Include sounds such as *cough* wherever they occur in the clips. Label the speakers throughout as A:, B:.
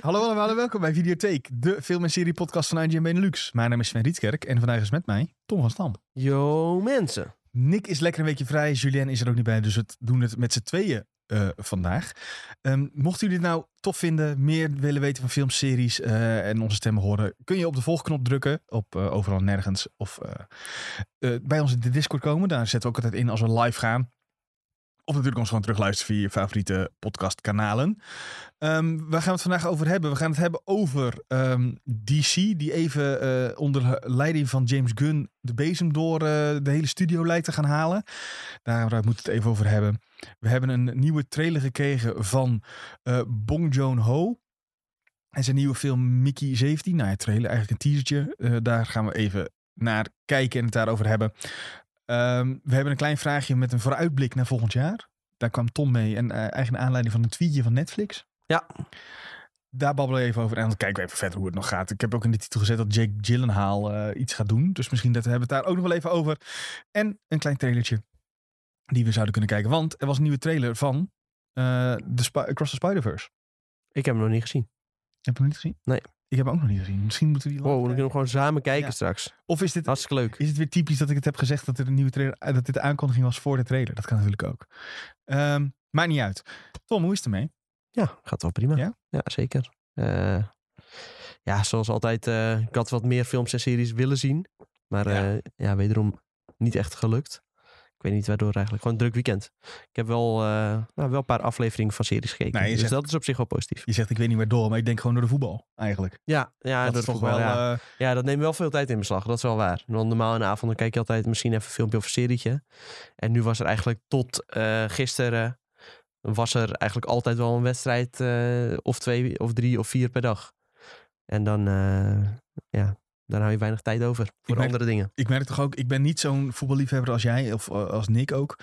A: Hallo allemaal en welkom bij Videotheek, de film- en serie-podcast van IGN Benelux. Mijn naam is Sven Rietkerk en vandaag is met mij Tom van Stam.
B: Yo mensen.
A: Nick is lekker een weekje vrij, Julien is er ook niet bij, dus we doen het met z'n tweeën eh, vandaag. Ehm, mochten jullie het nou tof vinden, meer willen weten van films, series eh, en onze stemmen horen, kun je op de volgknop drukken, op eh, overal en nergens, of eh, eh, bij ons in de Discord komen. Daar zetten we ook altijd in als we live gaan. Of natuurlijk ons gewoon terugluisteren via je favoriete podcastkanalen. Ehm waar gaan we het vandaag over hebben? We gaan het hebben over ehm, DC, die even eh, onder leiding van James Gunn de bezem door eh, de hele studio lijkt te gaan halen. Daaruit moeten we het even over hebben. We hebben een nieuwe trailer gekregen van eh, Bong Joon-ho. En zijn nieuwe film Mickey 17. Nou ja, trailer, eigenlijk een teasertje. Eh, daar gaan we even naar kijken en het daarover hebben. Ehm, we hebben een klein vraagje met een vooruitblik naar volgend jaar. Daar kwam Tom mee en eh eigen aanleiding van een tweetje van Netflix. Daar babbelen we even over. En dan kijken we even verder hoe het nog gaat. Ik heb ook in de titel gezet dat Jake Gyllenhaal eh, iets gaat doen. Dus misschien dat we hebben we het daar ook nog wel even over. En een klein trailertje die we zouden kunnen kijken. Want er was een nieuwe trailer van eh de Spi- Across the Spider-Verse.
B: Ik heb hem nog niet gezien.
A: Heb je hem niet gezien?
B: Nee.
A: Ik heb hem ook nog niet gezien. Misschien moeten we die
B: Wow, we
A: later
B: kunnen hem gewoon samen kijken
A: eh, Ja.
B: straks.
A: kijken. Of is dit,
B: Hartstikke leuk.
A: is het weer typisch dat ik het heb gezegd dat, er een nieuwe trailer, eh, dat dit de aankondiging was voor de trailer? Dat kan natuurlijk ook. Ehm, maakt niet uit. Tom, hoe is het ermee?
B: Ja, gaat wel prima.
A: Ja?
B: zeker. Eh, ja, zoals altijd. eh, ik had wat meer films en series willen zien. Maar
A: Ja.
B: eh, ja, wederom niet echt gelukt. Ik weet niet waardoor eigenlijk. Gewoon een druk weekend. Ik heb wel, eh, nou, wel een paar afleveringen van series gekeken.
A: Nee, je
B: dus
A: zegt-
B: dat is op zich wel positief.
A: Je zegt ik weet niet meer door, maar ik denk gewoon door de voetbal eigenlijk.
B: Ja, ja,
A: dat
B: dat
A: is toch
B: voetbal,
A: wel...
B: ja.
A: eh,
B: Ja, dat neemt wel veel tijd in beslag. Dat is wel waar. Want normaal in de avond dan kijk je altijd misschien even een filmpje of een serietje. En nu was er eigenlijk tot eh, gisteren... was er eigenlijk altijd wel een wedstrijd... eh, of twee, of drie, of vier per dag. En dan... eh, ja, dan hou je weinig tijd over voor
A: merk-
B: andere dingen.
A: ik merk toch ook, ik ben niet zo'n voetballiefhebber als jij of eh, als Nick ook.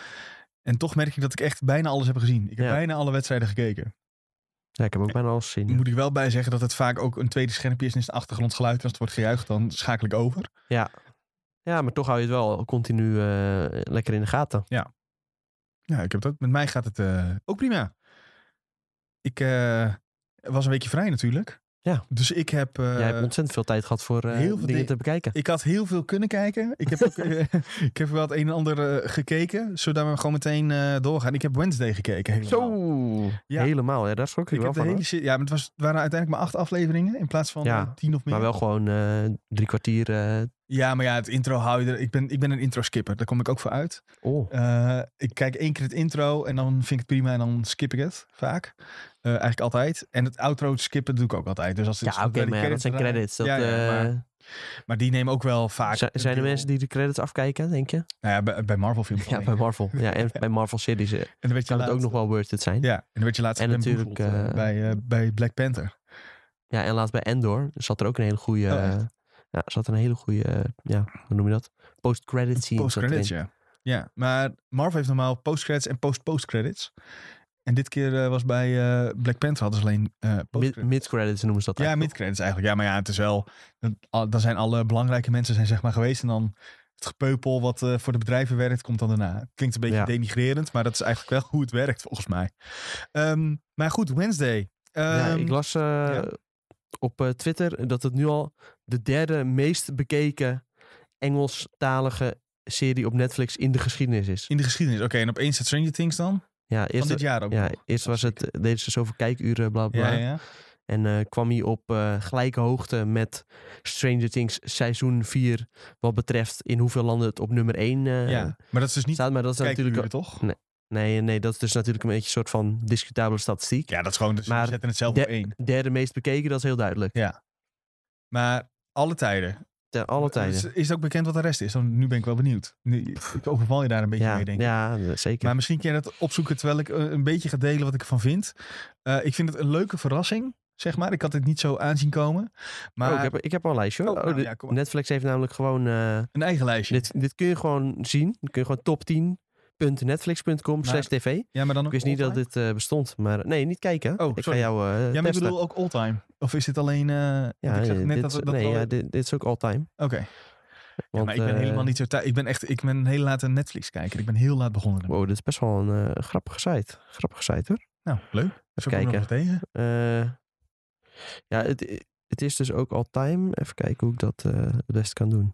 A: En toch merk ik dat ik echt bijna alles heb gezien. Ik heb
B: Ja.
A: bijna alle wedstrijden gekeken.
B: Ja, ik heb ook bijna alles gezien. ja.
A: Moet ik wel bij zeggen dat het vaak ook een tweede schermpje is en is het achtergrondgeluid. En als het wordt gejuicht, dan schakel ik over.
B: Ja, maar toch hou je het wel continu eh, lekker in de gaten.
A: Ja, ik heb dat. Met mij gaat het eh, ook prima. Ik eh, was een weekje vrij natuurlijk.
B: Ja.
A: Dus ik heb... eh,
B: Jij hebt ontzettend veel tijd gehad voor eh,
A: heel veel
B: dingen
A: dingen-
B: te bekijken.
A: Ik had heel veel kunnen kijken. Ik
B: *laughs*
A: heb, ook, eh, ik heb wel het een en ander eh, gekeken. Zodat we gewoon meteen eh, doorgaan. Ik heb Wednesday gekeken. helemaal.
B: Zo!
A: Ja.
B: Helemaal. Ja, daar schrok ik,
A: Ik
B: wel
A: heb de
B: van. hoor.
A: hele serie- ja, maar het, was, het waren uiteindelijk maar acht afleveringen in plaats van
B: Ja,
A: eh, tien of meer.
B: Maar wel gewoon eh, drie kwartier... eh,
A: Ja, maar ja, het intro hou je er. Ik ben, ik ben een intro-skipper, daar kom ik ook voor uit.
B: oh.
A: Eh, ik kijk één keer het intro en dan vind ik het prima en dan skip ik het vaak. Eh, eigenlijk altijd. En het outro skippen doe ik ook altijd. Dus als het-
B: Ja, oké,
A: zodra die
B: maar ja, dat zijn
A: draaien-
B: credits. Dat,
A: Ja, ja,
B: eh,
A: maar, maar die nemen ook wel vaak.
B: zi- zijn er mensen die de credits afkijken, denk je?
A: Nou ja, bij, bij Marvel films.
B: *laughs* Ja, bij Marvel. Ja, *laughs* en bij Marvel series eh,
A: en dan werd je
B: kan het
A: laatst,
B: ook nog wel worth it zijn. Ja,
A: Ja, en dan werd je laatst
B: En
A: gebamboezeld,
B: natuurlijk,
A: eh,
B: eh,
A: bij, eh, bij Black Panther.
B: en laatst bij Endor zat er ook een hele goede...
A: Oh, echt?
B: eh, ja, zat een hele goede... eh, ja, hoe noem je dat? Post-credit scene. zat
A: Post-credits,
B: erin.
A: ja. Ja, maar Marvel heeft normaal post-credits en post-post-credits. En dit keer eh, was bij eh, Black Panther hadden ze alleen eh
B: Mid-
A: post-credits.
B: Mid-credits noemen ze dat
A: ja,
B: eigenlijk.
A: mid-credits eigenlijk. Ja, maar ja, het is wel... dan- al- Dan zijn alle belangrijke mensen zijn zeg maar geweest. En dan het gepeupel wat eh, voor de bedrijven werkt, komt dan daarna. Klinkt een beetje
B: Ja.
A: denigrerend, maar dat is eigenlijk wel hoe het werkt volgens mij. Ehm, maar goed, Wednesday.
B: Ja,
A: Ehm,
B: ik las eh,
A: ja.
B: op eh, Twitter dat het nu al de derde meest bekeken Engelstalige serie op Netflix in de geschiedenis is.
A: In de geschiedenis. Oké, en opeens staat Stranger Things dan?
B: Ja, eerst,
A: Van dit jaar ook.
B: ja, eerst was het, eh, deden ze zoveel kijkuren, bla bla.
A: ja,
B: bla.
A: ja.
B: En eh, kwam hij op eh, gelijke hoogte met Stranger Things seizoen 4. Wat betreft in hoeveel landen het op nummer 1
A: ja. Maar dat is dus niet...
B: staat. Maar dat is
A: Kijk,
B: natuurlijk.
A: toch?
B: Nee, nee, dat is dus natuurlijk een beetje een soort van discutabele statistiek.
A: Ja, dat is gewoon... Dus
B: Maar
A: we zetten het zelf op
B: de-
A: één.
B: Derde meest bekeken, dat is heel duidelijk.
A: Maar alle tijden.
B: Ten alle
A: Is,
B: tijden.
A: is het ook bekend wat de rest is? Dan, nu ben ik wel benieuwd. Nu, ik overval je daar een beetje
B: Ja,
A: mee, denk ik.
B: ja, eh, zeker.
A: Maar misschien kun je dat opzoeken terwijl ik eh, een beetje ga delen wat ik ervan vind. Eh, ik vind het een leuke verrassing, zeg maar. Ik had dit niet zo aanzien komen. Maar
B: Oh, ik, heb, ik heb al een lijstje hoor.
A: Oh,
B: Oh,
A: nou
B: de-
A: ja, kom maar.
B: Netflix heeft namelijk gewoon. eh,
A: een eigen lijstje.
B: dit, dit kun je gewoon zien. Dan kun je gewoon top 10.netflix.com
A: Maar-
B: slash tv.
A: ja, maar dan
B: Ik
A: ook
B: wist niet dat
A: all-time?
B: dit eh, bestond. Maar nee, niet kijken.
A: Oh,
B: ik ga
A: sorry.
B: jou eh,
A: Ja, maar ik
B: testen.
A: bedoel ook all-time. Of is dit alleen... eh, want
B: Ja,
A: ik zag
B: eh,
A: net
B: dit,
A: dat, we- dat
B: nee,
A: we-
B: ja, dit, dit is ook all time.
A: Oké. Ja, maar ik ben
B: eh,
A: helemaal niet zo thuis. Ik ben echt... Ik ben heel laat een Netflix-kijker. Ik ben heel laat begonnen.
B: Wow, dit is best wel een eh, grappige site. Grappige site hoor.
A: Nou, leuk. Zo kom ik
B: kijken.
A: nog wat tegen.
B: Eh, Ja, het, het is dus ook all time. Even kijken hoe ik dat eh, het best kan doen.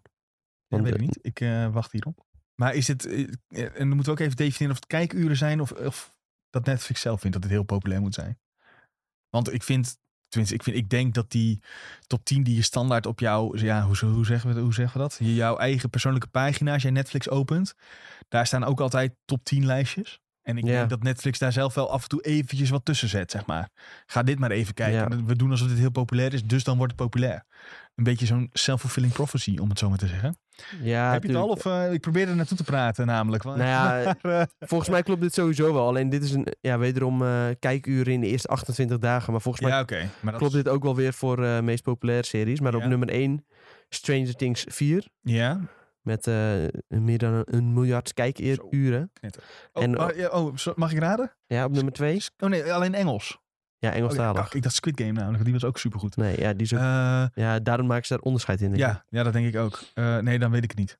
A: Dat
B: Want,
A: weet ik
B: eh,
A: niet. Ik eh, wacht hierop. Maar is het... eh, en dan moeten we ook even definiëren of het kijkuren zijn of, of dat Netflix zelf vindt dat dit heel populair moet zijn. Want ik vind... Tenminste, ik, vind, ik denk dat die top 10 die je standaard op jouw... Ja, hoe, hoe, zeggen, we, hoe zeggen we dat? Je- Jouw eigen persoonlijke pagina, als jij Netflix opent. Daar staan ook altijd top 10 lijstjes. En ik
B: Ja.
A: denk dat Netflix daar zelf wel af en toe eventjes wat tussen zet, zeg maar. Ga dit maar even kijken.
B: Ja.
A: We doen alsof dit heel populair is, dus dan wordt het populair. Een beetje zo'n self-fulfilling prophecy, om het zo maar te zeggen.
B: Ja,
A: Heb je het al?
B: tuurlijk.
A: Of, eh, ik probeerde er naartoe te praten namelijk. want-
B: Nou ja,
A: *laughs* maar, eh,
B: Volgens mij klopt dit sowieso wel. Alleen dit is een, ja, wederom eh, kijkuren in de eerste 28 dagen. *laughs* Maar volgens mij
A: ja, oké. Maar dat
B: klopt
A: is-
B: dit ook wel weer voor eh meest populaire series. Maar
A: Ja.
B: op nummer 1 Stranger Things 4.
A: Ja?
B: Met eh, meer dan een miljard kijkuren.
A: Oh,
B: En-
A: oh, ja, oh, zo- mag ik raden?
B: Ja, op nummer 2.
A: Oh nee, alleen Engels.
B: Ja,
A: Oh, ja,
B: Engelstalig.
A: kak, ik dacht Squid Game namelijk, want die was ook supergoed.
B: Nee, ja, die is ook-
A: Eh,
B: ja, daarom maken ze daar onderscheid in. denk ik.
A: ja, ja, dat denk ik ook. Eh, nee, dan weet ik het niet.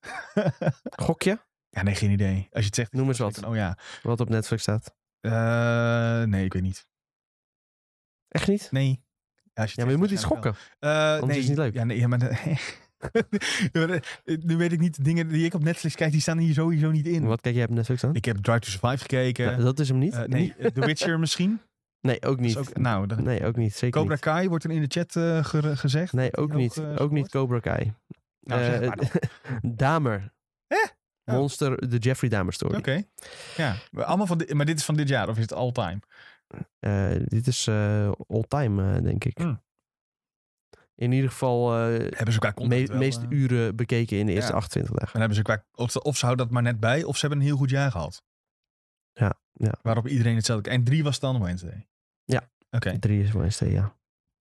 A: *laughs*
B: Gokje?
A: Ja, nee, geen idee. Als je het zegt...
B: Noem eens wat.
A: Oh ja.
B: Wat op Netflix staat.
A: Eh, nee, ik weet niet.
B: Echt niet?
A: Nee. Ja, als
B: Ja,
A: het zegt,
B: maar je moet iets
A: waarschijnlijk wel.
B: gokken.
A: Eh,
B: Anders
A: nee.
B: is het niet leuk.
A: Ja, nee, ja, maar... *laughs* Ja, maar, eh, nu weet ik niet, de dingen die ik op Netflix kijk, die staan hier sowieso niet in.
B: Wat kijk jij op Netflix dan?
A: Ik heb Drive to Survive gekeken.
B: Nou, dat is hem niet.
A: Eh, nee, eh, The Witcher
B: *laughs*
A: misschien.
B: Nee, ook
A: Dat is
B: niet.
A: ook- nou, dan-
B: Nee, ook niet. Zeker
A: Cobra
B: niet.
A: Kai wordt er in de chat eh, ge- gezegd.
B: Nee, ook
A: hoog,
B: niet.
A: eh,
B: Ook niet
A: scoort.
B: Cobra Kai.
A: Nou, zeg het
B: Eh,
A: maar dan.
B: *laughs* Damer.
A: Oh.
B: Monster, de Jeffrey Dahmer story.
A: Oké. Ja, we- allemaal van di- maar dit is van dit jaar of is het all time?
B: Eh, dit is eh, all time, eh, denk ik.
A: Hmm.
B: In ieder geval eh
A: Hebben ze qua content
B: me-
A: wel,
B: meeste
A: eh,
B: uren bekeken in de eerste
A: Ja.
B: 28 dagen.
A: dan hebben ze qua, of, ze- of ze houden dat maar net bij, of ze hebben een heel goed jaar gehad.
B: Ja, ja.
A: Waarop iedereen hetzelfde. En drie was dan Wednesday.
B: Ja.
A: Oké,
B: Drie is Wednesday, ja.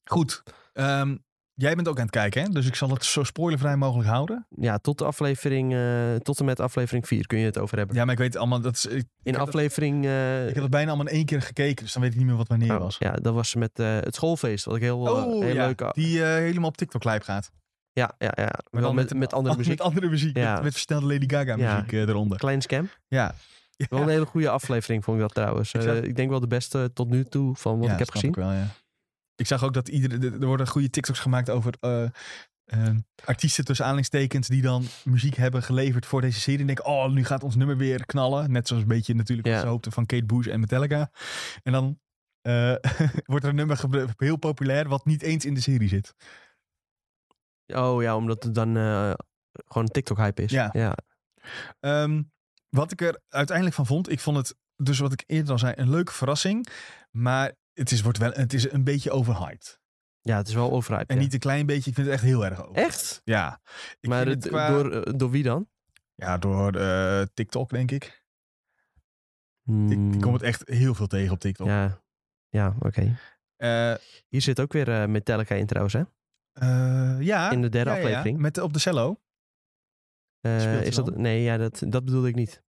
A: goed. Ehm, jij bent ook aan het kijken, hè? Dus ik zal het zo spoilervrij mogelijk houden.
B: Ja, tot, de aflevering, eh, tot en met aflevering 4 kun je het over hebben.
A: Ja, maar ik weet allemaal, dat is, ik,
B: in
A: heb dat-
B: aflevering... eh,
A: ik heb het bijna allemaal in één keer gekeken, dus dan weet ik niet meer wat wanneer
B: oh,
A: was.
B: ja, dat was met eh, het schoolfeest. Wat ik heel, eh,
A: Oh,
B: heel
A: ja,
B: leuk...
A: die eh, helemaal op TikTok lijp gaat.
B: Ja, ja, ja.
A: Maar
B: Wel
A: dan
B: met,
A: een- *laughs*
B: met andere muziek.
A: Met andere muziek.
B: Ja.
A: Met, met versnelde Lady Gaga
B: Ja.
A: muziek eh, eronder.
B: Klein scam.
A: Ja. Ja.
B: Wel een hele goede aflevering vond ik dat trouwens.
A: Ik
B: Eh,
A: zag-
B: ik denk wel de beste tot nu toe van wat
A: Ja,
B: ik heb
A: snap
B: gezien.
A: Ik, wel, ja. ik zag ook dat iedere, er worden goede TikToks gemaakt over eh, ehm, artiesten tussen aanhalingstekens die dan muziek hebben geleverd voor deze serie. En denken, oh, nu gaat ons nummer weer knallen. Net zoals een beetje natuurlijk wat
B: Ja.
A: ze hoopten van Kate Bush en Metallica. En dan eh, *laughs* wordt er een nummer gebre- heel populair wat niet eens in de serie zit.
B: Oh ja, omdat het dan eh, gewoon een TikTok-hype is.
A: Ja.
B: ja.
A: Ehm, wat ik er uiteindelijk van vond, ik vond het, dus wat ik eerder al zei, een leuke verrassing. Maar het is, wordt wel, het is een beetje overhyped.
B: Ja, het is wel overhyped.
A: En
B: ja.
A: niet een klein beetje, ik vind het echt heel erg over.
B: Echt?
A: Ja. Ik
B: maar
A: vind
B: het-
A: het qua-
B: door, eh, door wie dan?
A: Ja, door eh, TikTok, denk ik. Ik, ik kom het echt heel veel tegen op TikTok.
B: Hmm, Mm. Ja, ja oké.
A: Eh,
B: Hier zit ook weer eh, Metallica in trouwens, hè?
A: eh, ja.
B: in de derde
A: Ja, ja, ja.
B: aflevering.
A: Met, op de cello.
B: Eh,
A: Speelt ze
B: is dat,
A: dan?
B: nee, ja, dat, dat bedoelde ik niet.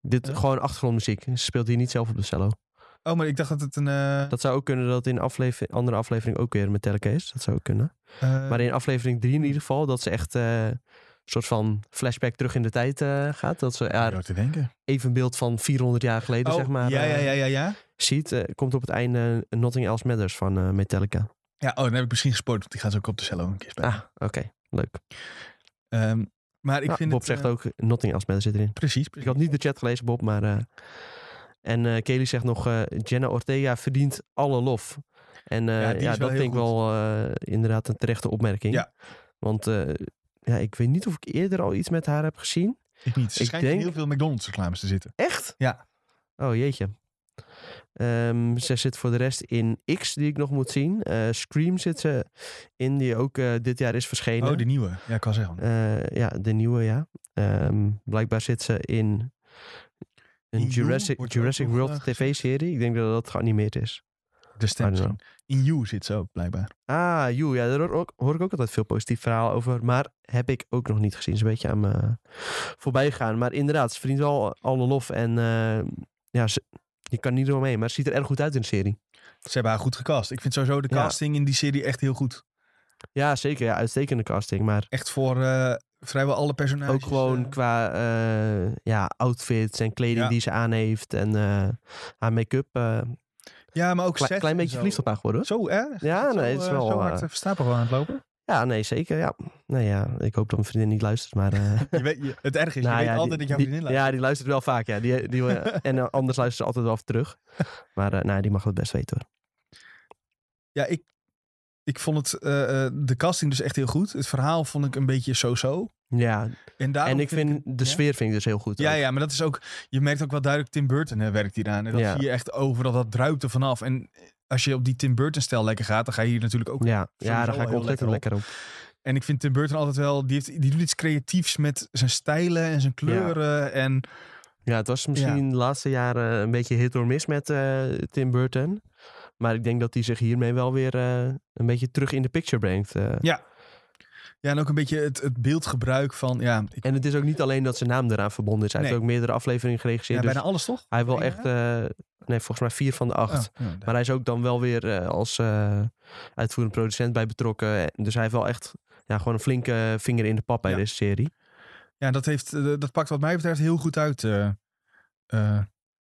B: Dit
A: Huh?
B: gewoon achtergrondmuziek. Ze speelt hier niet zelf op de cello.
A: Oh, maar ik dacht dat het een... eh,
B: Dat zou ook kunnen dat in aflever andere aflevering ook weer Metallica is. Dat zou ook kunnen.
A: eh,
B: Maar in aflevering 3 in ieder geval, dat ze echt eh, een soort van flashback terug in de tijd eh, gaat. Dat ze haar
A: door te denken.
B: evenbeeld van 400 jaar geleden,
A: Oh,
B: zeg maar,
A: ja, ja,
B: eh,
A: ja, ja, ja.
B: ziet. eh, komt op het einde Nothing Else Matters van eh, Metallica.
A: Ja, oh, dan heb ik misschien gespoord, want die gaat ze ook op de cello een keer spelen.
B: Ah, oké. Leuk.
A: Ehm, maar ik
B: Nou,
A: vind
B: Bob
A: het...
B: zegt
A: eh,
B: ook Nothing Else Matters zit erin.
A: Precies,
B: Ik
A: precies.
B: had niet de chat gelezen, Bob, maar... eh, en eh Kelly zegt nog, eh, Jenna Ortega verdient alle lof. En eh,
A: Ja,
B: ja,
A: die is wel
B: dat
A: heel
B: vind ik
A: goed.
B: wel eh, inderdaad een terechte opmerking.
A: Ja.
B: Want eh, ja, ik weet niet of ik eerder al iets met haar heb gezien.
A: Ik niet. Ze
B: Ik
A: schijnt in
B: denk-
A: heel veel McDonald's reclames te zitten.
B: Echt?
A: Ja.
B: Oh jeetje. Ehm, ze zit voor de rest in X, die ik nog moet zien. Eh, Scream zit ze in, die ook eh, dit jaar is verschenen.
A: Oh, de nieuwe. Ja, ik kan zeggen.
B: Eh, ja, de nieuwe, ja. Ehm, blijkbaar zit ze in
A: In
B: een
A: You
B: Jurassic,
A: wordt ook
B: Jurassic
A: nog,
B: World
A: eh, gezien.
B: tv-serie. Ik denk dat dat geanimeerd is.
A: de stem.
B: I don't
A: misschien. In You zit ze ook, blijkbaar.
B: Ah, joe, ja, daar hoor, ook- hoor ik ook altijd veel positief verhaal over. Maar heb ik ook nog niet gezien. Is een beetje aan me voorbij gegaan. Maar inderdaad, ze verdient wel alle lof. En eh, ja, ze, je kan niet door mee. Maar ze ziet er erg goed uit in de serie.
A: Ze hebben haar goed gecast. Ik vind sowieso de
B: Ja.
A: casting in die serie echt heel goed.
B: Ja, zeker. Ja, uitstekende casting. Maar
A: Echt voor eh, vrijwel alle personages.
B: ook gewoon
A: eh,
B: qua eh, ja, outfits en kleding
A: Ja.
B: die ze aan heeft. En eh, haar make-up. eh,
A: Ja, maar ook
B: Kle-
A: Seth
B: klein
A: en
B: beetje
A: zo.
B: verliefd op haar geworden. hoor.
A: Zo erg?
B: Ja,
A: Zo,
B: nee, het is
A: eh,
B: wel,
A: Zo hard
B: eh,
A: uh, Verstappen aan het
B: *laughs*
A: lopen?
B: Ja, nee, zeker. Ja. Nou ja, ik hoop dat mijn vriendin niet luistert, maar... *laughs* eh,
A: Je weet, je- het erg is,
B: nou
A: je weet
B: ja,
A: altijd
B: die-
A: dat jouw
B: die-
A: vriendin laat.
B: Ja, die luistert wel vaak, ja. Die, die, *laughs* eh, en eh, anders luistert ze altijd wel even terug. Maar eh, nou, die mag het best weten, hoor.
A: Ja, ik, ik vond het, eh, eh, de casting dus echt heel goed. Het verhaal vond ik een beetje zo-zo.
B: Ja,
A: En, daarom
B: en ik vind de
A: ja?
B: sfeer vind ik dus heel goed.
A: Ja,
B: ook.
A: ja, maar dat is ook... Je merkt ook wel duidelijk, Tim Burton hè, werkt hier aan. En dat
B: Ja.
A: zie je echt overal, dat druipt er vanaf. En eh, als je op die Tim Burton-stijl lekker gaat, dan ga je hier natuurlijk ook...
B: Ja, ja
A: Sowieso
B: daar ga
A: wel
B: ik
A: heel
B: ontzettend lekker op.
A: En ik vind Tim Burton altijd wel... Die, heeft, die doet iets creatiefs met zijn stijlen en zijn kleuren. En
B: Ja, het was misschien de laatste jaren eh, een beetje hit or miss met eh, Tim Burton. Maar ik denk dat hij zich hiermee wel weer eh, een beetje terug in de picture brengt. eh.
A: Ja, en ook een beetje het, het beeldgebruik van... Ja, ik,
B: En het is ook niet alleen dat zijn naam eraan verbonden is. Hij heeft
A: Nee.
B: ook meerdere afleveringen
A: ja,
B: geregisseerd. dus
A: bijna alles toch?
B: hij heeft wel
A: één
B: echt, eh, nee, volgens mij vier van de acht.
A: Oh, ja,
B: Maar hij is ook dan wel weer eh, als eh, uitvoerend producent bij betrokken. Dus hij heeft wel echt ja, gewoon een flinke vinger in de pap bij
A: Ja.
B: deze serie.
A: ja dat, heeft, eh, dat pakt wat mij betreft heel goed uit eh, eh,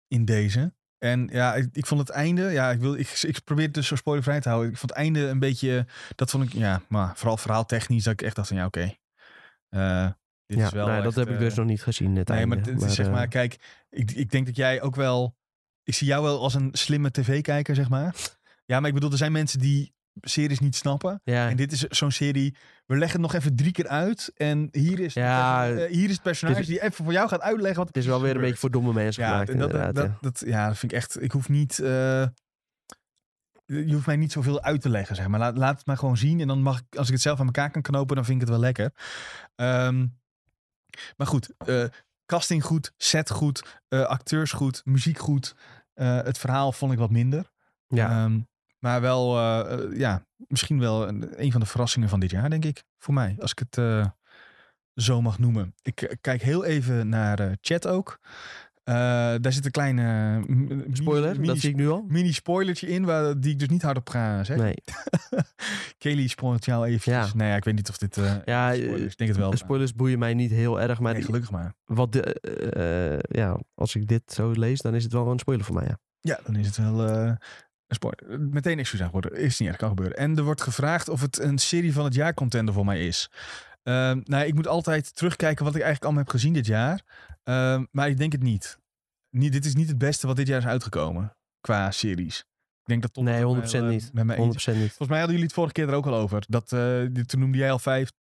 A: in deze. En ja, ik, ik vond het einde... Ja, ik, wil, ik, ik probeer het dus zo spoilervrij te houden. Ik vond het einde een beetje... Dat vond ik, ja, maar vooral verhaaltechnisch. Dat ik echt dacht van, ja, oké. Eh, dit
B: Ja,
A: is wel
B: nou, dat
A: echt,
B: heb ik
A: eh,
B: dus nog niet gezien. Het
A: Nee,
B: einde.
A: maar het is zeg
B: eh,
A: maar, kijk, ik, ik denk dat jij ook wel. Ik zie jou wel als een slimme tv-kijker, zeg maar. Ja, maar ik bedoel, er zijn mensen die series niet snappen.
B: ja,
A: En dit is zo'n serie. We leggen het nog even drie keer uit. En hier is,
B: Ja,
A: eh, hier is het personage
B: dit-
A: die even voor jou gaat uitleggen. Wat
B: het is wel weer een beetje voor domme mensen
A: Ja,
B: gemaakt.
A: en dat, dat,
B: inderdaad, ja.
A: dat, ja, dat vind ik echt. Ik hoef niet. eh, je hoeft mij niet zoveel uit te leggen, zeg maar. Laat, laat het maar gewoon zien. En dan mag ik, als ik het zelf aan elkaar kan knopen, dan vind ik het wel lekker. Ehm, maar goed, eh casting goed, set goed, eh, acteurs goed, muziek goed. Eh, het verhaal vond ik wat minder.
B: Ja.
A: Ehm, maar wel, eh, eh, ja, misschien wel een, een van de verrassingen van dit jaar, denk ik. Voor mij, als ik het eh, zo mag noemen. Ik eh, kijk heel even naar eh, chat ook. Eh, daar zit een kleine eh, m- mini-
B: Spoiler,
A: mini,
B: dat zie ik nu al.
A: mini spoilertje in, waar, die ik dus niet hard op ga zeggen.
B: Nee.
A: Kelly spoilt jou even.
B: Ja,
A: Nee, ja, ik weet niet of dit eh
B: Ja,
A: spoiler
B: eh,
A: is. Ik denk het wel.
B: spoilers boeien mij niet heel erg. Maar
A: Nee,
B: die-
A: gelukkig maar.
B: wat de, eh, eh, ja, als ik dit zo lees, dan is het wel een spoiler voor mij. Ja.
A: Ja, dan is het wel eh, een spoiler. Meteen excuus aan worden. Is niet erg, kan gebeuren. En er wordt gevraagd of het een serie van het jaar contender voor mij is. Ehm, nou, ik moet altijd terugkijken wat ik eigenlijk allemaal heb gezien dit jaar. Ehm, maar ik denk het niet. niet. Dit is niet het beste wat dit jaar is uitgekomen qua series. Ik denk dat Tom
B: Nee,
A: het wel,
B: 100%
A: eh,
B: niet.
A: Met mij eens is.
B: 100% niet.
A: Volgens mij hadden jullie het vorige keer er ook al over. Dat, eh, dit- toen noemde jij al vijf.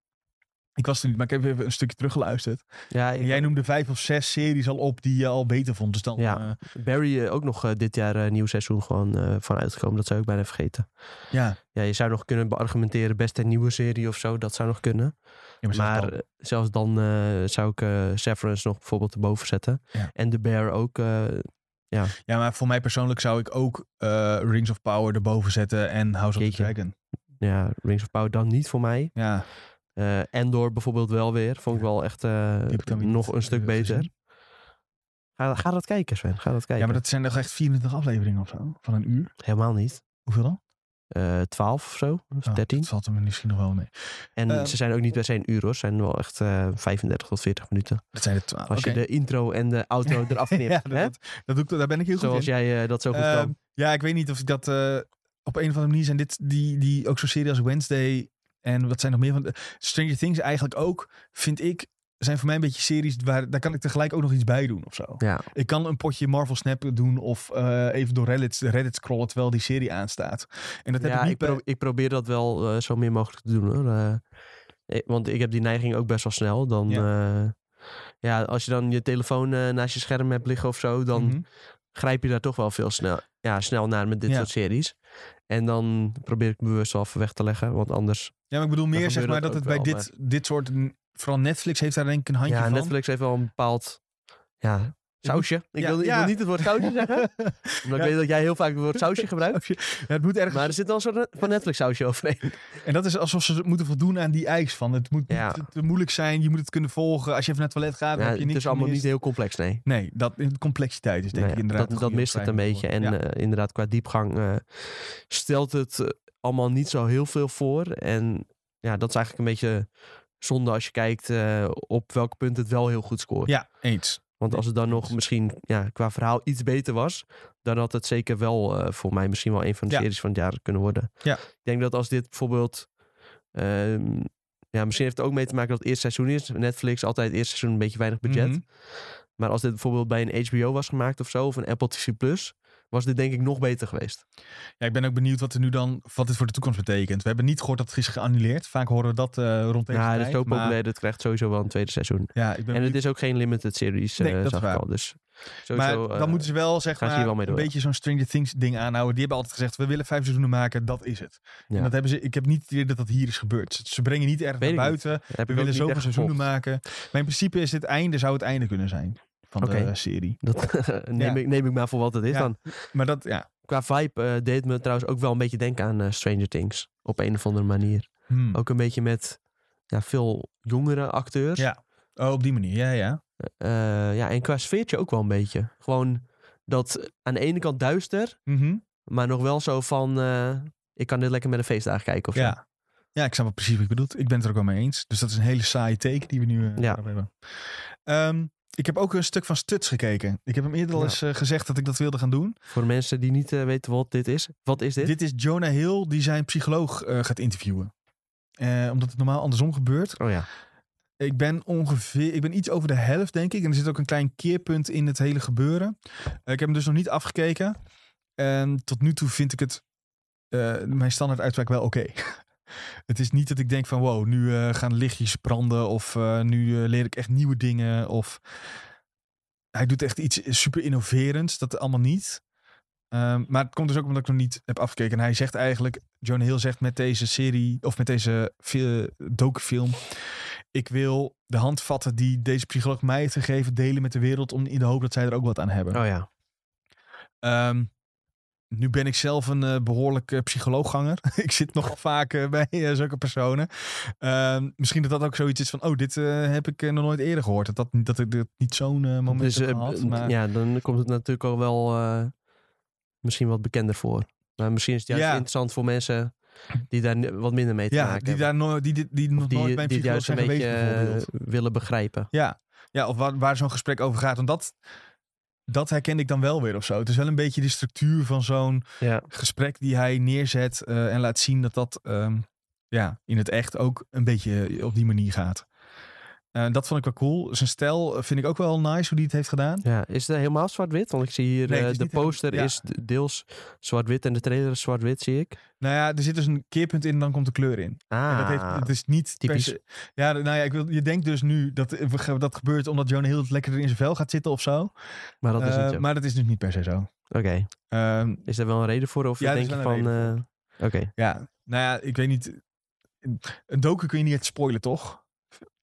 A: Ik was er niet, maar ik heb even een stukje teruggeluisterd.
B: Ja,
A: En
B: ik-
A: jij noemde vijf of zes series al op die je al beter vond. Dus dan
B: Ja.
A: eh,
B: Barry eh, ook nog eh, dit jaar eh, nieuw seizoen gewoon eh, van uitgekomen. Dat zou ik bijna vergeten.
A: ja.
B: Ja, je zou nog kunnen beargumenteren, best een nieuwe serie of zo, dat zou nog kunnen.
A: Ja, maar zelfs
B: maar
A: dan.
B: eh, zelfs dan eh, zou ik eh Severance nog bijvoorbeeld erboven zetten.
A: Ja.
B: En The Bear ook. eh,
A: Ja, maar voor mij persoonlijk zou ik ook eh, Rings of Power erboven zetten en House of the
B: Jeetje.
A: Dragon.
B: ja, Rings of Power dan niet voor mij.
A: Ja,
B: Eh Endor bijvoorbeeld wel weer. Vond ik wel echt eh,
A: heb ik dan weer
B: nog
A: niet,
B: een stuk
A: eh,
B: beter.
A: gezien.
B: Ga, ga dat kijken, Sven. Ga dat
A: ja,
B: kijken.
A: maar dat zijn toch echt 24 afleveringen of zo? Van een uur?
B: Helemaal niet.
A: Hoeveel dan?
B: Eh 12 of zo, of
A: Oh,
B: 13.
A: Dat valt er misschien nog wel mee.
B: En
A: eh,
B: ze zijn ook niet per se een uur hoor. Ze zijn wel echt eh, 35 tot 40 minuten.
A: Dat zijn er 12.
B: Als je de intro en
A: *laughs*
B: de outro eraf knipt.
A: ja, dat,
B: hè?
A: dat- dat doe ik, daar ben ik heel goed
B: Zoals
A: in.
B: jij eh, dat zo goed
A: Ehm,
B: kan.
A: ja, ik weet niet of ik dat eh, op een of andere manier zijn dit die, die ook zo'n serie als Wednesday en wat zijn nog meer van de- Stranger Things eigenlijk ook vind ik zijn voor mij een beetje series waar daar kan ik tegelijk ook nog iets bij doen of zo.
B: Ja.
A: Ik kan een potje Marvel Snap doen of eh, even door Reddit, Reddit scrollen terwijl die serie aanstaat. En dat heb
B: ja,
A: ik
B: ik,
A: niet per-
B: pro- ik probeer dat wel eh, zo min mogelijk te doen hoor. Eh, eh, want ik heb die neiging ook best wel snel. Dan, ja. ja, als je dan je telefoon eh, naast je scherm hebt liggen of zo, dan
A: Mhm.
B: grijp je daar toch wel veel snel, ja, snel naar met dit
A: Ja.
B: soort series. En dan probeer ik bewust wel even weg te leggen, want anders...
A: Ja, maar ik bedoel meer zeg
B: gebeurt
A: maar
B: dat
A: dat het
B: ook
A: bij
B: wel,
A: dit, dit soort, vooral Netflix heeft daar denk ik een handje
B: ja,
A: van.
B: Netflix heeft wel een bepaald ja, sausje. Ik,
A: Ja,
B: wil, ik
A: ja.
B: wil niet het woord sausje zeggen,
A: *laughs*
B: omdat
A: Ja.
B: ik weet dat jij heel vaak het woord sausje gebruikt.
A: *laughs* Ja, het moet ergens
B: Maar er zit wel een soort van Netflix sausje overheen.
A: En dat is alsof ze moeten voldoen aan die eis van het moet
B: Ja.
A: niet te moeilijk zijn, je moet het kunnen volgen. Als je even naar het toilet gaat, dan
B: Ja,
A: heb je niks
B: het is allemaal niet
A: gemist.
B: heel complex, nee.
A: Nee, dat de complexiteit is denk
B: Nou
A: ik
B: ja,
A: inderdaad.
B: Dat,
A: een
B: dat
A: goede
B: mist het een beetje. En
A: omschrijving ervoor.
B: eh, inderdaad, qua diepgang eh, stelt het eh, allemaal niet zo heel veel voor. En ja, dat is eigenlijk een beetje zonde als je kijkt eh, op welk punt het wel heel goed scoort.
A: Ja, ja eens.
B: Want als het dan nog misschien ja, qua verhaal iets beter was, dan had het zeker wel eh, voor mij misschien wel een van de
A: Ja.
B: series van het jaar kunnen worden.
A: Ja.
B: Ik denk dat als dit bijvoorbeeld. ehm, ja, misschien heeft het ook mee te maken dat het eerste seizoen is. Netflix altijd het eerste seizoen een beetje weinig budget.
A: Mhm.
B: Maar als dit bijvoorbeeld bij een HBO was gemaakt of zo, of een Apple TV Plus, was dit denk ik nog beter geweest.
A: Ja, ik ben ook benieuwd wat, er nu dan, wat dit voor de toekomst betekent. We hebben niet gehoord dat het is geannuleerd. Vaak horen we dat eh rond deze
B: Ja, dat
A: tijd.
B: is ook
A: maar-
B: populair. Dat krijgt sowieso wel een tweede seizoen.
A: Ja, ik ben
B: En
A: benieuwd.
B: het is ook geen limited series,
A: Nee,
B: eh,
A: dat is
B: zag ik
A: waar.
B: al. Dus
A: Maar
B: sowieso,
A: dan
B: eh,
A: moeten ze wel zeg
B: gaan ze
A: maar,
B: hier wel mee
A: een
B: door, ja.
A: beetje zo'n Stranger Things ding aanhouden. Die hebben altijd gezegd, we willen vijf seizoenen maken, dat is het. En
B: Ja.
A: dat hebben ze, ik heb niet het idee dat dat hier is gebeurd. Ze- Ze brengen niet erg
B: Weet
A: naar
B: ik niet.
A: buiten.
B: heb
A: We
B: ik ook
A: willen
B: niet
A: zoveel
B: echt
A: seizoenen
B: gevolgd.
A: maken. Maar in principe is dit einde, zou het einde kunnen zijn van de
B: Oké.
A: eh, serie.
B: *laughs* Dat neem,
A: Ja.
B: ik, neem ik maar voor wat het is
A: Ja.
B: dan.
A: Maar dat, ja.
B: Qua vibe eh, deed me trouwens ook wel een beetje denken aan eh, Stranger Things. Op een of andere manier.
A: hmm.
B: Ook een beetje met ja, veel jongere acteurs.
A: Ja. Oh, op die manier, ja, ja.
B: Eh, ja, en qua sfeertje ook wel een beetje. Gewoon dat aan de ene kant duister,
A: Mhm.
B: maar nog wel zo van... eh, ik kan dit lekker met een feestdag kijken of zo.
A: Ja. Ja, ik snap wel precies wat je bedoelt. Ik ben het er ook wel mee eens. Dus dat is een hele saaie take die we nu eh,
B: Ja.
A: daarop hebben. Ehm, ik heb ook een stuk van Stuts gekeken. Ik heb hem eerder al
B: Ja.
A: eens eh, gezegd dat ik dat wilde gaan doen.
B: Voor mensen die niet eh, weten wat dit is. Wat is dit?
A: Dit is Jonah Hill die zijn psycholoog eh, gaat interviewen. Eh, omdat het normaal andersom gebeurt.
B: Oh ja.
A: Ik ben ongeveer, ik ben iets over de helft, denk ik. En er zit ook een klein keerpunt in het hele gebeuren. Eh, ik heb hem dus nog niet afgekeken. En tot nu toe vind ik het, eh, mijn standaard uitspraak wel oké. *laughs* het is niet dat ik denk van, wow, nu eh, gaan lichtjes branden. Of eh, nu eh, leer ik echt nieuwe dingen. Of hij doet echt iets super innoverends. Dat allemaal niet. Ehm, maar het komt dus ook omdat ik nog niet heb afgekeken. En hij zegt eigenlijk, John Hill zegt met deze serie, of met deze fil- docufilm ik wil de handvatten die deze psycholoog mij heeft gegeven delen met de wereld om in de hoop dat zij er ook wat aan hebben.
B: Oh ja.
A: Ehm, nu ben ik zelf een eh, behoorlijke psycholoogganger. *laughs* ik zit nogal vaak eh, bij eh, zulke personen. Ehm, misschien dat dat ook zoiets is van, oh, dit eh, heb ik eh, nog nooit eerder gehoord. Dat, dat, dat ik dit niet zo'n eh, moment
B: Dus,
A: heb
B: eh,
A: gehad.
B: m-
A: Maar...
B: Ja, dan komt het natuurlijk al wel eh, misschien wat bekender voor. Maar misschien is het juist
A: Ja.
B: interessant voor mensen die daar ni- wat minder mee te
A: Ja,
B: maken
A: die, daar nooit, die, die, die nog
B: hebben. Of
A: nooit
B: die,
A: bij een
B: die het
A: psycholoog
B: juist een
A: zijn
B: beetje
A: geweest bijvoorbeeld.
B: eh, willen begrijpen.
A: Ja, ja of waar, waar zo'n gesprek over gaat. Want dat, dat herkende ik dan wel weer of zo. Het is wel een beetje de structuur van zo'n
B: Ja.
A: gesprek die hij neerzet. eh, en laat zien dat dat ehm, ja, in het echt ook een beetje op die manier gaat. Eh, dat vond ik wel cool. Zijn stijl eh, vind ik ook wel nice hoe hij het heeft gedaan.
B: Ja, is het helemaal zwart-wit? Want ik zie hier,
A: Nee, het
B: eh,
A: is
B: de
A: niet helemaal-
B: poster
A: ja.
B: is d- deels zwart-wit en de trailer is zwart-wit, zie ik.
A: Nou ja, er zit dus een keerpunt in en dan komt de kleur in. En
B: Ah,
A: dat heeft, het is niet per
B: typisch.
A: se- Ja, nou ja, ik wil, je denkt dus nu dat eh, we ge- dat gebeurt omdat Jonah Hill het lekkerder in zijn vel gaat zitten of zo.
B: maar dat is
A: Eh,
B: niet zo.
A: maar dat is dus niet per se zo.
B: Oké,
A: Ehm,
B: is daar wel een reden voor? Of
A: Ja, er
B: denk
A: is
B: je
A: wel een
B: van... eh, Oké,
A: Ja, nou ja, ik weet niet. Een docu kun je niet echt spoilen, toch?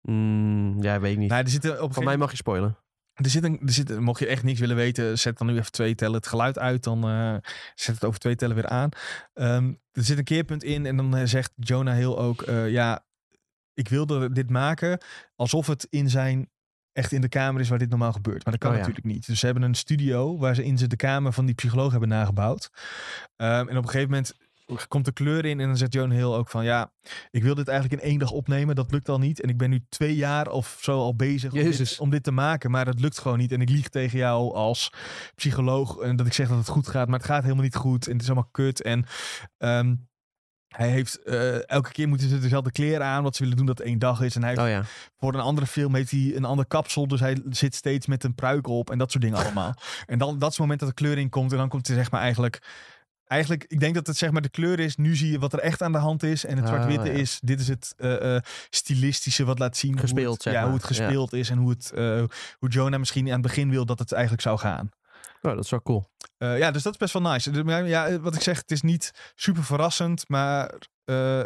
B: Mm, ja, weet ik niet.
A: Nou, er zit een- op een
B: van
A: gegeven
B: mij mag je spoilen.
A: er zit een, er zit, mocht je echt niks willen weten, zet dan nu even twee tellen het geluid uit. Dan eh, zet het over twee tellen weer aan. Ehm, er zit een keerpunt in en dan eh, zegt Jonah Hill ook... eh, ja, ik wilde dit maken alsof het in zijn... Echt in de kamer is waar dit normaal gebeurt. Maar dat kan
B: Oh ja.
A: natuurlijk niet. Dus ze hebben een studio waar ze in ze de kamer van die psycholoog hebben nagebouwd. Ehm, en op een gegeven moment komt de kleur in en dan zegt Jonah Hill ook van... Ja, ik wil dit eigenlijk in één dag opnemen. Dat lukt al niet. En ik ben nu twee jaar of zo al bezig om dit-
B: Jezus.
A: om dit te maken, maar het lukt gewoon niet. En ik lieg tegen jou als psycholoog en dat ik zeg dat het goed gaat, maar het gaat helemaal niet goed en het is allemaal kut. En ehm, hij heeft eh, elke keer moeten ze dezelfde kleren aan, wat ze willen doen dat één dag is. En hij heeft,
B: Oh ja,
A: voor een andere film heeft hij een ander kapsel, dus hij zit steeds met een pruik op en dat soort dingen
B: *laughs*
A: allemaal. en dan dat is het moment dat de kleur in komt en dan komt hij zeg maar eigenlijk. Eigenlijk, ik denk dat het zeg maar de kleur is. Nu zie je wat er echt aan de hand is. En het
B: Ah,
A: zwart-witte
B: ja.
A: is. Dit is het eh, eh, stilistische wat laat zien. hoe
B: Gespeeld,
A: het,
B: zeg
A: ja, hoe
B: maar.
A: het gespeeld is. En hoe, het, eh, hoe Jonah misschien aan het begin wil dat het eigenlijk zou gaan.
B: oh, dat is wel cool.
A: Eh, ja, dus dat is best wel nice. Dus, maar Ja, eh, wat ik zeg, het is niet super verrassend. Maar eh,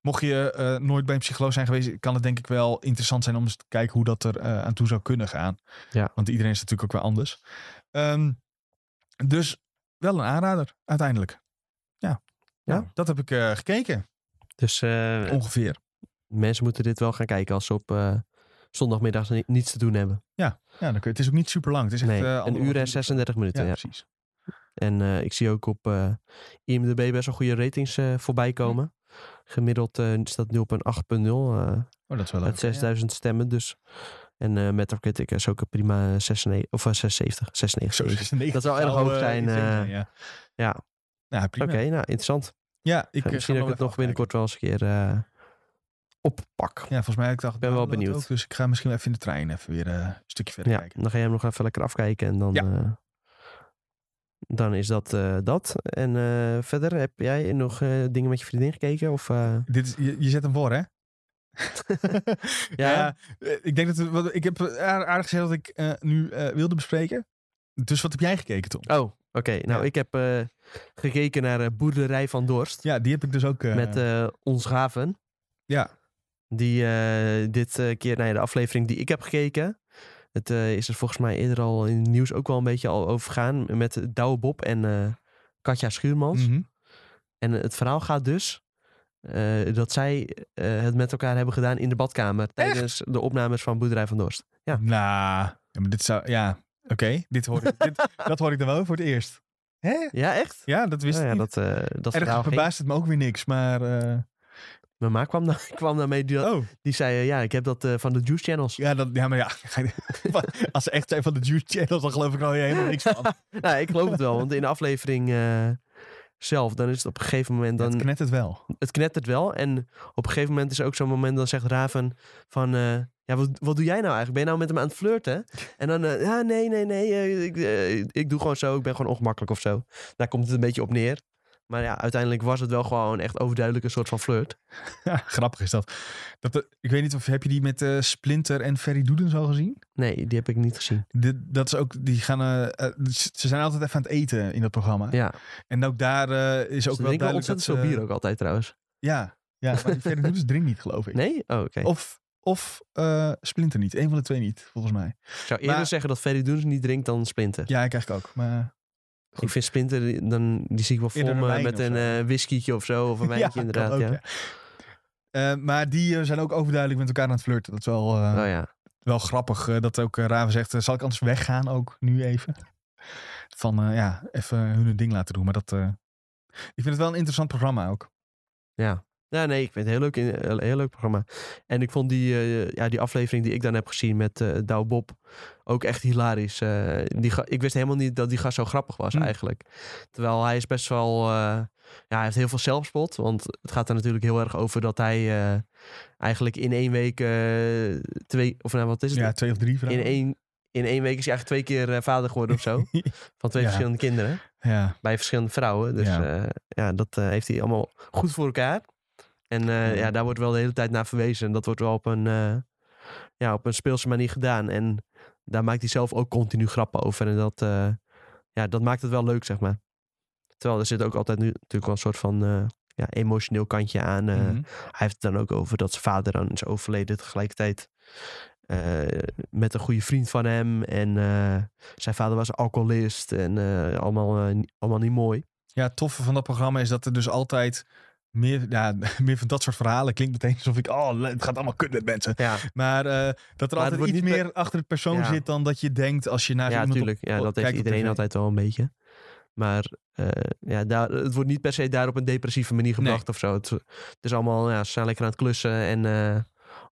A: mocht je eh, nooit bij een psycholoog zijn geweest, kan het denk ik wel interessant zijn om eens te kijken hoe dat er eh, aan toe zou kunnen gaan.
B: Ja.
A: Want iedereen is natuurlijk ook wel anders. Ehm, dus wel een aanrader, uiteindelijk. Ja, ja.
B: Ja.
A: dat heb ik eh, gekeken,
B: Dus eh,
A: ongeveer.
B: mensen moeten dit wel gaan kijken als ze op eh, zondagmiddag ni- niets te doen hebben.
A: Ja, dan kun je, het is ook niet super lang. Het is echt
B: nee,
A: eh,
B: een
A: anderhalf
B: uur en 36 minuten.
A: Ja,
B: Ja,
A: precies.
B: En eh, ik zie ook op eh, IMDb best wel goede ratings eh, voorbij komen. Gemiddeld eh, staat nu op een 8.0 eh
A: Oh, dat is wel leuk.
B: uit 6000 stemmen. Dus En eh Metacritic is ook een prima 96, of eh, 76, 96.
A: Zo,
B: sorry.
A: 96
B: Dat zou erg hoog
A: eh,
B: zijn,
A: iets
B: eh,
A: ja.
B: ja.
A: Nou,
B: Oké,
A: prima.
B: nou interessant.
A: Ja, ik
B: Ik,
A: eh,
B: Misschien
A: ga
B: dat ik het
A: wel
B: nog
A: even kijken.
B: binnenkort wel eens een keer eh, oppak.
A: Ja, volgens mij had ik dacht,
B: ben wel
A: download
B: benieuwd.
A: ook, dus ik ga misschien wel even in de trein even weer eh, een stukje verder
B: Ja,
A: kijken.
B: dan ga je hem nog even lekker afkijken en dan,
A: Ja.
B: eh, dan is dat eh, dat. En eh, verder, heb jij nog eh, dingen met je vriendin gekeken? Of, eh,
A: Dit is, je, je zet hem voor, hè?
B: *laughs*
A: *laughs*
B: ja,
A: eh, ik denk dat we- wat- ik heb eh, aar- aardig gezegd wat ik eh, nu eh, wilde bespreken. Dus wat heb jij gekeken, Tom?
B: Oh, oké. Nou,
A: Ja.
B: ik heb eh, gekeken naar eh, Boerderij van Dorst
A: Ja, die heb ik dus ook. eh,
B: met eh Ons Haven.
A: Ja.
B: Die eh, dit eh, keer naar de aflevering die ik heb gekeken. Het eh, is er volgens mij eerder al in het nieuws ook wel een beetje al over gegaan. Met Douwe Bob en eh, Katja Schuurmans.
A: mhm.
B: En het verhaal gaat dus eh, dat zij eh, het met elkaar hebben gedaan in de badkamer. Tijdens de opnames van Boerderij van Dorst. Ja.
A: Nou, ja, maar dit zou. Ja, oké. Dit hoor ik.
B: *laughs*
A: dit, dat hoor ik dan wel voor het eerst. Hè?
B: Ja, echt?
A: Ja, dat wist
B: Nou ja,
A: ik. niet.
B: dat, eh dat verhaal
A: Ergens
B: ging.
A: verbaast het me ook weer niks, maar. eh,
B: Mijn ma kwam, daar, *laughs* kwam daarmee, die,
A: oh,
B: die zei eh, ja, ik heb dat eh, van de Juice Channels.
A: ja, dat, ja, maar *laughs* ja. Als ze echt zijn van de Juice Channel, dan geloof ik er al helemaal niks van.
B: Nou, ik geloof het wel, want
A: *laughs*
B: in de aflevering eh, zelf, dan is het op een gegeven moment,
A: Dan
B: dan,
A: knet het wel.
B: het knettert wel. En op een gegeven moment is er ook zo'n moment, dan zegt Raven van, eh, ja, wat, wat doe jij nou eigenlijk? Ben je nou met hem aan het
A: *laughs*
B: flirten? En dan, eh, ja, nee, nee, nee, eh, ik, eh, ik doe gewoon zo, ik ben gewoon ongemakkelijk of zo. Daar komt het een beetje op neer. Maar ja, uiteindelijk was het wel gewoon echt overduidelijk een soort van flirt.
A: Ja, grappig is dat. dat de- ik weet niet of heb je die met eh, Splinter en Ferry Doedens al gezien?
B: Nee, die heb ik niet gezien.
A: Dit- dat is ook, die gaan, eh, eh, ze ze zijn altijd even aan het eten in dat programma.
B: Ja,
A: En ook daar eh, is ook
B: ze
A: wel
B: drinken wel
A: duidelijk dat eh,
B: ontzettend
A: ze...
B: veel bier ook altijd trouwens.
A: Ja, ja maar die Ferry *laughs* Doedens drinkt niet, geloof ik.
B: Nee? Oh, oké.
A: Of, of eh, Splinter niet. Eén van de twee niet, volgens mij.
B: Ik zou eerder
A: maar-
B: zeggen dat Ferry Doens niet drinkt dan Splinter.
A: Ja, ik eigenlijk ook. Maar Goed.
B: Ik vind Splinter, die- dan, die zie ik wel
A: Eerder
B: voor
A: een
B: me
A: wijn
B: met
A: of
B: een
A: zo.
B: eh whiskietje of zo. Of een
A: *laughs*
B: wijntje
A: Ja,
B: inderdaad.
A: kan ook,
B: ja.
A: ja. Eh, maar die eh, zijn ook overduidelijk met elkaar aan het flirten. Dat is wel, eh,
B: Oh ja.
A: wel grappig eh, dat ook eh, Raven zegt, eh, zal ik anders weggaan ook nu even? Van eh, ja, even hun hun ding laten doen. Maar dat, eh, ik vind het wel een interessant programma ook.
B: ja, nee, ik vind het een heel leuk, in- een heel leuk programma. En ik vond die, eh, ja, die aflevering die ik dan heb gezien met eh Douw Bob ook echt hilarisch. Eh, die, ga- ik wist helemaal niet dat die gast zo grappig was
A: Hmm.
B: eigenlijk. Terwijl hij is best wel, eh, ja, hij heeft heel veel zelfspot. Want het gaat er natuurlijk heel erg over dat hij eh, eigenlijk in één week eh, twee, of nou wat is het?
A: Ja, twee of drie vragen.
B: in, één, in één week is hij eigenlijk twee keer eh, vader geworden of zo. van twee
A: Ja.
B: verschillende kinderen.
A: *laughs* Ja,
B: bij verschillende vrouwen. Dus
A: Ja.
B: ja, ja dat eh, heeft hij allemaal goed voor elkaar. En eh, ja, daar wordt wel de hele tijd naar verwezen. En dat wordt wel op een, eh, ja, op een speelse manier gedaan. En daar maakt hij zelf ook continu grappen over. En dat, eh, ja, dat maakt het wel leuk, zeg maar. Terwijl er zit ook altijd nu natuurlijk wel een soort van eh, ja, emotioneel kantje aan. eh,
A: mhm.
B: hij heeft het dan ook over dat zijn vader dan is overleden tegelijkertijd eh, met een goede vriend van hem. En eh, zijn vader was alcoholist en eh, allemaal, eh, ni- allemaal niet mooi.
A: ja, het toffe van dat programma is dat er dus altijd meer, ja, *laughs* meer van dat soort verhalen klinkt meteen alsof ik, oh, le- het gaat allemaal kut met mensen.
B: Ja,
A: Maar eh, dat er
B: Maar het
A: altijd
B: wordt
A: iets
B: niet
A: meer achter het persoon
B: Ja.
A: zit dan dat je denkt als je naar
B: ja
A: iemand op-
B: natuurlijk. Ja,
A: op-
B: dat heeft
A: kijkt op
B: iedereen
A: tv.
B: altijd wel een beetje. Maar eh, ja, daar, het wordt niet per se daar op een depressieve manier gebracht of zo. Het, het is allemaal, ja, ze zijn lekker aan het klussen en eh,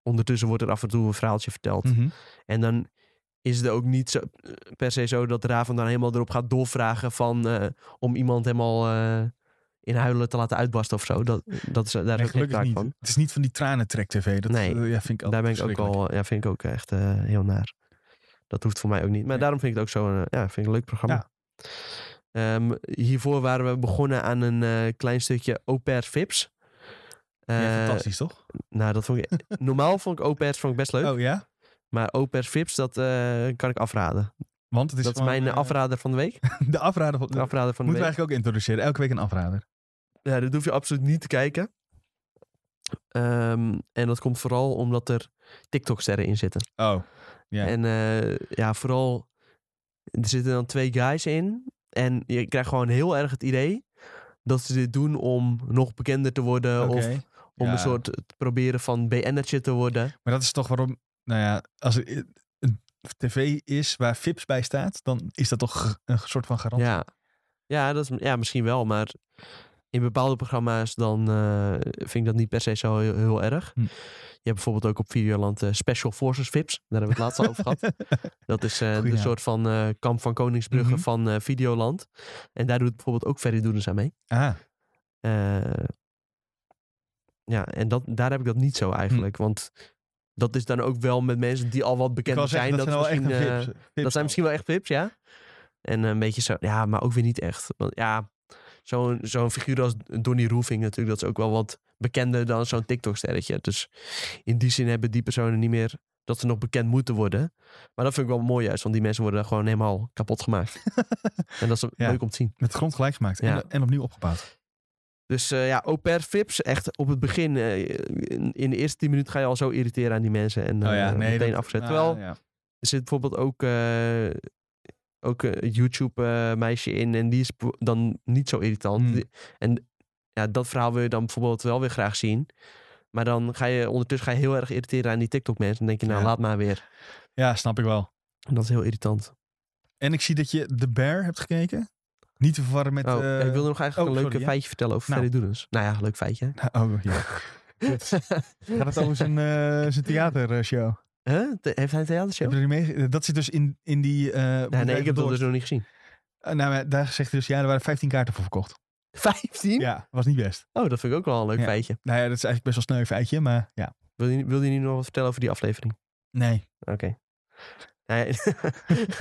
B: ondertussen wordt er af en toe een verhaaltje verteld.
A: Mhm.
B: En dan is het ook niet zo, eh, per se zo dat Raven dan helemaal erop gaat doorvragen van, eh, om iemand helemaal eh, in huilen te laten uitbarsten of zo. Dat, dat is, daar
A: Nee,
B: is ook geen
A: gelukkig
B: sprake
A: niet.
B: van.
A: Het is niet van die tranentrek-tv. Dat
B: Nee,
A: eh, ja, vind ik altijd
B: Daar ben ik ook
A: verschrikkelijk.
B: al, ja, vind ik ook echt eh, heel naar. Dat hoeft voor mij ook niet. Maar
A: Nee.
B: daarom vind ik het ook zo'n, eh, ja, vind ik een leuk programma.
A: Ja.
B: Ehm, hiervoor waren we begonnen aan een eh, klein stukje au pair vips.
A: Ja,
B: Eh,
A: fantastisch, toch?
B: nou, dat
A: *laughs*
B: vond ik, normaal vond ik au pairs vond ik best leuk.
A: Oh ja?
B: Maar au pair vips, dat eh, kan ik afraden.
A: Want het is
B: dat is
A: gewoon,
B: mijn
A: eh,
B: afrader van de week.
A: *laughs*
B: *laughs*
A: de afrader. Van,
B: De
A: moeten
B: afrader van de
A: we
B: week.
A: eigenlijk ook introduceren. Elke week een afrader.
B: Ja, dat hoef je absoluut niet te kijken. Ehm, en dat komt vooral omdat er TikTok-sterren in zitten.
A: Oh. Ja.
B: En eh, ja, vooral... Er zitten dan twee guys in. En je krijgt gewoon heel erg het idee... dat ze dit doen om nog bekender te worden...
A: Oké.
B: of om
A: Ja.
B: een soort te proberen van BN'ertje te worden.
A: Maar dat is toch waarom... Nou ja, als er eh, een tv is waar Fips bij staat, dan is dat toch een soort van garantie.
B: Ja, ja, dat is, ja misschien wel, maar... in bepaalde programma's dan eh, vind ik dat niet per se zo heel, heel erg.
A: Hm.
B: Je hebt bijvoorbeeld ook op Videoland eh, Special Forces VIPs. Daar hebben we het laatst al over
A: *laughs*
B: gehad. Dat is eh,
A: Goeie
B: een
A: naam.
B: soort van eh, kamp van Koningsbrugge
A: Mhm.
B: van eh, Videoland. En daar doet bijvoorbeeld ook Ferry Doedens aan mee.
A: Ah,
B: Eh, ja, en dat, daar heb ik dat niet
A: Hm.
B: zo eigenlijk. Want dat is dan ook wel met mensen die al wat
A: ik wou
B: bekend zijn.
A: zeggen, dat, zijn wel
B: is
A: echt
B: misschien, eh,
A: een vips.
B: dat zijn misschien wel echt vips, ja. En eh, een beetje zo, ja, maar ook weer niet echt. Want ja, zo'n zo'n figuur als Donnie Roofing natuurlijk, dat is ook wel wat bekender dan zo'n TikTok-sterretje. Dus in die zin hebben die personen niet meer dat ze nog bekend moeten worden. Maar dat vind ik wel mooi juist, want die mensen worden daar gewoon helemaal
A: *laughs*
B: kapot gemaakt. en dat is
A: Ja.
B: leuk om te zien.
A: Met grond gelijk gemaakt
B: Ja.
A: en, en opnieuw opgebouwd.
B: Dus eh, ja, au pair vips, echt op het begin, eh, in, in de eerste tien minuten ga je al zo irriteren aan die mensen en eh, meteen
A: Oh dat-
B: afzetten.
A: ah,
B: Terwijl,
A: ja.
B: Er zit bijvoorbeeld ook, eh, ook eh, een YouTube-meisje in. En die is b- dan niet zo irritant.
A: Hmm.
B: Die- En ja, dat verhaal wil je dan bijvoorbeeld wel weer graag zien. Maar dan ga je ondertussen ga je heel erg irriteren aan die TikTok-mensen. Dan denk je, nou,
A: Ja.
B: laat maar weer.
A: ja, snap ik wel.
B: En dat is heel irritant.
A: En ik zie dat je The Bear hebt gekeken. Niet te verwarren met...
B: oh,
A: eh,
B: ik wilde nog eigenlijk
A: oh,
B: een leuk
A: sorry, ja.
B: feitje vertellen over
A: Nou.
B: Ferry Doedens. Nou ja, leuk feitje.
A: *laughs* oh, ja. Gaat het over zijn, eh, zijn theatershow?
B: *laughs* Huh? De- Heeft hij een theatershow?
A: Heb je er niet mee? Dat zit dus in, in die... eh,
B: Nee, nee,
A: Bedrijf
B: ik heb dat
A: Door-
B: dus nog niet gezien. *laughs*
A: Eh, nou, maar daar zegt hij dus, ja, er waren 15 kaarten voor verkocht.
B: 15?
A: Ja, was niet best.
B: Oh, dat vind ik ook wel een leuk
A: Ja.
B: feitje.
A: Nou ja, dat is eigenlijk best wel sneu feitje, maar ja.
B: Wil je, wil je nu nog wat vertellen over die aflevering?
A: Nee. *laughs*
B: Oké. Nou ja, *laughs*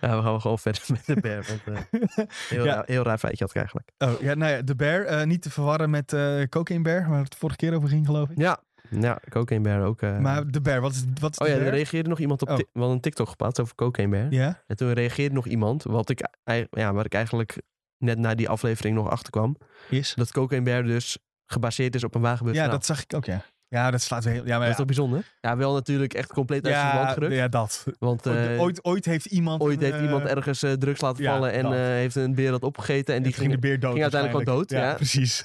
B: ja, we gaan gewoon verder met de bear. Want, eh, heel,
A: Ja.
B: raar, heel raar feitje had ik eigenlijk.
A: Oh, ja, nou ja, The Bear. eh, niet te verwarren met eh Cocaine Bear, waar het vorige keer over ging, geloof ik.
B: Ja, ja cocaine bear ook. eh.
A: Maar The Bear, wat is, wat is
B: oh
A: The
B: ja, er
A: Bear?
B: reageerde nog iemand op...
A: Oh.
B: Ti- We hadden een TikTok geplaatst over cocaine bear.
A: Ja?
B: En toen reageerde nog iemand, wat ik, ei- ja, waar ik eigenlijk net na die aflevering nog achter kwam.
A: Is.
B: Dat cocaine bear dus gebaseerd is op een waargebeurd
A: Ja,
B: verhaal.
A: dat zag ik ook, ja. Ja, dat slaat weer heel... Ja, maar
B: Dat is
A: ja.
B: toch bijzonder? Ja, wel natuurlijk echt compleet uit zijn
A: Ja,
B: verband gerukt.
A: ja, dat.
B: Want eh,
A: Ooit- ooit, ooit heeft iemand...
B: ooit
A: een,
B: heeft
A: eh,
B: iemand ergens eh, drugs laten
A: ja,
B: vallen en
A: dat.
B: eh, heeft een beer dat opgegeten. En die
A: ging de beer dood.
B: ging uiteindelijk wel
A: waarschijnlijk. precies.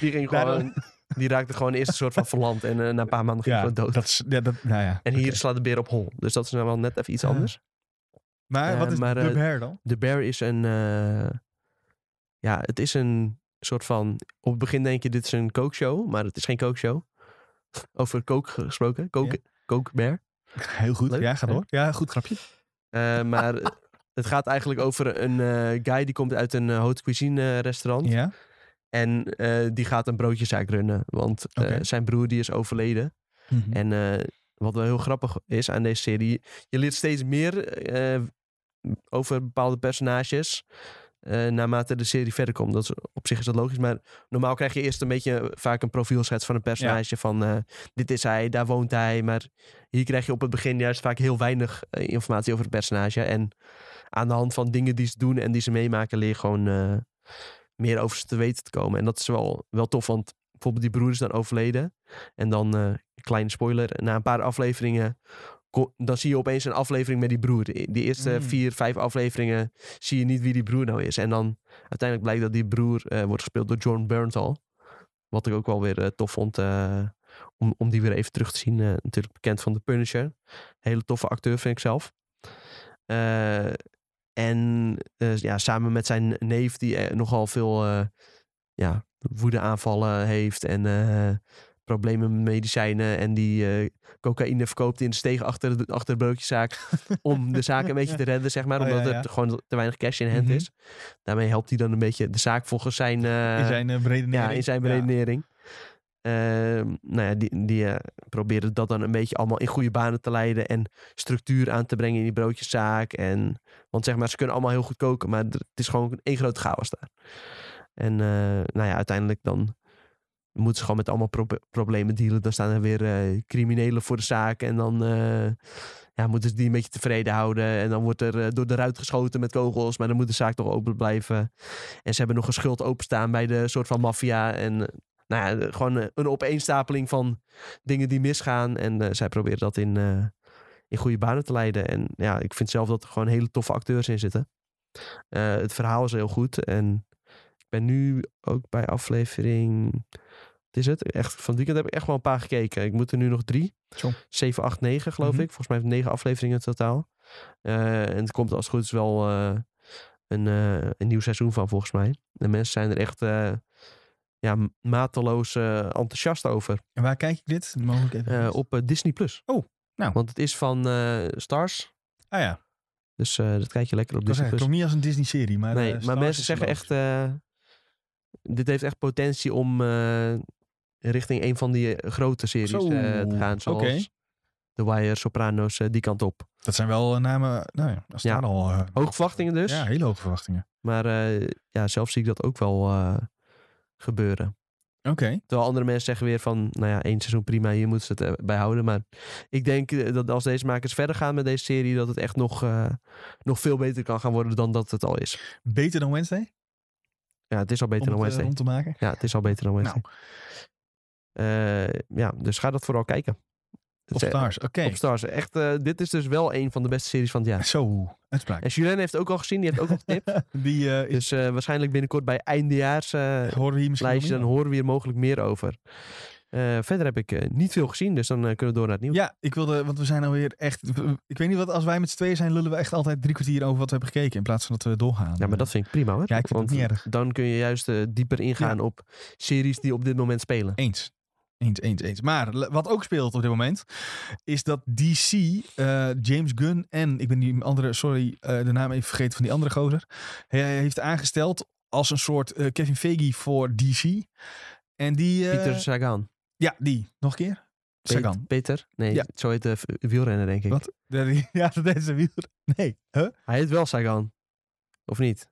B: die ging
A: Daarom-
B: gewoon. Die raakte gewoon eerst een soort van verlamd. En eh, na een paar maanden ging
A: Ja,
B: hij gewoon dood.
A: dat is... Ja, dat, nou ja.
B: En hier
A: Oké.
B: slaat de beer op hol. Dus dat is nou wel net even iets
A: Ja.
B: anders.
A: Maar
B: eh,
A: wat is
B: maar,
A: The
B: eh,
A: Bear dan?
B: De bear is een. eh, ja, het is een soort van. Op het begin denk je, dit is een kookshow. Maar het is geen kookshow. Over kook gesproken. Kook,
A: Ja.
B: kookbear.
A: Heel goed.
B: Leuk.
A: Ja, ga
B: Ja.
A: door. Ja, goed grapje.
B: Eh, *laughs* maar het gaat eigenlijk over een eh, guy die komt uit een eh, haute cuisine eh, restaurant.
A: Ja.
B: En eh, die gaat een broodjeszaak runnen. Want eh,
A: Oké.
B: zijn broer die is overleden.
A: Mhm.
B: En eh, wat wel heel grappig is aan deze serie, je leert steeds meer eh, over bepaalde personages eh, naarmate de serie verder komt. Dat is, op zich is dat logisch, maar normaal krijg je eerst een beetje eh, vaak een profielschets van een personage van eh, dit is hij, daar woont hij. Maar hier krijg je op het begin juist vaak heel weinig eh, informatie over het personage. En aan de hand van dingen die ze doen en die ze meemaken, leer je gewoon eh, meer over ze te weten te komen. En dat is wel, wel tof, want bijvoorbeeld die broer is dan overleden. En dan, eh, kleine spoiler, na een paar afleveringen, ko- dan zie je opeens een aflevering met die broer. Die eerste
A: Mm.
B: vier, vijf afleveringen zie je niet wie die broer nou is. En dan uiteindelijk blijkt dat die broer eh, wordt gespeeld door John Bernthal. Wat ik ook wel weer eh, tof vond. eh, om, om die weer even terug te zien. Eh, natuurlijk bekend van The Punisher. Hele toffe acteur vind ik zelf. Eh, en eh, ja, samen met zijn neef, die eh, nogal veel eh ja, woedeaanvallen heeft en eh, problemen met medicijnen. En die eh, cocaïne verkoopt in de steeg achter de, achter de broodjeszaak. om de zaak een beetje te redden, zeg maar.
A: Oh, *laughs* ja,
B: Omdat
A: ja.
B: er te- gewoon te weinig cash in hand
A: Mhm.
B: is. Daarmee helpt hij dan een beetje de zaak volgens zijn, eh,
A: in zijn eh,
B: ja,
A: beredenering.
B: in zijn beredenering. Ehm, nou ja, die, die eh, proberen dat dan een beetje allemaal in goede banen te leiden. En structuur aan te brengen in die broodjeszaak. En, want zeg maar, ze kunnen allemaal heel goed koken. Maar er- het is gewoon één grote chaos daar. En eh, nou ja, uiteindelijk dan moeten ze gewoon met allemaal probe- problemen dealen. Dan staan er weer eh, criminelen voor de zaak. En dan eh, ja, moeten ze die een beetje tevreden houden. En dan wordt er eh, door de ruit geschoten met kogels. Maar dan moet de zaak toch open blijven. En ze hebben nog een schuld openstaan bij de soort van maffia. En eh, nou ja, gewoon eh, een opeenstapeling van dingen die misgaan. En eh, zij proberen dat in, eh, in goede banen te leiden. En ja, ik vind zelf dat er gewoon hele toffe acteurs in zitten. Eh, het verhaal is heel goed. En ik ben nu ook bij aflevering... Wat is het? Echt, van het weekend heb ik echt wel een paar gekeken. Ik moet er nu nog drie.
A: Zo.
B: 7, 8, 9 geloof
A: Mhm.
B: ik. Volgens mij heeft het negen afleveringen in totaal. Eh, en het komt als het goed is wel... eh, een, eh, een nieuw seizoen van, volgens mij. De mensen zijn er echt eh, ja, mateloos eh, enthousiast over.
A: En waar kijk ik dit? Mogelijk even.
B: Eh, op eh, Disney+. Plus.
A: Oh, nou.
B: Want het is van eh, Stars.
A: ah ja,
B: Dus eh, dat kijk je lekker op
A: dat
B: Disney+.
A: zeggen, het
B: Plus.
A: klonk niet als een Disney-serie. Maar, eh,
B: nee, maar
A: Stars
B: mensen
A: is
B: zeggen
A: er ook.
B: echt... eh, dit heeft echt potentie om eh, richting een van die eh, grote series
A: Zo,
B: eh, te gaan. Zoals
A: oké.
B: The Wire, Sopranos, eh, die kant op.
A: Dat zijn wel eh, namen, nou ja, als
B: Ja.
A: daar al... eh,
B: Hoge verwachtingen dus.
A: Ja, hele hoge verwachtingen.
B: Maar eh, ja, zelf zie ik dat ook wel eh, gebeuren.
A: Oké.
B: Terwijl andere mensen zeggen weer van... Nou ja, één seizoen prima, hier moeten ze het eh, bij houden. Maar ik denk eh, dat als deze makers verder gaan met deze serie... dat het echt nog, eh, nog veel beter kan gaan worden dan dat het al is.
A: Beter dan Wednesday?
B: Ja, het is al beter
A: om Nou. het,
B: dan
A: eh,
B: Wednesday.
A: rond te maken?
B: Ja, het is al beter dan Wednesday. Eh, ja, dus ga dat vooral kijken. Het
A: Of
B: is- eh,
A: Stars, oké.
B: Op Stars. Echt, eh, dit is dus wel een van de beste series van het jaar.
A: Zo, uitspraak.
B: En Julien heeft ook al gezien, die
A: *laughs*
B: heeft ook al getipt.
A: Die eh, is,
B: dus eh, waarschijnlijk binnenkort bij eindejaars eh,
A: horen we hier misschien
B: lijstje,
A: wel
B: dan
A: meer.
B: horen we hier mogelijk meer over. Eh, verder heb ik eh, niet veel gezien, dus dan eh, kunnen we door naar het nieuws.
A: Ja, ik wilde, want we zijn alweer echt... Ik weet niet wat, als wij met z'n tweeën zijn, lullen we echt altijd drie kwartier over wat we hebben gekeken. In plaats van dat we doorgaan.
B: Ja, maar dat vind ik prima hoor.
A: Ja, ik vind
B: Want
A: het niet erg.
B: dan kun je juist eh, dieper ingaan op series die op dit moment spelen.
A: Eens. Eens, eens, eens. Maar le- wat ook speelt op dit moment, is dat DC, eh, James Gunn en, ik ben die andere, sorry, eh, de naam even vergeten van die andere gozer, hij heeft aangesteld als een soort eh, Kevin Feige voor DC. En die... eh,
B: Peter Sagan.
A: Ja, die. Nog een keer? Sagan. *laughs*
B: Peter? Nee,
A: Ja.
B: zo heet de v- wielrenner denk ik.
A: Wat? De- Ja, dat is een wieler. Nee. Huh?
B: Hij heet wel Sagan. Of niet?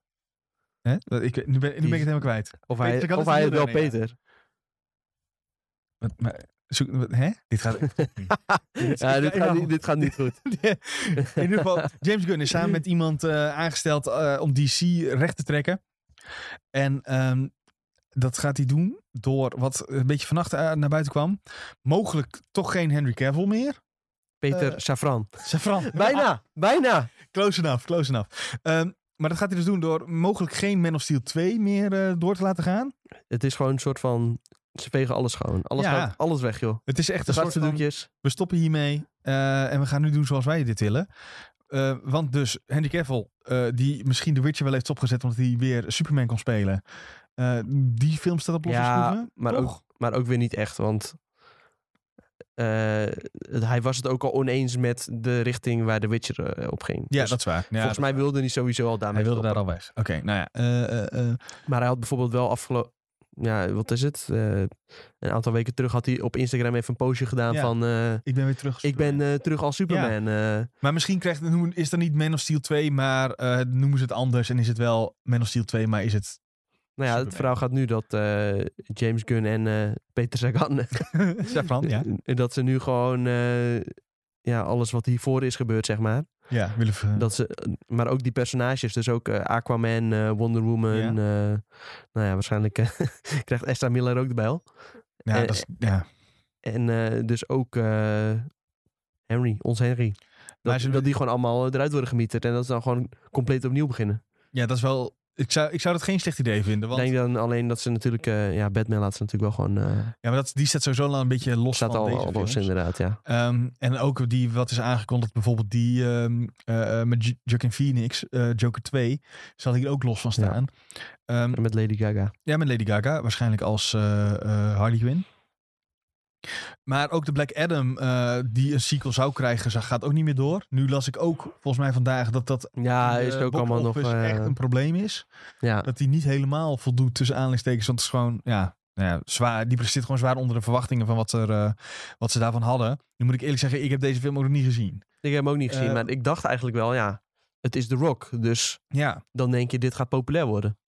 A: Hè? Dat- Ik, nu, ben, nu ben ik het helemaal kwijt.
B: Of
A: Peter
B: hij,
A: Sagan
B: of
A: is een
B: hij heet wel
A: wielrenner, *laughs*
B: Peter.
A: Wat- maar, zoek, wat- hè? Dit *laughs* gaat...
B: Ja, dit, gaat niet, dit gaat niet
A: *laughs*
B: goed.
A: In ieder geval, James Gunn is samen met iemand eh, aangesteld eh, om DC recht te trekken. En ehm, dat gaat hij doen door wat een beetje vannacht eh, naar buiten kwam. Mogelijk toch geen Henry Cavill meer.
B: Peter
A: Eh,
B: Safran.
A: *laughs* Safran.
B: Bijna, bijna.
A: Close enough, close enough. Ehm, maar dat gaat hij dus doen door mogelijk geen Man of Steel 2 meer eh, door te laten gaan.
B: Het is gewoon een soort van... Ze vegen alles schoon. Alles,
A: Ja.
B: gaat- alles weg, joh.
A: Het is echt
B: De
A: een soort van,
B: doekjes.
A: we stoppen hiermee eh, en we gaan nu doen zoals wij dit willen. Eh, want dus Henry Cavill, eh, die misschien The Witcher wel heeft opgezet omdat hij weer Superman kon spelen. eh, die film staat op losse
B: Ja,
A: schroeven,
B: maar
A: toch?
B: maar ook weer niet echt, want eh, het- hij was het ook al oneens met de richting waar de Witcher eh, op ging.
A: Ja,
B: Dus
A: dat is waar. Ja,
B: volgens mij wilde hij sowieso al daarmee
A: hij wilde daar
B: stoppen.
A: al weg. Oké, nou ja. eh, eh, eh,
B: Maar hij had bijvoorbeeld wel afgelopen... Ja, wat is het? Eh, een aantal weken terug had hij op Instagram even een postje gedaan
A: Ja.
B: van... eh,
A: ik ben weer terug. als
B: ik ben
A: Superman.
B: eh, terug als Superman. eh.
A: Maar misschien krijgt, noemen- is er niet Man of Steel 2, maar eh, noemen ze het anders. En is het wel Man of Steel 2, maar is het... *laughs*
B: nou ja,
A: Superman.
B: het verhaal gaat nu dat eh, James Gunn en eh, Peter Sagan...
A: Safran, ja.
B: *laughs* dat ze nu gewoon eh, ja, alles wat hiervoor is gebeurd, zeg maar...
A: Ja, willen we...
B: Dat ze, eh, maar ook die personages, dus ook eh, Aquaman, eh, Wonder Woman.
A: Ja.
B: eh, nou ja, waarschijnlijk eh, *laughs* krijgt Esther Miller ook de bijl.
A: ja,
B: eh,
A: dat is- ja.
B: En eh, dus ook eh, Henry, ons Henry.
A: Maar
B: Dat,
A: ze-
B: dat die gewoon allemaal eh, eruit worden gemieterd. En dat ze dan gewoon compleet opnieuw beginnen.
A: ja, dat is wel... Ik zou, ik zou dat geen slecht idee vinden,
B: Ik
A: want...
B: denk dan alleen dat ze natuurlijk... eh, ja, Batman laat ze natuurlijk wel gewoon... eh
A: Ja, maar dat, die staat sowieso al een beetje los
B: staat
A: van
B: al,
A: deze
B: al
A: films.
B: los inderdaad, ja.
A: Ehm, en ook die, wat is aangekondigd, bijvoorbeeld die ehm, eh, eh, met J- Joaquin Phoenix, eh, Joker 2, zal hier ook los van
B: Ja.
A: staan. Ja,
B: En Met Lady Gaga.
A: ja met Lady Gaga, waarschijnlijk als eh, eh, Harley Quinn. Maar ook de Black Adam, eh, die een sequel zou krijgen, zag- gaat ook niet meer door. Nu las ik ook, volgens mij vandaag, dat dat
B: Ja,
A: in de
B: Ah, is ook
A: box
B: allemaal nog...
A: office
B: eh,
A: echt een probleem is. *laughs*
B: ja.
A: Dat die niet helemaal voldoet tussen aanleidingstekens, want het is gewoon, ja... Nou ja, zwaar, die zit gewoon zwaar onder de verwachtingen van wat, er, eh, wat ze daarvan hadden. Nu moet ik eerlijk zeggen, ik heb deze film ook nog niet gezien.
B: Ik heb hem ook niet gezien,
A: Eh,
B: maar ik dacht eigenlijk wel, ja... Het is The Rock, dus
A: Ja,
B: dan denk je, dit gaat populair worden.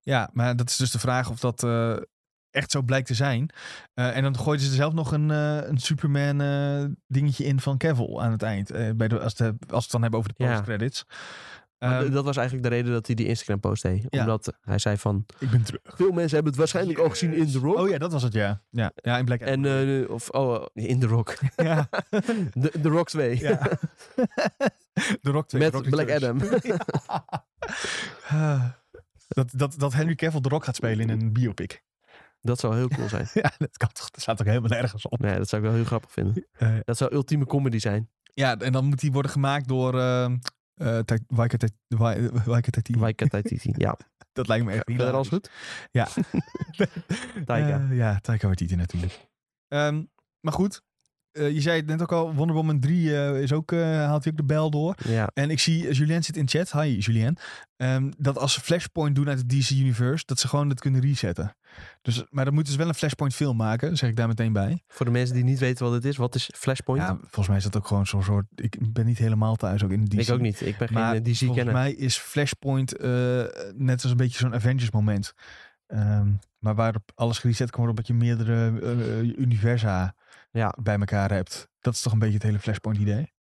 A: Ja, maar dat is dus de vraag of dat eh, echt zo blijkt te zijn. Eh, en dan gooiden ze er zelf nog een, eh, een Superman eh, dingetje in van Cavill aan het eind. eh, bij de, als, de, als we het dan hebben over de
B: Ja.
A: postcredits.
B: Maar
A: Ehm,
B: d- dat was eigenlijk de reden dat hij die Instagram-post deed.
A: Ja.
B: Omdat hij zei van...
A: ik ben terug.
B: Veel mensen hebben het waarschijnlijk al gezien in The Rock.
A: Oh ja, dat was het, ja. Ja, ja in Black
B: *laughs*
A: Adam.
B: En, eh, of, oh, eh, in The
A: *laughs*
B: Rock.
A: ja,
B: The, The Rock 2.
A: ja. *laughs* de Rock 2.
B: Met
A: Rock
B: Black
A: Returns.
B: Adam.
A: Ah, dat, dat, dat Henry Cavill de Rock gaat spelen in een biopic. *laughs*
B: Dat zou heel cool zijn.
A: ja, dat kan toch, dat staat ook helemaal nergens op.
B: Nee, dat zou ik wel heel grappig vinden.
A: Eh,
B: Dat zou ultieme comedy zijn.
A: ja, en dan moet die worden gemaakt door... eh, eh, Tat- Waika Tat- Wa- Waika Tatiti.
B: Taika Waititi.
A: *laughs*
B: Ja,
A: Dat lijkt me echt
B: verder alles
A: hilarisch.
B: goed? *laughs*
A: Ja.
B: Taika.
A: Eh, ja, Taika Waititi natuurlijk. Ehm, maar goed, eh, je zei het net ook al, Wonder Woman 3 eh, is ook, eh, haalt hij ook de bel door.
B: ja.
A: En ik zie, eh, Julien zit in chat, hi Julien, ehm, dat als ze Flashpoint doen uit het DC Universe, dat ze gewoon dat kunnen resetten. Dus, maar dan moeten ze wel een Flashpoint film maken, zeg ik daar meteen bij.
B: Voor de mensen die niet weten wat het is, wat is Flashpoint?
A: Ja, volgens mij is dat ook gewoon zo'n soort, ik ben niet helemaal thuis ook in de DC.
B: ik ook niet. Ik ben
A: Maar
B: geen eh, DC
A: volgens
B: kenner.
A: mij is Flashpoint eh, net als een beetje zo'n Avengers moment. Ehm, maar waarop alles gereset kan worden omdat je meerdere eh, eh, universa
B: Ja.
A: bij elkaar hebt. Dat is toch een beetje het hele Flashpoint idee?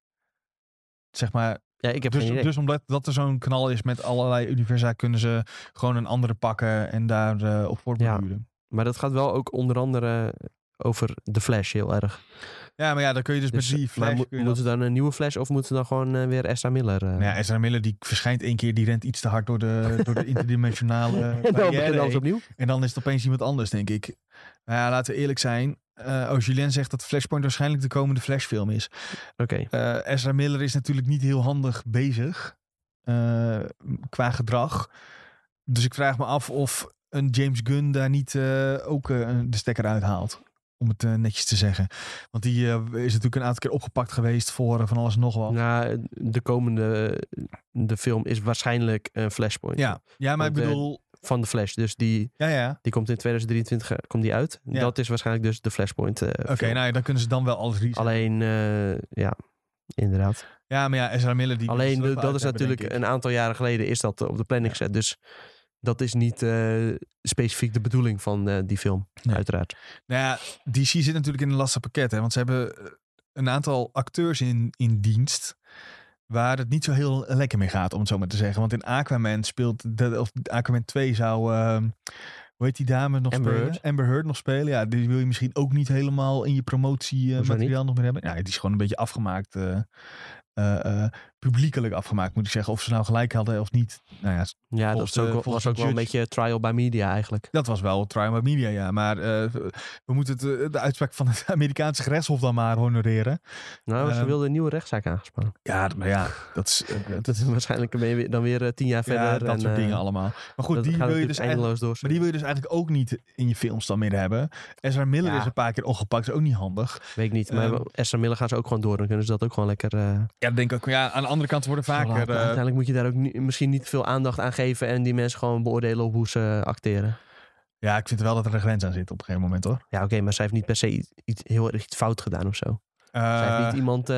A: Zeg maar,
B: Ja, ik heb
A: dus,
B: geen idee.
A: dus omdat dat er zo'n knal is met allerlei universa, kunnen ze gewoon een andere pakken en daar eh, op voortborduren.
B: Maar dat gaat wel ook onder andere over de Flash heel erg.
A: Ja. maar ja, dan kun je dus,
B: Dus,
A: met die
B: maar
A: Flash...
B: mo-
A: kun je
B: moeten we dan een nieuwe Flash of moeten we dan gewoon eh, weer Ezra Miller? eh?
A: dan- nou ja, Ezra Miller die verschijnt één keer, die rent iets te hard door de, door
B: *laughs*
A: de interdimensionale
B: en dan
A: eh, barrière
B: begint alles
A: heen.
B: opnieuw.
A: En dan is het opeens iemand anders, denk ik. Nou ja, laten we eerlijk zijn. Eh oh, Julien zegt dat Flashpoint waarschijnlijk de komende Flashfilm is.
B: Oké.
A: Eh Ezra Miller is natuurlijk niet heel handig bezig eh, qua gedrag. Dus ik vraag me af of een James Gunn daar niet eh, ook eh, de stekker uithaalt. Om het eh, netjes te zeggen. Want die eh, is natuurlijk een aantal keer opgepakt geweest voor eh, van alles en nog wat.
B: Nou, de komende eh, de film is waarschijnlijk een Flashpoint
A: Ja, ja maar ik
B: Want, eh,
A: bedoel...
B: van de Flash. Dus die,
A: Ja, ja.
B: die komt in 2023 eh, komt die uit.
A: Ja.
B: Dat is waarschijnlijk dus de Flashpoint. eh,
A: Oké,
B: film.
A: nou ja, dan kunnen ze dan wel alles resetten.
B: Alleen, eh, ja, inderdaad.
A: Ja, maar ja, Ezra Miller... Die wil
B: Alleen
A: ze er
B: de-
A: wel
B: dat
A: uit
B: is
A: hebben,
B: natuurlijk
A: denk ik.
B: een aantal jaren geleden is dat op de planning gezet. Dus dat is niet eh, specifiek de bedoeling van eh, die film,
A: Nee.
B: uiteraard.
A: Nou ja, DC zit natuurlijk in een lastig pakket. Hè, want ze hebben eh, een aantal acteurs in, in dienst. Waar het niet zo heel lekker mee gaat, om het zo maar te zeggen. Want in Aquaman speelt. De, of Aquaman 2 zou. ehm, hoe heet die dame nog
B: Amber
A: spelen?
B: Heard.
A: Amber Heard nog spelen. Ja, die wil je misschien ook niet helemaal in je promotiemateriaal nog meer hebben. Ja, die is gewoon een beetje afgemaakt. eh, eh, eh, publiekelijk afgemaakt, moet ik zeggen. Of ze nou gelijk hadden of niet. Nou ja,
B: Ja,
A: Volgens
B: dat is
A: de-
B: ook, wel-
A: volgens
B: was
A: de
B: ook wel een
A: judge.
B: beetje trial by media eigenlijk.
A: dat was wel trial by media, ja. Maar eh, we moeten het, eh, de uitspraak van het *laughs* Amerikaanse gerechtshof dan maar honoreren.
B: Nou, ze
A: Ehm.
B: wilden een nieuwe rechtszaak aangespannen.
A: Ja, d- maar ja, dat is. eh, dat-
B: Dat is *laughs* waarschijnlijk ben je weer- dan weer eh, tien jaar
A: ja,
B: verder.
A: dat
B: en,
A: soort
B: eh,
A: dingen allemaal. Maar goed,
B: dat
A: die
B: gaat
A: wil, je
B: natuurlijk
A: dus eigenlijk,
B: eindeloos door.
A: maar die wil je dus eigenlijk ook niet in je films dan meer hebben. Ezra Miller
B: Ja.
A: is een paar keer ongepakt, is ook niet handig.
B: Weet ik niet, maar
A: Ehm.
B: Esther Miller gaan ze ook gewoon door. Dan kunnen ze dat ook gewoon lekker... eh,
A: Ja, dan denk ik ook. Ja, aan de andere kant worden
B: verlaten.
A: vaker. eh,
B: Uiteindelijk moet je daar ook ni- misschien niet veel aandacht aan geven... en die mensen gewoon beoordelen op hoe ze acteren.
A: ja, ik vind wel dat er een grens aan zit op een gegeven moment hoor.
B: Ja, oké, maar zij heeft niet per se iets, iets, heel erg iets fout gedaan of zo. Zij heeft
A: Eh,
B: niet iemand eh,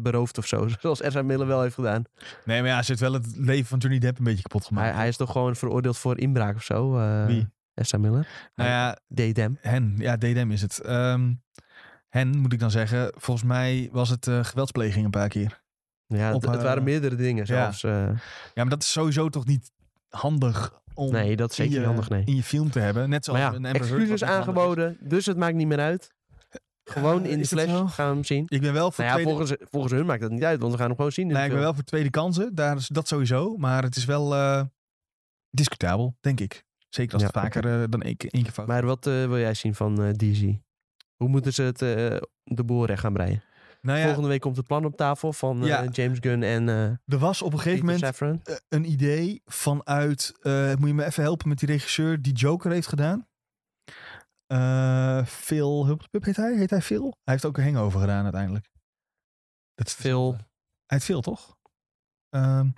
B: beroofd of zo, *laughs* zoals Ezra Miller wel heeft gedaan.
A: nee, maar ja, ze heeft wel het leven van Johnny Depp een beetje kapot
B: Hij,
A: gemaakt.
B: hij is toch gewoon veroordeeld voor inbraak of zo? eh
A: Wie?
B: Ezra Miller? E
A: nou ja,
B: Deed hem.
A: hen. Ja, DDM is het. Ehm, hen, moet ik dan zeggen. Volgens mij was het eh, geweldspleging een paar keer.
B: Ja,
A: Op,
B: het, het
A: eh,
B: waren meerdere dingen
A: ja.
B: zelfs. eh.
A: Ja, maar dat is sowieso toch niet handig om
B: nee, dat is zeker
A: in,
B: niet
A: je,
B: handig, nee.
A: in je film te hebben. Net zoals
B: Maar
A: een
B: ja,
A: Amber Heard wat
B: excuses
A: niet handig is.
B: aangeboden, dus het maakt niet meer uit. Gewoon
A: Eh,
B: in de
A: is dat
B: flash
A: zo?
B: gaan we hem zien.
A: Ik ben wel voor,
B: Nou ja,
A: tweede,
B: volgens, volgens hun maakt dat niet uit, want we gaan hem gewoon zien. in
A: nee,
B: de
A: ik ben
B: film.
A: wel voor tweede kansen. Daar is, dat sowieso. Maar het is wel eh, discutabel, denk ik. Zeker als het
B: Ja,
A: vaker eh, dan één keer, één keer fout
B: Maar wat eh, wil jij zien van eh DC? Hoe moeten ze het, eh, de boel recht gaan breien?
A: Nou ja,
B: Volgende week komt het plan op tafel van eh,
A: Ja.
B: James Gunn en eh
A: er was op een gegeven
B: Peter
A: moment
B: Safran.
A: eh, een idee vanuit... eh, moet je me even helpen met die regisseur die Joker heeft gedaan? Eh, Phil... Hup, hup, heet hij? Heet hij Phil? Hij heeft ook een hangover gedaan uiteindelijk. Dat is eh,
B: Phil.
A: Hij heeft veel, toch? Ehm,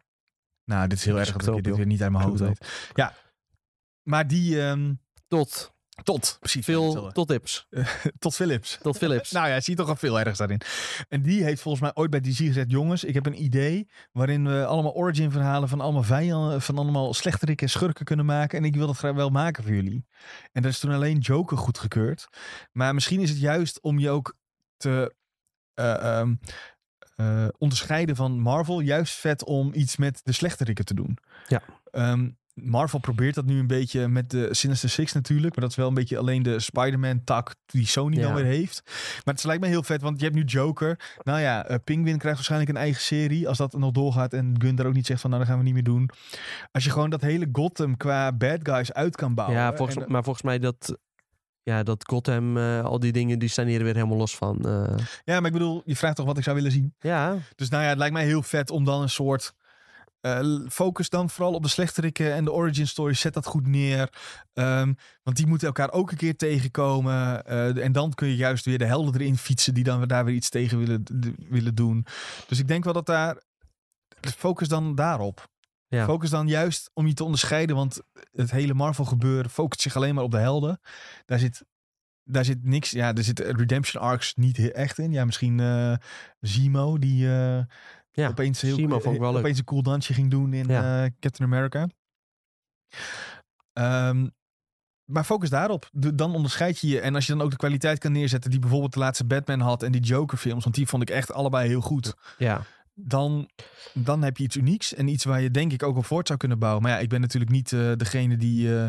A: nou, dit is heel
B: Ik
A: erg
B: zoek
A: dat
B: het
A: ik
B: op,
A: dit
B: joh.
A: weer niet uit mijn
B: Ik
A: hoofd
B: zoek het
A: weet. Ja, maar die... ehm,
B: Tot.
A: tot, precies.
B: Phil.
A: hetzelfde.
B: Tot Ips.
A: tot Philips.
B: Tot Philips.
A: eh, *laughs* Nou ja, zie toch al veel ergens daarin. En die heeft volgens mij ooit bij DC gezegd... jongens, ik heb een idee waarin we allemaal origin verhalen... van allemaal vijanden, van allemaal slechterikken en schurken kunnen maken... en ik wil dat graag wel maken voor jullie. En dat is toen alleen Joker goedgekeurd. Maar misschien is het juist om je ook te eh, ehm, eh, onderscheiden van Marvel... juist vet om iets met de slechterikken te doen.
B: Ja.
A: Ehm, Marvel probeert dat nu een beetje met de Sinister Six natuurlijk. Maar dat is wel een beetje alleen de Spider-Man-tak die Sony dan
B: Ja.
A: weer heeft. Maar het lijkt me heel vet, want je hebt nu Joker. Nou ja, eh, Penguin krijgt waarschijnlijk een eigen serie. Als dat nog doorgaat en Gunn daar ook niet zegt van... nou, dat gaan we niet meer doen. Als je gewoon dat hele Gotham qua bad guys uit kan bouwen.
B: ja, volgens,
A: eh, en,
B: maar volgens mij dat, ja, dat Gotham, eh, al die dingen, die staan hier weer helemaal los van. eh.
A: ja, maar ik bedoel, je vraagt toch wat ik zou willen zien?
B: ja,
A: Dus nou ja, het lijkt mij heel vet om dan een soort Eh, focus dan vooral op de slechterikken en de origin story. Zet dat goed neer. Ehm, want die moeten elkaar ook een keer tegenkomen. Eh, en dan kun je juist weer de helden erin fietsen. Die dan daar weer iets tegen willen, d- willen doen. Dus ik denk wel dat daar... Focus dan daarop.
B: Ja.
A: Focus dan juist om je te onderscheiden. Want het hele Marvel gebeuren focust zich alleen maar op de helden. Daar zit... Daar zit niks, ja, er zit redemption arcs niet he- echt in. Ja, misschien eh, Zemo, die eh,
B: Ja,
A: opeens, heel,
B: Zemo vond ik wel leuk.
A: opeens een cool dansje ging doen in
B: Ja.
A: eh, Captain America. Ehm, maar focus daarop. De- dan onderscheid je je. En als je dan ook de kwaliteit kan neerzetten die bijvoorbeeld de laatste Batman had en die Joker films, want die vond ik echt allebei heel goed.
B: Ja,
A: Dan, dan heb je iets unieks en iets waar je denk ik ook op voort zou kunnen bouwen. Maar ja, ik ben natuurlijk niet eh, degene die eh,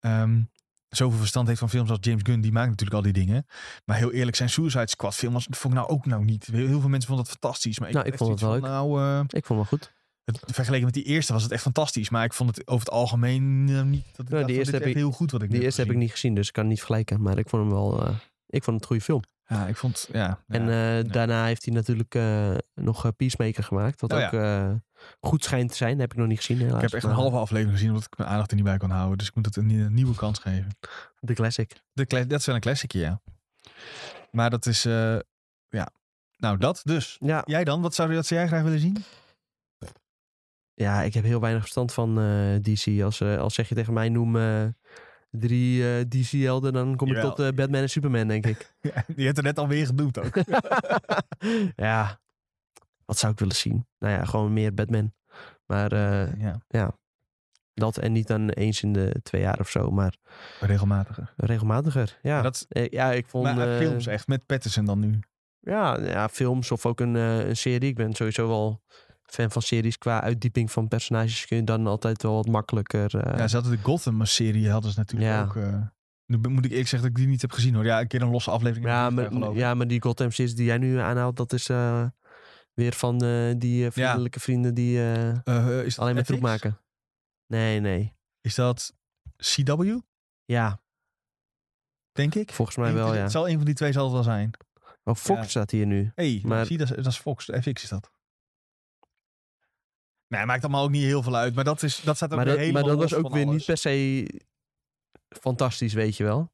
A: ehm, zoveel verstand heeft van films als James Gunn. Die maakt natuurlijk al die dingen. Maar heel eerlijk, zijn Suicide Squad film was, vond ik nou ook nou niet. Heel veel mensen vonden dat fantastisch. Maar ik,
B: Nou,
A: had
B: ik
A: echt
B: vond het
A: zoiets van, Nou, eh,
B: ik vond hem wel goed.
A: het, vergeleken met die eerste was het echt fantastisch. Maar ik vond het over het algemeen eh, niet. Dat ik dacht,
B: Nou, die
A: van,
B: eerste
A: dit is
B: heb
A: echt
B: ik-
A: heel goed wat ik
B: Die
A: nu
B: eerste heb ik
A: gezien.
B: niet gezien, dus ik kan het niet vergelijken. Maar ik vond hem wel... eh, ik vond het een goede film.
A: Ja, ik vond. Ja,
B: en
A: ja.
B: eh, daarna heeft hij natuurlijk eh, nog eh, Peacemaker gemaakt. Wat
A: Oh ja.
B: ook eh, goed schijnt te zijn. Heb ik nog niet gezien helaas.
A: ik heb echt een
B: maar
A: halve aflevering gezien omdat ik mijn aandacht er niet bij kon houden. Dus ik moet het een, nie- een nieuwe kans geven.
B: De classic.
A: De cla- dat is wel een classic, ja. Maar dat is. eh, ja. Nou, dat dus.
B: Ja,
A: Jij dan? Wat zou, wat zou jij graag willen
B: *laughs*
A: zien?
B: ja, ik heb heel weinig verstand van eh, DC. Als, eh, als zeg je tegen mij noem eh, drie eh, DC-helden, dan kom
A: Jawel.
B: ik tot eh, Batman en Superman,
A: *laughs*
B: denk ik. *laughs*
A: Je hebt het net alweer genoemd ook.
B: ja, wat zou ik willen zien? Nou ja, gewoon meer Batman. Maar eh,
A: ja,
B: dat en niet dan eens in de twee jaar of zo, maar
A: regelmatiger.
B: regelmatiger. Ja,
A: Dat,
B: Eh, ja ik vond...
A: maar aan
B: eh,
A: films echt, met Patterson dan nu.
B: Ja, ja, films of ook een, eh, een serie. Ik ben sowieso wel fan van series. Qua uitdieping van personages kun je dan altijd wel wat makkelijker. eh,
A: Ja, ze hadden de Gotham-serie, hadden ze natuurlijk
B: Ja.
A: ook. eh, nu be- moet ik eerlijk zeggen dat ik die niet heb gezien hoor. Ja, een keer een losse aflevering. in
B: ja,
A: de vliegtuig,
B: maar,
A: geloof ik.
B: ja, maar die Gotham series die jij nu aanhaalt, dat is eh, weer van eh, die eh, vriendelijke vrienden die eh,
A: Eh, is dat
B: alleen maar troep
A: FX?
B: maken. Nee, nee.
A: Is dat CW,
B: Ja,
A: denk ik?
B: volgens mij
A: Eén van
B: wel,
A: die-
B: ja.
A: Het zal een van die twee zal het wel zijn.
B: Oh, Fox
A: Ja.
B: staat hier nu.
A: hey,
B: Maar-
A: zie, dat is, dat is Fox. De FX is dat. Nee, maakt allemaal ook niet heel veel uit. Maar dat, is, dat staat ook
B: Maar
A: weer
B: dat, maar
A: helemaal
B: dat was
A: los
B: ook
A: van
B: weer
A: alles.
B: niet per se fantastisch, weet je wel.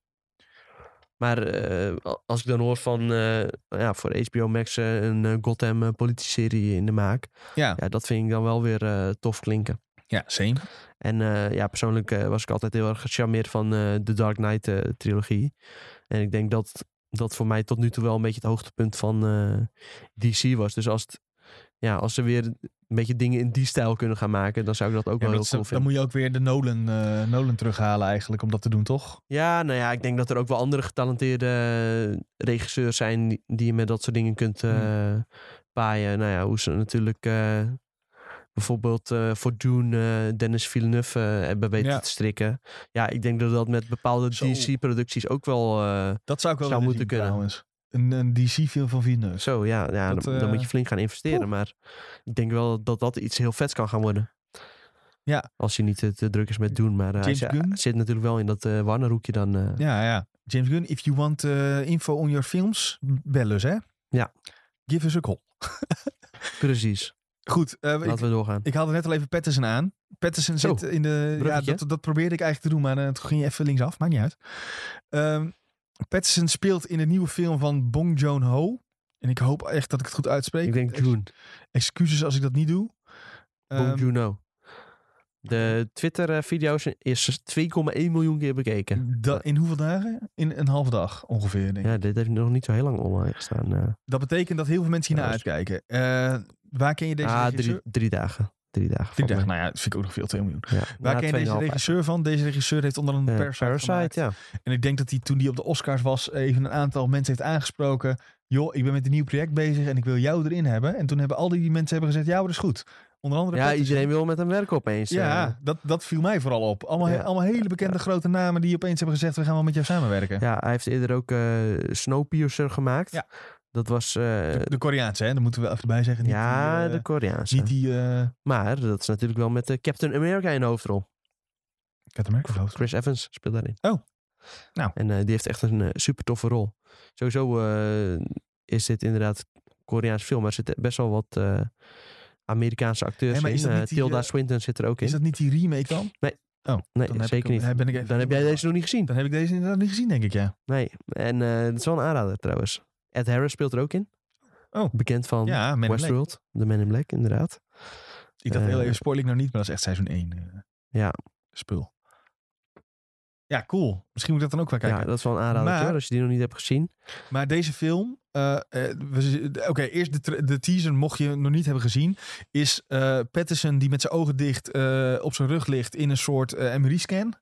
B: Maar eh, a- als ik dan hoor van eh, ja, voor HBO Max eh, een eh, Gotham eh, politieserie in de maak.
A: Ja.
B: Ja, dat vind ik dan wel weer eh, tof klinken.
A: Ja, same.
B: En eh, ja, persoonlijk eh, was ik altijd heel erg gecharmeerd van eh, de Dark Knight eh, trilogie. En ik denk dat dat voor mij tot nu toe wel een beetje het hoogtepunt van eh, DC was. Dus als, het, ja, als ze weer een beetje dingen in die stijl kunnen gaan maken, dan zou ik dat ook
A: Ja,
B: wel
A: maar
B: heel
A: dat is-
B: cool vinden.
A: dan moet je ook weer de Nolan, eh, Nolan terughalen eigenlijk om dat te doen, toch?
B: Ja, nou ja, ik denk dat er ook wel andere getalenteerde eh, regisseurs zijn die- die je met dat soort dingen kunt eh,
A: Mhm.
B: paaien. Nou ja, hoe ze natuurlijk eh, bijvoorbeeld eh, voor Dune eh, Dennis Villeneuve eh, hebben weten
A: Ja.
B: te strikken. Ja, ik denk dat dat met bepaalde
A: Zo.
B: DC-producties ook wel eh,
A: Dat zou ik wel willen
B: Zou moeten
A: zien,
B: kunnen.
A: trouwens. Een, een DC-film van Villeneuve.
B: zo, ja, ja
A: Dat,
B: dan,
A: eh,
B: dan moet je flink gaan investeren.
A: poeh.
B: Maar ik denk wel dat dat iets heel vets kan gaan worden.
A: Ja.
B: Als hij niet eh, te druk is met Dune. Maar eh, hij
A: James
B: zit-
A: Gunn?
B: hij zit natuurlijk wel in dat eh Warner-hoekje dan. eh,
A: Ja, ja. James Gunn, if you want eh, info on your films, bel us, hè?
B: Ja.
A: Give us a call.
B: Precies.
A: Goed, eh, ik,
B: Laten we doorgaan.
A: ik haalde net al even Patterson aan. Patterson
B: Zo,
A: zit in de... Ja,
B: Oh, bruggetje.
A: dat, dat probeerde ik eigenlijk te doen, maar eh, toen ging je even linksaf. Maakt niet uit. Ehm, Patterson speelt in de nieuwe film van Bong Joon-ho. En ik hoop echt dat ik het goed uitspreek.
B: Ik denk
A: Ex-
B: Dune.
A: Excuses als ik dat niet doe.
B: Bong
A: Ehm,
B: Joon-ho. De Twitter-video's is 2,1 miljoen keer bekeken.
A: da- in hoeveel dagen? In een halve dag ongeveer, denk ik.
B: Ja, dit heeft nog niet zo heel lang online gestaan. eh.
A: Dat betekent dat heel veel mensen hier naar
B: Ja, dat
A: uitkijken. Eh, waar ken je deze
B: ah,
A: regisseur?
B: drie, drie dagen. Drie dagen.
A: Ik
B: valt
A: dacht,
B: mee.
A: nou ja, dat vind ik ook nog veel, 2 miljoen.
B: Ja,
A: Waar
B: na
A: ken je deze
B: 2,5
A: regisseur van? Deze regisseur heeft onder een
B: Eh,
A: Parasite, gemaakt.
B: Parasite, ja.
A: En ik denk dat hij toen hij op de Oscars was, even een aantal mensen heeft aangesproken. Joh, ik ben met een nieuw project bezig en ik wil jou erin hebben. En toen hebben al die mensen hebben gezegd, ja, maar dat is goed. Onder andere...
B: Ja,
A: Pattinson.
B: iedereen wil met hem werken opeens. eh.
A: Ja, dat, dat viel mij vooral op. Allemaal,
B: Ja.
A: allemaal hele bekende grote namen die opeens hebben gezegd, we gaan wel met jou samenwerken.
B: ja, hij heeft eerder ook eh, Snowpiercer gemaakt.
A: Ja.
B: Dat was... eh,
A: De, de Koreaanse, hè? Dat moeten we wel even bij zeggen. Niet
B: ja,
A: die, eh,
B: de Koreaanse.
A: Niet die... eh
B: Maar dat is natuurlijk wel met eh, Captain America in de hoofdrol.
A: Captain America geloof ik.
B: Chris Evans speelt daarin.
A: Oh. Nou.
B: En eh, die heeft echt een eh, super toffe rol. Sowieso eh, is dit inderdaad Koreaans film, maar er zitten best wel wat eh, Amerikaanse acteurs
A: Hé, maar is
B: in.
A: dat
B: Eh,
A: niet die,
B: Tilda
A: eh,
B: Swinton zit er ook in.
A: Is dat niet die remake dan?
B: Nee.
A: Oh,
B: nee,
A: dan heb ik,
B: zeker niet.
A: Dan, ben ik even-
B: Dan heb jij deze nog niet gezien.
A: Dan heb ik deze inderdaad niet gezien, denk ik, ja.
B: Nee, en eh het is wel een aanrader trouwens. Ed Harris speelt er ook in.
A: Oh.
B: Bekend van
A: ja, Man in Black.
B: Westworld, The Man in Black, inderdaad.
A: Ik dacht
B: Eh,
A: heel even, spoil ik nou niet, maar dat is echt seizoen 1
B: Ja.
A: spul. Ja, cool. Misschien moet ik dat dan ook wel kijken.
B: Ja, dat is wel een aanrader
A: Maar-
B: hoor, als je die nog niet hebt gezien.
A: Maar deze film, eh, eh, we z- oké, eerst de, tra- de teaser, mocht je nog niet hebben gezien, is eh Patterson die met zijn ogen dicht eh, op zijn rug ligt in een soort eh, MRI-scan.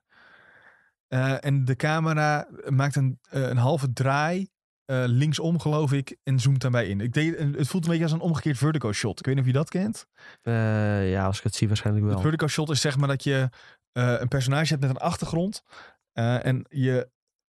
A: Eh, en de camera maakt een, eh, een halve draai eh, linksom, geloof ik, en zoomt daarbij in. Ik deed, het voelt een beetje als een omgekeerd vertigo shot. Ik weet niet of je dat kent.
B: Eh, ja, als ik het zie waarschijnlijk wel.
A: Het vertical shot is zeg maar dat je eh, een personage hebt met een achtergrond. eh, en je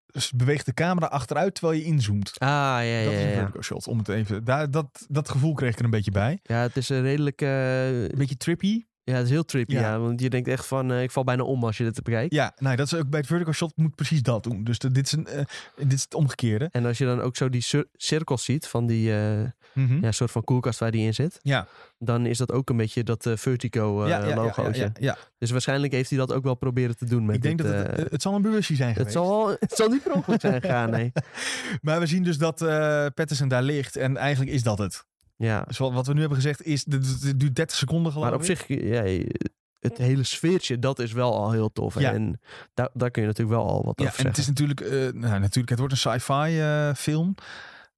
A: s- beweegt de camera achteruit terwijl je inzoomt.
B: Ah, ja, ja,
A: dat is
B: ja.
A: een
B: ja.
A: vertical shot. Om het even, daar, dat, dat gevoel kreeg ik er een beetje bij.
B: Ja, het is een redelijk... eh,
A: Een beetje trippy.
B: ja, het is heel trippy,
A: Ja.
B: ja. Want je denkt echt van, eh, ik val bijna om als je dit bekijkt.
A: Ja, nou, dat is ook bij het vertical shot moet precies dat doen. Dus de- dit, is een, eh, dit is het omgekeerde.
B: En als je dan ook zo die cir- cirkels ziet van die eh,
A: Mhm.
B: ja, soort van koelkast waar die in zit.
A: Ja.
B: Dan is dat ook een beetje dat eh, vertigo eh
A: ja, ja, ja,
B: logootje.
A: ja, ja, ja.
B: Dus waarschijnlijk heeft hij dat ook wel proberen te doen met
A: Ik denk
B: dit,
A: dat het,
B: eh,
A: eh, het zal een bewustzijn zijn
B: Het
A: geweest.
B: zal, het zal niet per ongeluk
A: *laughs*
B: zijn gegaan, nee.
A: Maar we zien dus dat eh Patterson daar ligt. En eigenlijk is dat het.
B: Ja,
A: Dus wat, wat we nu hebben gezegd is, dit- dit dit duurt 30 seconden geloof
B: maar op
A: ik.
B: zich, ja, het hele sfeertje, dat is wel al heel tof.
A: Ja.
B: En daar, daar kun je natuurlijk wel al wat
A: Ja,
B: over
A: en het
B: zeggen.
A: is natuurlijk, eh, nou, natuurlijk, het wordt een sci-fi eh, film.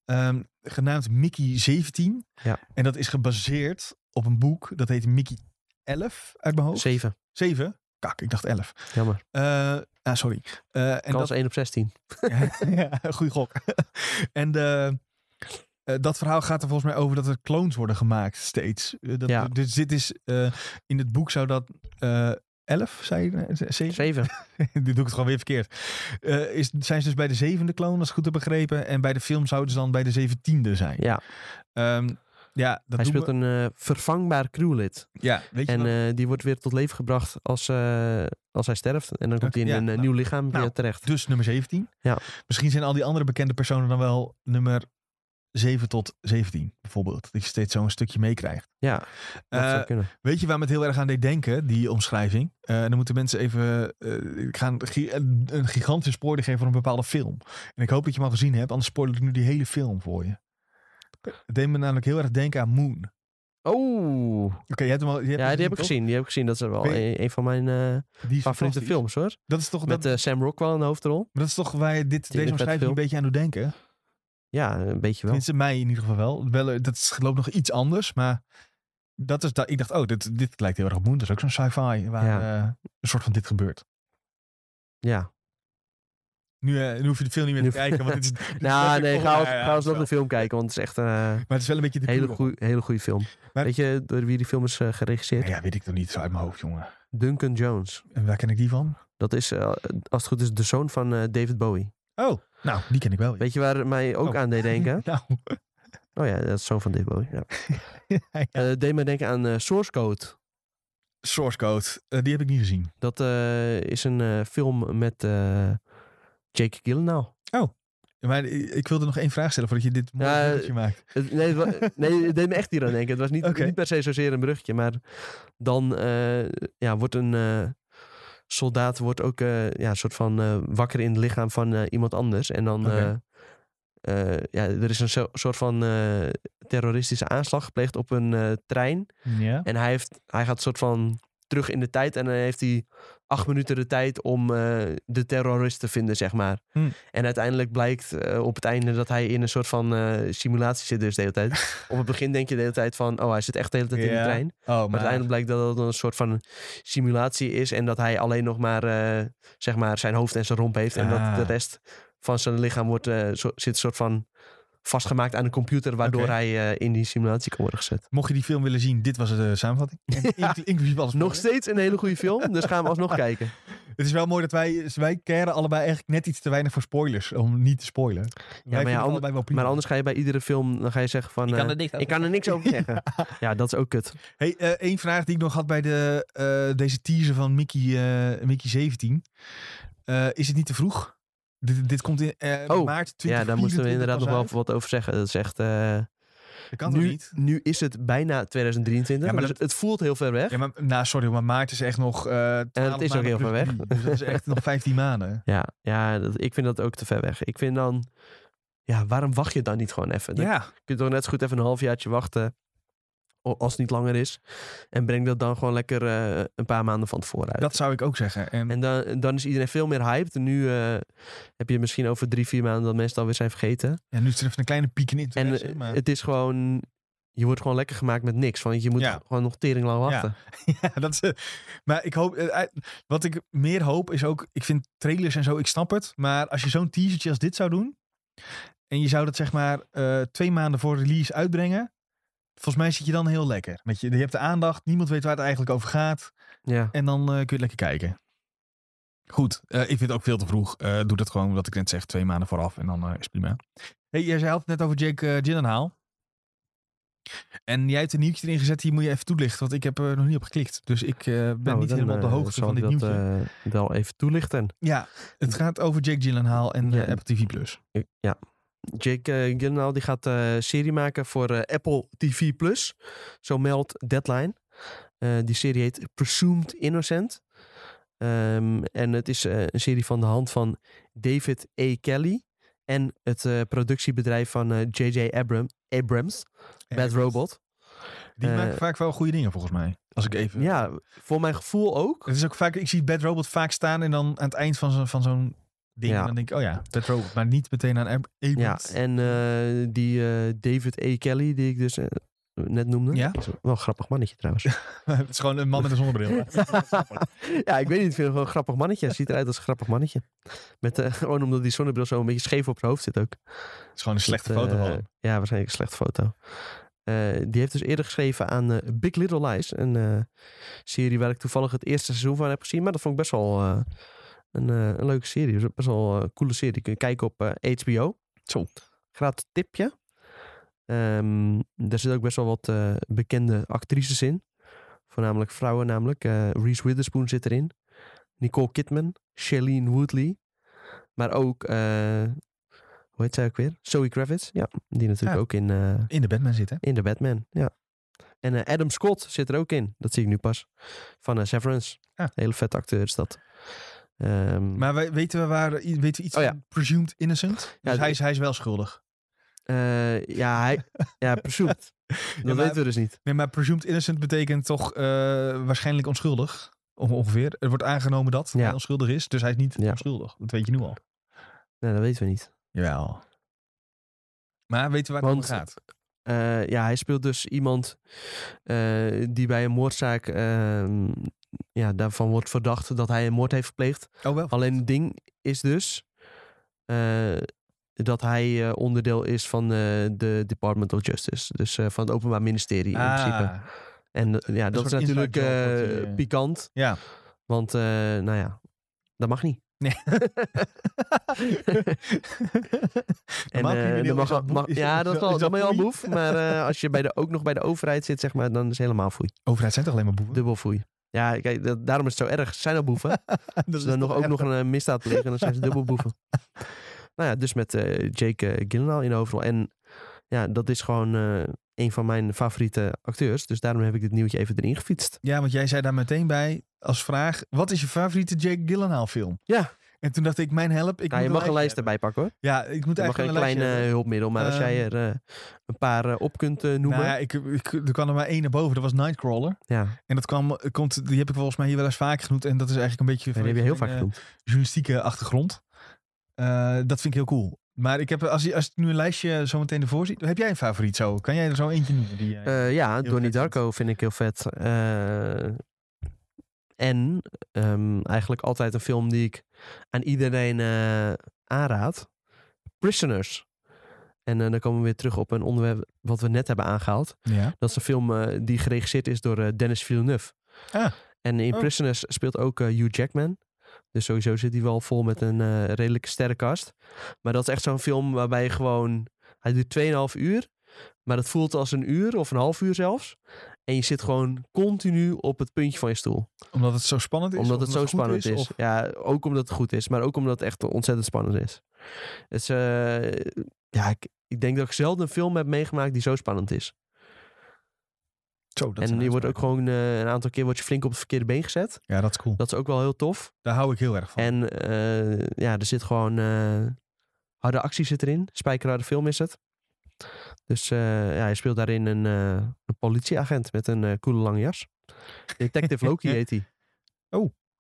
A: Ehm, genaamd Mickey 17.
B: Ja.
A: En dat is gebaseerd op een boek dat heet Mickey 11 uit mijn hoofd.
B: Zeven,
A: 7? Kak, ik dacht 11.
B: jammer.
A: Eh, ah, sorry. Eh, en
B: Kans 1 op 16.
A: *laughs* ja, goeie gok. *laughs* en de, eh, dat verhaal gaat er volgens mij over dat er clones worden gemaakt steeds. Eh, dat,
B: Ja.
A: Dus dit is, eh, in het boek zou dat... eh 11, zei je? eh, zeven?
B: Zeven.
A: *laughs* Nu doe ik het gewoon weer verkeerd. Eh, is, zijn ze dus bij de zevende kloon, als ik het goed heb begrepen. En bij de film zouden ze dan bij de zeventiende zijn. *laughs*
B: Ja,
A: Ehm, ja, dat
B: hij
A: doen
B: speelt
A: we.
B: een eh, vervangbaar crewlid.
A: Ja, weet je
B: En
A: wat?
B: eh, die wordt weer tot leven gebracht als, eh, als hij sterft. En dan komt hij in
A: Ja,
B: een eh,
A: nou.
B: nieuw lichaam
A: Nou.
B: weer terecht.
A: Dus nummer 17.
B: eh, Ja.
A: Misschien zijn al die andere bekende personen dan wel nummer 7 tot 17 bijvoorbeeld. Dat je steeds zo'n stukje meekrijgt.
B: Ja, dat
A: Eh,
B: zou kunnen.
A: Weet je waar me het heel erg aan deed denken, die omschrijving? Eh, dan moeten mensen even. eh, ik ga een, gi- een gigantische spoiler geven voor een bepaalde film. En ik hoop dat je hem al gezien hebt, anders spoil ik nu die hele film voor je. Het deed me namelijk heel erg denken aan Moon. Oké,
B: Oh,
A: je hebt hem al. je hebt hem
B: ja, die heb ik
A: toch?
B: gezien. Die heb ik gezien. Dat is wel
A: Ben
B: een, een van mijn eh,
A: Die is
B: favoriete
A: fantastisch.
B: films, hoor.
A: Dat is toch,
B: Met
A: dat,
B: eh, Sam Rockwell in de hoofdrol.
A: dat is toch waar je dit,
B: een
A: deze
B: vette
A: omschrijving een
B: film.
A: beetje aan doet denken?
B: Ja, een beetje wel.
A: Tenminste, mij in ieder geval wel. wel. eh, Dat is- loopt nog iets anders, maar. Dat is dat, ik dacht, oh, dit, dit lijkt heel erg op Moon. Dat is ook zo'n sci-fi waar
B: Ja.
A: eh, een soort van dit gebeurt.
B: Ja.
A: Nu, eh, nu hoef je de film niet meer te
B: Nu-
A: kijken, want dit is...
B: *laughs*
A: dit is
B: Nou,
A: letterlijk
B: nee,
A: om-
B: ga,
A: ja,
B: als-
A: ja,
B: ga alsnog
A: wel.
B: de film kijken, want het is echt een eh,
A: Maar het is wel een beetje de
B: hele,
A: pure-
B: goeie, hele goede film.
A: Maar-
B: Weet je door wie die film is eh, geregisseerd?
A: Nou Ja, weet ik nog niet zo uit mijn hoofd, jongen.
B: Duncan Jones.
A: En waar ken ik die van?
B: Dat is, eh, als het goed is, de zoon van eh, David Bowie.
A: Oh, nou, die ken ik wel. ja.
B: Weet je waar het mij ook
A: Oh.
B: aan deed denken?
A: *laughs* Nou,
B: Oh ja, dat is zoon van David Bowie. Ja.
A: ja.
B: Eh, het deed mij denken aan eh, Source Code.
A: Source Code, eh, die heb ik niet gezien.
B: Dat eh, is een eh, film met eh, Jake Gyllenhaal.
A: Maar i- ik wilde nog één vraag stellen voordat je dit mooie
B: Ja, eh,
A: bruggetje maakt.
B: Het- Nee,
A: *laughs*
B: het wa- nee, het deed me echt hier aan denken. Het was niet,
A: Oké.
B: niet per se zozeer een bruggetje, maar dan eh, ja, wordt een eh, soldaat wordt ook eh, ja, een soort van eh, wakker in het lichaam van eh, iemand anders. En dan
A: Oké.
B: eh, eh, ja, er is een zo- soort van eh, terroristische aanslag gepleegd op een eh, trein.
A: Ja.
B: En hij, heeft, hij gaat soort van terug in de tijd. En dan heeft hij acht minuten de tijd om eh, de terrorist te vinden, zeg maar.
A: Hmm.
B: En uiteindelijk blijkt eh, op het einde dat hij in een soort van eh, simulatie zit dus de
A: *laughs*
B: hele tijd. op het begin denk je de hele tijd van, oh hij zit echt de hele tijd in de
A: Ja.
B: trein.
A: Oh, maar,
B: Maar uiteindelijk blijkt dat het een soort van simulatie is. En dat hij alleen nog maar, eh, zeg maar zijn hoofd en zijn romp heeft. En
A: Ah.
B: dat de rest van zijn lichaam wordt, eh, zo- zit een soort van vastgemaakt aan de computer. Waardoor
A: Oké.
B: hij eh, in die simulatie kan worden gezet.
A: mocht je die film willen zien, dit was de samenvatting.
B: *laughs*
A: En inclu- inclusief alles.
B: Nog
A: voor.
B: steeds een hele goede film, dus gaan
A: *laughs*
B: we alsnog kijken.
A: Het is wel mooi dat wij, wij keren allebei eigenlijk net iets te weinig voor spoilers. Om niet te spoilen. Ja, wij
B: ja,
A: vinden het
B: ander-
A: allebei wel prima.
B: Maar anders ga je bij iedere film, dan ga je zeggen van... eh, Ik kan er niks over, zeggen.
A: *laughs*
B: ja. dat is ook kut.
A: Hey, eh, één vraag die ik nog had bij de, eh, deze teaser van Mickey, eh, Mickey 17. Eh, is het niet te vroeg? Dit, dit komt in eh,
B: Oh,
A: maart 2024
B: Ja, daar moeten we inderdaad nog
A: pas
B: wel
A: uit.
B: wat over zeggen. Dat is echt... eh,
A: Dat kan toch
B: nu,
A: niet?
B: nu is het bijna 2023.
A: Ja, maar
B: dus het voelt heel ver weg.
A: Ja, maar, nou, sorry, maar maart is echt nog. eh
B: is ook
A: 12 maanden
B: heel
A: plus
B: ver weg.
A: drie. Dus dat is
B: *laughs*
A: echt nog 15 maanden.
B: Ja, ja dat- ik vind dat ook te ver weg. Ik vind dan... Ja, waarom wacht je dan niet gewoon even? Dan
A: Ja,
B: kun je toch net zo goed even een halfjaartje wachten. o- Als het niet langer is. En breng dat dan gewoon lekker eh, een paar maanden van tevoren uit.
A: dat zou ik ook zeggen. En,
B: En dan, dan is iedereen veel meer hyped. En nu eh, heb je misschien over drie, vier maanden dat mensen het alweer zijn vergeten.
A: ja, nu is er even een kleine piek in
B: En
A: interesse.
B: eh,
A: maar,
B: het is gewoon... Je wordt gewoon lekker gemaakt met niks. Want je moet
A: Ja.
B: gewoon nog tering lang wachten.
A: *laughs* ja, dat is, eh, maar ik hoop, eh, eh, wat ik meer hoop is ook, ik vind trailers en zo, ik snap het. Maar als je zo'n teasertje als dit zou doen. En je zou dat zeg maar eh, twee maanden voor release uitbrengen. Volgens mij zit je dan heel lekker. Want je, je hebt de aandacht, niemand weet waar het eigenlijk over gaat.
B: Ja.
A: En dan eh, kun je het lekker kijken. Goed, eh, ik vind het ook veel te vroeg. Eh, doe dat gewoon, wat ik net zeg, twee maanden vooraf en dan eh, is het prima. Hey, jij zei altijd net over Jake eh, Gyllenhaal. En jij hebt een nieuwtje erin gezet, die moet je even toelichten, want ik heb er nog niet op geklikt. Dus ik eh, ben
B: Nou,
A: niet
B: dan,
A: helemaal op de
B: eh,
A: hoogte
B: zal
A: van
B: ik
A: dit nieuwtje.
B: dat eh, wel even toelichten.
A: ja, het gaat over Jake Gyllenhaal en eh,
B: Ja.
A: Apple TV+. Plus.
B: Ik- Eh, Ja. Jake eh, Gyllenhaal die gaat eh, serie maken voor eh, Apple TV+. Zo meldt Deadline. Eh, die serie heet Presumed Innocent. Ehm, en het is eh, een serie van de hand van David E. Kelly. En het eh, productiebedrijf van eh, J.J. Abram, Abrams, Bad Robot.
A: Die
B: Eh,
A: maken vaak wel goede dingen, volgens mij. Als ik even...
B: Ja, Eh, voor mijn gevoel ook.
A: Het is ook vaak, ik zie Bad Robot vaak staan en dan aan het eind van zo'n van zo'n ding.
B: Ja.
A: en Dan denk ik, oh ja, Bad Robot. Maar niet meteen aan Ab-
B: Ja,
A: Abrams.
B: en eh, die eh, David E. Kelly, die ik dus eh, net noemde.
A: Ja?
B: Is wel een grappig mannetje trouwens. *laughs*
A: *laughs* het is gewoon een man met een zonnebril.
B: ja, ik weet niet. Ik vind hem wel een grappig mannetje. Hij ziet eruit als een grappig mannetje. Met, eh, gewoon omdat die zonnebril zo een beetje scheef op zijn hoofd zit ook.
A: Het is gewoon een slechte
B: Dat,
A: foto
B: eh,
A: van hem.
B: Ja, waarschijnlijk een slechte foto. Eh, die heeft dus eerder geschreven aan eh, Big Little Lies. Een eh, serie waar ik toevallig het eerste seizoen van heb gezien. Maar dat vond ik best wel eh, een, eh, een leuke serie. Dus Best wel een coole serie. Kun je kijken op eh, HBO.
A: Zo.
B: Gratis tipje. Ehm, daar zit ook best wel wat eh, bekende actrices in. Voornamelijk vrouwen namelijk. Eh, Reese Witherspoon zit erin. Nicole Kidman. Shailene Woodley. Maar ook... eh, hoe heet zij ook weer? Zoe Kravitz. Ja, die natuurlijk
A: Ja.
B: ook in... eh,
A: In de Batman zitten.
B: in de Batman, ja. En eh, Adam Scott zit er ook in. Dat zie ik nu pas. Van eh, Severance.
A: Ja.
B: Hele vet acteur is dat. Ehm,
A: Maar wij- weten we, waar, i- weten we iets
B: Oh ja.
A: van presumed innocent? Dus
B: d-
A: hij, is, hij is wel schuldig.
B: eh, ja, hij... ja, presumed. Dat
A: maar-
B: weten we dus niet.
A: Nee, maar presumed innocent betekent toch eh, waarschijnlijk onschuldig. Onge- ongeveer. Er wordt aangenomen dat
B: Ja.
A: hij onschuldig is. Dus hij is niet
B: Ja.
A: onschuldig. Dat weet je nu al.
B: Nee, dat weten we niet.
A: Jawel. Maar weten we waar het
B: Want-
A: om gaat?
B: Eh, ja, hij speelt dus iemand eh, die bij een moordzaak... ehm, ja, daarvan wordt verdacht dat hij een moord heeft gepleegd.
A: Oh wel.
B: Alleen het ding is dus eh, dat hij eh, onderdeel is van eh, de Department of Justice. Dus eh, van het Openbaar Ministerie in principe. *laughs*
A: Ah,
B: En eh, ja, dat is
A: soort
B: natuurlijk
A: inside job
B: eh,
A: wat hij, eh,
B: pikant.
A: ja.
B: Want eh, nou ja, dat mag niet. En,
A: Normaal
B: eh,
A: crimineel
B: dat
A: is
B: mag,
A: dat boe-
B: mag-
A: is
B: ja,
A: dat-
B: dat,
A: is
B: wel-
A: dat
B: dan ben je al
A: foei?
B: boef. Maar
A: *laughs*
B: eh, als je bij de, ook nog bij de overheid zit, zeg maar, dan is het helemaal foei.
A: *laughs* Overheid zijn toch alleen maar boeven?
B: Dubbel foei. Ja, kijk, dat- daarom is het zo erg. Ze Zijn al
A: *laughs*
B: boeven.
A: Dat
B: Als
A: Dus is
B: ze dan nog,
A: toch
B: ook
A: echt-
B: nog een eh, misdaad plegen, dan zijn ze
A: *laughs*
B: dubbel boeven. nou ja, dus met eh, Jake eh, Gyllenhaal in de hoofdrol. En ja, dat is gewoon eh, een van mijn favoriete acteurs. Dus daarom heb ik dit nieuwtje even erin gefietst.
A: Ja, want jij zei daar meteen bij als vraag: wat is je favoriete Jake Gyllenhaal film?
B: Ja.
A: En toen dacht ik: mijn help. Ik
B: Nou,
A: moet
B: je mag een lijst
A: hebben.
B: erbij pakken hoor.
A: Ja, ik moet
B: Je mag
A: eigenlijk
B: een
A: een lijstje
B: klein eh,
A: hebben. Ehm,
B: hulpmiddel. Maar als jij er eh, een paar eh, op kunt eh, noemen.
A: Nou ja, ik, ik, er kwam er maar één naar boven. Dat was Nightcrawler.
B: ja,
A: En dat kwam, eh, komt, die heb ik volgens mij hier wel eens vaak genoemd. En dat is eigenlijk een beetje
B: die heb je
A: vanwege
B: heel
A: mijn,
B: vaak
A: eh,
B: genoemd.
A: journalistieke achtergrond. Eh, dat vind ik heel cool. Maar ik heb, als, je- als ik nu een lijstje zo meteen ervoor zie, heb jij een favoriet zo? Kan jij er zo eentje noemen? Die, jij-
B: Eh, ja,
A: heel
B: Donnie
A: vet vindt.
B: Darko vind ik heel vet. Eh, en ehm, eigenlijk altijd een film die ik aan iedereen eh, aanraad. Prisoners. En eh, dan komen we weer terug op een onderwerp wat we net hebben aangehaald.
A: ja.
B: Dat is een film eh, die geregisseerd is door eh, Dennis Villeneuve.
A: Ah.
B: En in
A: Oh.
B: Prisoners speelt ook eh, Hugh Jackman. Dus sowieso zit hij wel vol met een eh, redelijke sterrenkast. Maar dat is echt zo'n film waarbij je gewoon... Hij duurt 2,5 uur. Maar dat voelt als een uur of een half uur zelfs. En je zit gewoon continu op het puntje van je stoel.
A: Omdat het zo spannend is?
B: Omdat het zo
A: goed
B: spannend is.
A: of-
B: Ja, ook omdat het goed is. Maar ook omdat het echt ontzettend spannend is. Dus eh, ja, ik, ik denk dat ik zelden een film heb meegemaakt die zo spannend is.
A: Zo, dat is
B: en
A: een
B: je wordt ook
A: uitspraak.
B: gewoon eh, een aantal keer word je flink op het verkeerde been gezet.
A: Ja, dat is cool.
B: Dat is ook wel heel tof.
A: Daar hou ik heel erg van.
B: En eh, ja, er zit gewoon eh, harde actie zit erin. Spijkerharde film is het. Dus eh, ja, hij speelt daarin een, eh, een politieagent met een eh, coole lange jas.
A: *laughs*
B: Detective Loki heet hij.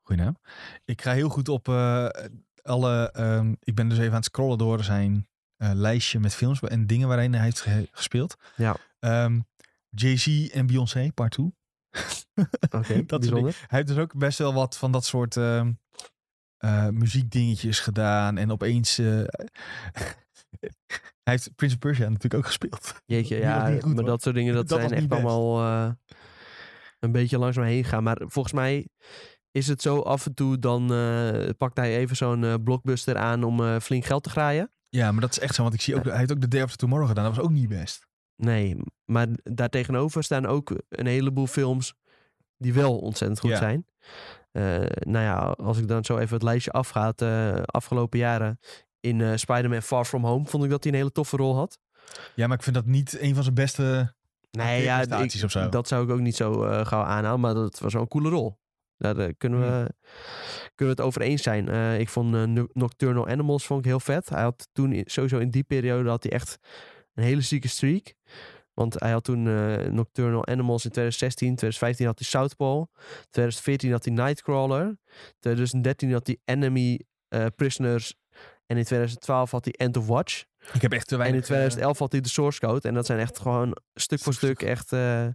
A: Goeie naam. Ik ga heel goed op eh, alle... ehm, ik ben dus even aan het scrollen door zijn eh, lijstje met films en dingen waarin hij heeft ge- gespeeld.
B: Ja.
A: Ehm, Jay-Z en Beyoncé, part 2.
B: Oké,
A: Dat
B: bijzonder.
A: Hij heeft dus ook best wel wat van dat soort ehm, eh, muziekdingetjes gedaan. En opeens... eh, *laughs* hij heeft Prince of Persia natuurlijk ook gespeeld.
B: Jeetje,
A: Die was
B: ja,
A: niet goed,
B: maar
A: hoor.
B: dat soort dingen, dat,
A: Dat
B: zijn
A: was
B: echt
A: niet best.
B: allemaal eh, een beetje langs me heen gaan. Maar volgens mij is het zo af en toe, dan eh, pakt hij even zo'n eh, blockbuster aan om eh, flink geld te graaien.
A: Ja, maar dat is echt zo. Want ik zie ook... Hij heeft ook The Day After Tomorrow gedaan. Dat was ook niet best.
B: Nee, maar daartegenover staan ook een heleboel films die wel ontzettend goed
A: Ja.
B: zijn. Eh, nou ja, als ik dan zo even het lijstje afga, eh afgelopen jaren in eh, Spider-Man Far From Home vond ik dat hij een hele toffe rol had.
A: Ja, maar ik vind dat niet een van zijn beste...
B: Nee, Nou ja,
A: prestaties
B: ik-
A: of zo.
B: dat zou ik ook niet zo eh, gauw aanhalen, maar dat was wel een coole rol. Daar eh, kunnen,
A: Hmm.
B: we, kunnen we het over eens zijn. Eh, ik vond eh, No- Nocturnal Animals vond ik heel vet. Hij had toen in- sowieso in die periode had hij echt een hele zieke streak. Want hij had toen eh, Nocturnal Animals in 2016, 2015 had hij Southpaw, 2014 had hij Nightcrawler, 2013 had hij Enemy eh, Prisoners en in 2012 had hij End of Watch.
A: Ik heb echt te
B: En in
A: weinig... eh,
B: 2011 had hij de source code. En dat zijn echt gewoon stuk voor stuk echt eh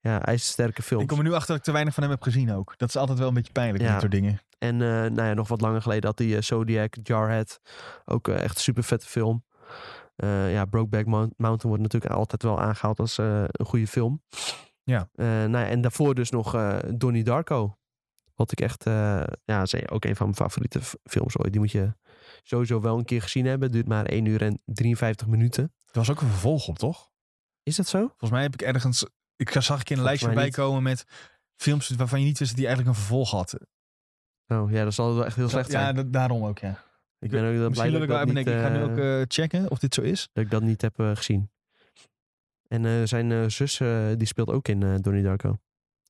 B: ja, ijzersterke films.
A: Ik kom er nu achter dat ik te weinig van hem heb gezien ook. Dat is altijd wel een beetje pijnlijk,
B: Ja.
A: dit soort dingen.
B: En eh, nou ja, nog wat langer geleden had hij eh, Zodiac, Jarhead. Ook eh, echt een super vette film. Eh, ja, Brokeback Mount- Mountain wordt natuurlijk altijd wel aangehaald als eh, een goede film.
A: Ja.
B: Eh, nou ja, en daarvoor dus nog eh Donnie Darko. Wat ik echt, eh ja, is ook een van mijn favoriete f- films ooit. Die moet je sowieso wel een keer gezien hebben. Het duurt maar 1 uur en 53 minuten.
A: Er was ook een vervolg op, toch?
B: Is dat zo?
A: Volgens mij heb ik ergens... Ik zag ik in een
B: Volgens
A: lijstje
B: mij
A: voorbij
B: niet.
A: komen met films waarvan je niet wist dat die eigenlijk een vervolg had.
B: Oh ja, dat zal wel echt heel slecht zijn.
A: Ja, da- daarom ook, ja.
B: Ik ben ook wel blij
A: Misschien
B: dat
A: wil
B: ik
A: ik wel even
B: dat, niet,
A: denken. Ik ga nu
B: eh,
A: ook eh, checken of dit zo is.
B: dat ik dat niet heb eh, gezien. En eh, zijn eh, zus, eh, die speelt ook in eh Donnie Darko.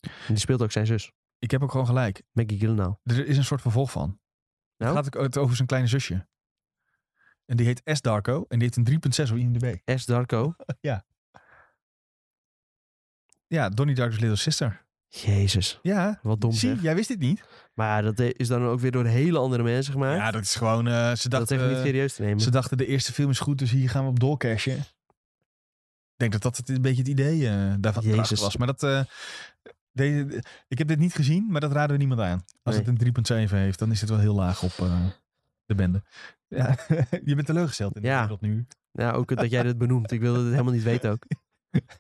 B: En die speelt ook zijn zus,
A: Ik heb ook gewoon gelijk.
B: Maggie Gyllenhaal.
A: Er is een soort vervolg van.
B: Nou?
A: Het gaat ook over zijn kleine zusje. En die heet S. Darko. En die heeft een 3.6 op IMDb.
B: S. Darko.
A: Ja, Donnie Darko's Little Sister.
B: Jezus,
A: Ja,
B: wat dom
A: zie,
B: zeg.
A: jij wist dit niet.
B: Maar ja, dat eh, is dan ook weer door hele andere mensen gemaakt.
A: Ja, dat is gewoon... eh, ze
B: dat is
A: dachten,
B: echt niet
A: eh,
B: serieus te nemen.
A: Ze dachten, de eerste film is goed, dus hier gaan we op doorcashen. Ik denk dat dat het een beetje het idee eh daarvan
B: Jezus.
A: erachter was. Maar dat, eh, deze, ik heb dit niet gezien, maar dat raden we niemand aan. Als
B: Nee.
A: het een 3.7 heeft, dan is het wel heel laag op eh, de bende. Ja, *laughs* je bent teleurgesteld in de
B: Ja.
A: wereld nu. *laughs*
B: Ja, ook dat jij dit benoemt. Ik wilde het helemaal niet weten ook.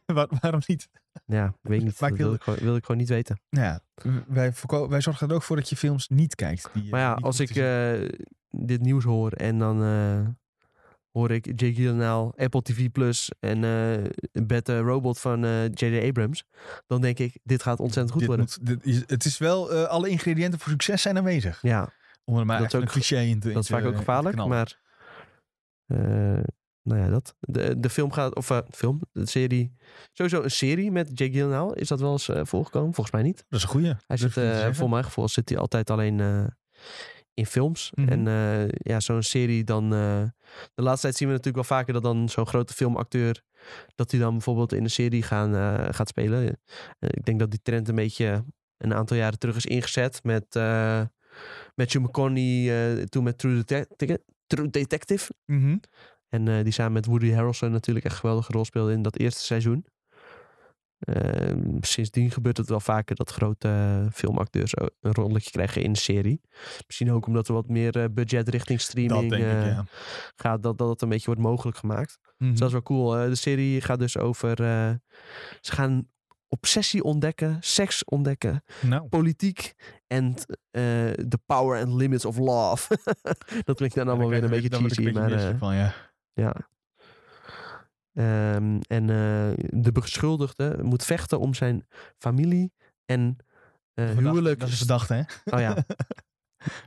A: Waar- waarom niet?
B: Ja, ik
A: *laughs*
B: weet niet.
A: Maar
B: Dat
A: ik wilde-
B: wilde ik gewoon, wilde ik gewoon niet weten.
A: Nou ja, wij, voorko- wij zorgen er ook voor dat je films niet kijkt. Die, eh,
B: Maar ja,
A: niet
B: als
A: goed
B: ik
A: te zien-
B: eh, dit nieuws hoor en dan eh, hoor ik Jake Gyllenhaal, Apple TV Plus en eh Better Robot van eh, J.J. Abrams, dan denk ik, dit gaat ontzettend goed
A: dit
B: worden.
A: moet- dit is- het is wel, eh, alle ingrediënten voor succes zijn aanwezig.
B: Ja,
A: Om er maar
B: Dat
A: dat
B: is
A: een
B: ook-
A: cliché in te in
B: dat is
A: te-
B: vaak
A: in
B: ook
A: te
B: gevaarlijk,
A: knallen.
B: maar eh, nou ja, dat. De, de film gaat, of eh, film, de serie, sowieso een serie met Jake Gyllenhaal, is dat wel eens eh, voorgekomen? Volgens mij niet.
A: Dat is een goeie.
B: Hij
A: Durf
B: zit,
A: ik niet te
B: eh,
A: zeggen.
B: voor mijn gevoel zit hij altijd alleen eh, in films.
A: Mhm.
B: En eh, ja, zo'n serie dan... eh, de laatste tijd zien we natuurlijk wel vaker dat dan zo'n grote filmacteur... dat hij dan bijvoorbeeld in een serie gaan, eh, gaat spelen. Eh, ik denk dat die trend een beetje een aantal jaren terug is ingezet met... eh Matthew McConaughey, eh, toen met True, Detective- True Detective.
A: Mhm.
B: En eh, die samen met Woody Harrelson natuurlijk echt een geweldige rol speelde in dat eerste seizoen. Ehm, sindsdien gebeurt het wel vaker dat grote eh, filmacteurs ook een rolletje krijgen in een serie. Misschien ook omdat er wat meer eh, budget richting streaming
A: Dat denk ik,
B: eh,
A: ja.
B: gaat, dat, dat het een beetje wordt mogelijk gemaakt.
A: Mhm.
B: Dus dat is wel cool. Eh, de serie gaat dus over. eh, ze gaan obsessie ontdekken, seks ontdekken,
A: Nou,
B: politiek en eh, the power and limits of love. *laughs* eh, dat klinkt dan allemaal weer een beetje cheesy, maar eh,
A: van, ja.
B: ja. Ehm, en eh, de beschuldigde moet vechten om zijn familie en eh,
A: Verdacht-
B: huwelijk.
A: Dat is verdachte, hè?
B: Oh
A: *laughs*
B: ja,
A: Maar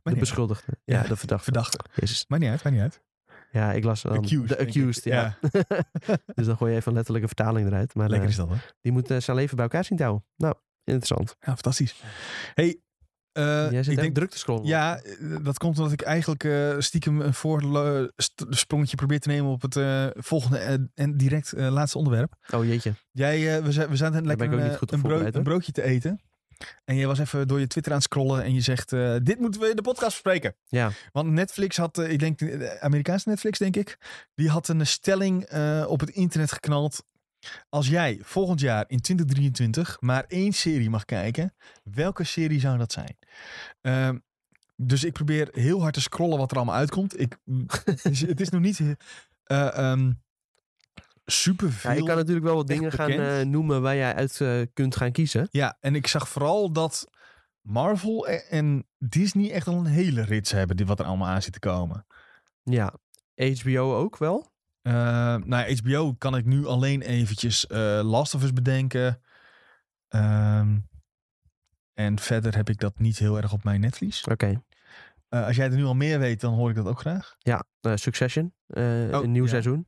B: de
A: niet,
B: beschuldigde. Ja,
A: Ja,
B: de verdachte.
A: verdachte.
B: Jezus.
A: Maar niet uit, maar niet uit.
B: Ja, ik las dan
A: Accused,
B: de
A: denk ik.
B: accused. Ja. eh. dus dan gooi je even een letterlijke vertaling eruit. Maar
A: nou, Lekker
B: eh,
A: is dat, hè?
B: die moet eh, zijn leven bij elkaar zien te houden. Nou, interessant.
A: Ja, fantastisch. hey, eh,
B: Jij zit
A: ik
B: echt
A: denk...
B: druk te scrollen.
A: Ja, eh, dat komt omdat ik eigenlijk eh, stiekem een voorsprongetje probeer te nemen op het eh, volgende eh, en direct eh, laatste onderwerp.
B: Oh jeetje.
A: Jij, eh, we, zijn, we zaten lekker
B: ben ik ook
A: een,
B: niet goed
A: een,
B: op
A: brood-
B: voorbereid,
A: een
B: hoor.
A: broodje te eten. En jij was even door je Twitter aan het scrollen en je zegt, eh, dit moeten we in de podcast bespreken.
B: Ja.
A: Want Netflix had, eh, ik denk, eh, Amerikaanse Netflix denk ik, die had een stelling eh, op het internet geknald. Als jij volgend jaar in 2023 maar één serie mag kijken, welke serie zou dat zijn? Ehm, dus ik probeer heel hard te scrollen wat er allemaal uitkomt. Ik, het, is, het is nog niet eh ehm super
B: Ja, ik kan natuurlijk wel wat
A: echt
B: dingen gaan
A: bekend.
B: eh, noemen waar jij uit eh, kunt gaan kiezen.
A: Ja, en ik zag vooral dat Marvel e- en Disney echt al een hele rits hebben, die wat er allemaal aan zit te komen.
B: Ja. HBO ook wel.
A: Eh, nou ja, HBO kan ik nu alleen eventjes eh, Last of Us bedenken. Ehm, en verder heb ik dat niet heel erg op mijn netvlies.
B: Oké.
A: Eh, als jij er nu al meer weet, dan hoor ik dat ook graag.
B: Ja, eh, Succession. eh, een nieuw
A: Oh, ja.
B: seizoen.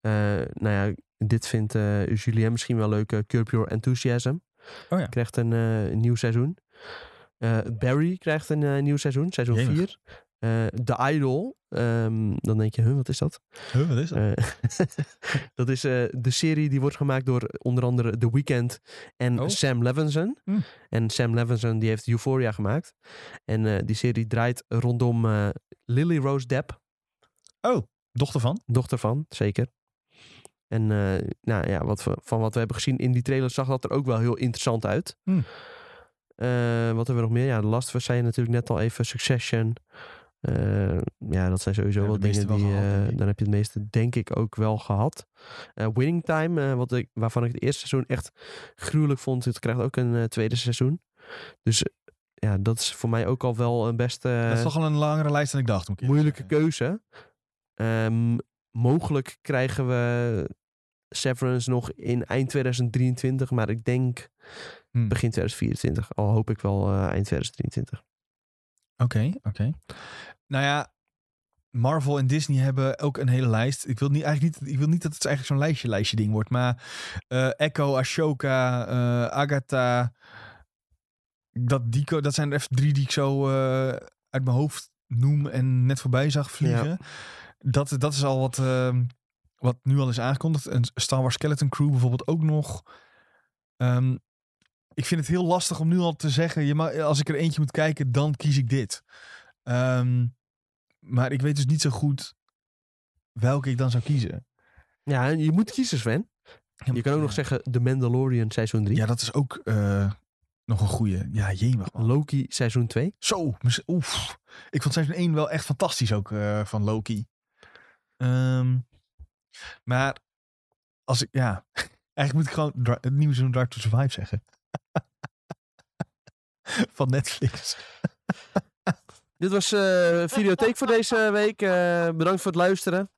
B: Eh, nou ja, dit vindt eh, Julien misschien wel leuk. eh, Curb Your Enthusiasm.
A: Oh ja.
B: Krijgt een eh, nieuw seizoen. Eh, Barry krijgt een eh, nieuw seizoen. Seizoen
A: Jemig.
B: 4. The Idol. ehm, dan denk je, huh, wat is dat?
A: Huh, wat is dat?
B: Eh, *laughs* dat is eh, de serie die wordt gemaakt door eh, onder andere The Weeknd en
A: Oh.
B: Sam Levinson.
A: Hm.
B: En Sam Levinson die heeft Euphoria gemaakt. En eh, die serie draait rondom eh, Lily Rose Depp,
A: Oh, Dochter van?
B: dochter van, zeker. En eh, nou ja, wat, we- van wat we hebben gezien in die trailer zag dat er ook wel heel interessant uit.
A: Hm.
B: Eh, wat hebben we nog meer? Ja, The Last of Us zei je natuurlijk net al even. Succession. Eh, ja, dat zijn sowieso
A: We
B: wel
A: hebben de meeste
B: dingen die...
A: wel gehad,
B: eh,
A: denk ik.
B: dan heb je het meeste denk ik ook wel gehad. Eh, Winning Time, eh, wat ik, waarvan ik het eerste seizoen echt gruwelijk vond. Het krijgt ook een eh, tweede seizoen. Dus eh, ja, dat is voor mij ook al wel een best eh,
A: dat is toch al een langere lijst dan ik dacht. moet ik eerlijk
B: moeilijke keuze. Ehm, mogelijk krijgen we Severance nog in eind 2023. Maar ik denk
A: Hmm.
B: begin 2024. Al hoop ik wel eh, eind 2023.
A: Oké, oké. Nou ja, Marvel en Disney hebben ook een hele lijst. Ik wil niet, eigenlijk niet, ik wil niet dat het eigenlijk zo'n lijstje, lijstje ding wordt. Maar eh, Echo, Ashoka, eh, Agatha. Dat, die, ko- dat zijn er even drie die ik zo eh, uit mijn hoofd noem en net voorbij zag vliegen. Dat, dat is al wat, ehm, wat nu al is aangekondigd. Een Star Wars Skeleton Crew bijvoorbeeld ook nog. Ehm, ik vind het heel lastig om nu al te zeggen, je ma- als ik er eentje moet kijken, dan kies ik dit. Ehm, maar ik weet dus niet zo goed welke ik dan zou kiezen.
B: Ja, en je moet kiezen Sven. Je kan ook nog zeggen The Mandalorian seizoen 3.
A: Ja, dat is ook eh, nog een goeie. Ja, jemig man.
B: Loki seizoen 2.
A: Zo, mis- oef. Ik vond seizoen 1 wel echt fantastisch ook eh, van Loki. Ehm, maar als ik, ja, *laughs* eigenlijk moet ik gewoon dra- het nieuwe seizoen Drive to Survive zeggen. *laughs* van Netflix.
B: Dit was eh Videotheek voor deze week. Eh, bedankt voor het luisteren.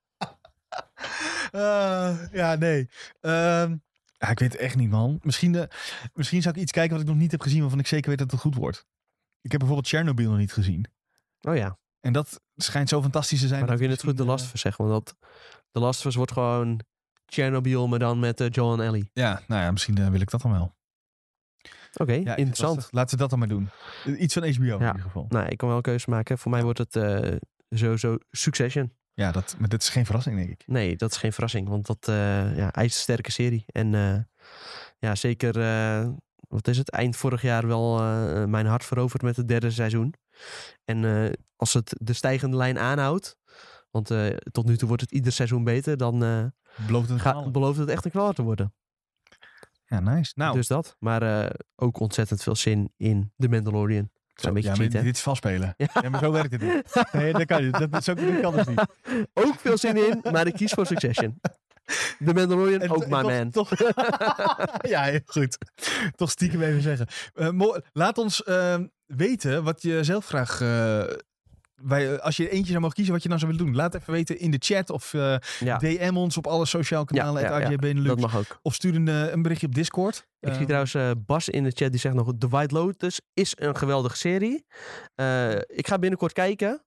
A: Eh, ja, nee. Ehm, ja, ik weet het echt niet, man. Misschien, eh, misschien zou ik iets kijken wat ik nog niet heb gezien, waarvan ik zeker weet dat het goed wordt. Ik heb bijvoorbeeld Chernobyl nog niet gezien.
B: Oh ja,
A: En dat schijnt zo fantastisch te zijn.
B: maar
A: dat
B: dan kun je het goed de
A: misschien, eh,
B: Last of Us zeggen. Want dat, de Last of Us wordt gewoon Chernobyl, maar dan met eh, Joel en Ellie.
A: eh, ja, nou ja, misschien eh, wil ik dat dan wel.
B: Oké,
A: Ja, ik eh, vind het
B: interessant.
A: lastig. Laten we dat dan maar doen. Eh, Iets van HBO in
B: Ja.
A: ieder geval.
B: Nou, ik kan wel een keuze maken. Voor mij wordt het eh, sowieso Succession.
A: Ja, dat, maar dat is geen verrassing, denk ik.
B: Nee, dat is geen verrassing. Want dat eh ja, ijzersterke serie. En eh, ja, zeker, eh, wat is het, eind vorig jaar wel eh, mijn hart veroverd met het derde seizoen. En eh, als het de stijgende lijn aanhoudt, want eh, tot nu toe wordt het ieder seizoen beter, dan eh,
A: Belooft het
B: ga,
A: knallen.
B: belooft het echt een knaller te worden.
A: Ja, nice. Nou,
B: Dus dat. Maar eh, ook ontzettend veel zin in The Mandalorian.
A: zo,
B: een beetje
A: ja, maar
B: cheat, hè?
A: dit is vastspelen. Ja. maar zo werkt het niet.
B: *laughs*
A: Nee, dat kan, niet. dat, is ook, dat kan dus niet.
B: Ook veel zin in, maar ik kies voor Succession. The
A: *laughs*
B: Mandalorian,
A: En
B: ook
A: to-
B: my
A: toch-
B: man.
A: Toch, *laughs* ja, heel goed. Toch stiekem ehm, even zeggen. Eh, mo- laat ons eh, weten wat je zelf graag eh, wij, als je eentje zou mogen kiezen wat je dan zou willen doen, laat even weten in de chat of eh,
B: Ja,
A: DM ons op alle sociale kanalen
B: Ja,
A: uit
B: ja,
A: AJ
B: ja.
A: Benelux.
B: dat mag ook.
A: Of stuur een, eh, een berichtje op Discord.
B: Ik zie
A: Eh,
B: trouwens eh, Bas in de chat die zegt nog: The White Lotus is een geweldige serie. Eh, ik ga binnenkort kijken,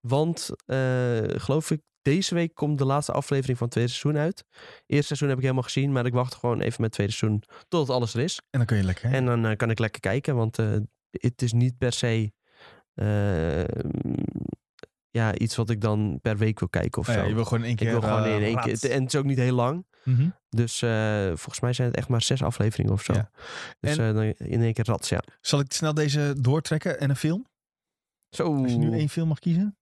B: want eh, geloof ik, deze week komt de laatste aflevering van het tweede seizoen uit. Eerste seizoen heb ik helemaal gezien, maar ik wacht gewoon even met het tweede seizoen totdat alles er is.
A: En dan kun je lekker. hè?
B: En dan eh, kan ik lekker kijken, want eh, het is niet per se eh, ja, iets wat ik dan per week wil kijken of
A: Nou ja,
B: zo.
A: je wil gewoon in één
B: ik
A: keer.
B: wil gewoon
A: eh,
B: in één
A: raad.
B: keer. En het is ook niet heel lang.
A: Mhm.
B: Dus eh, volgens mij zijn het echt maar zes afleveringen of zo.
A: Ja.
B: Dus
A: En-
B: eh, dan in één keer rats, ja.
A: Zal ik snel deze doortrekken en een film?
B: Zo.
A: Als je nu één film mag kiezen.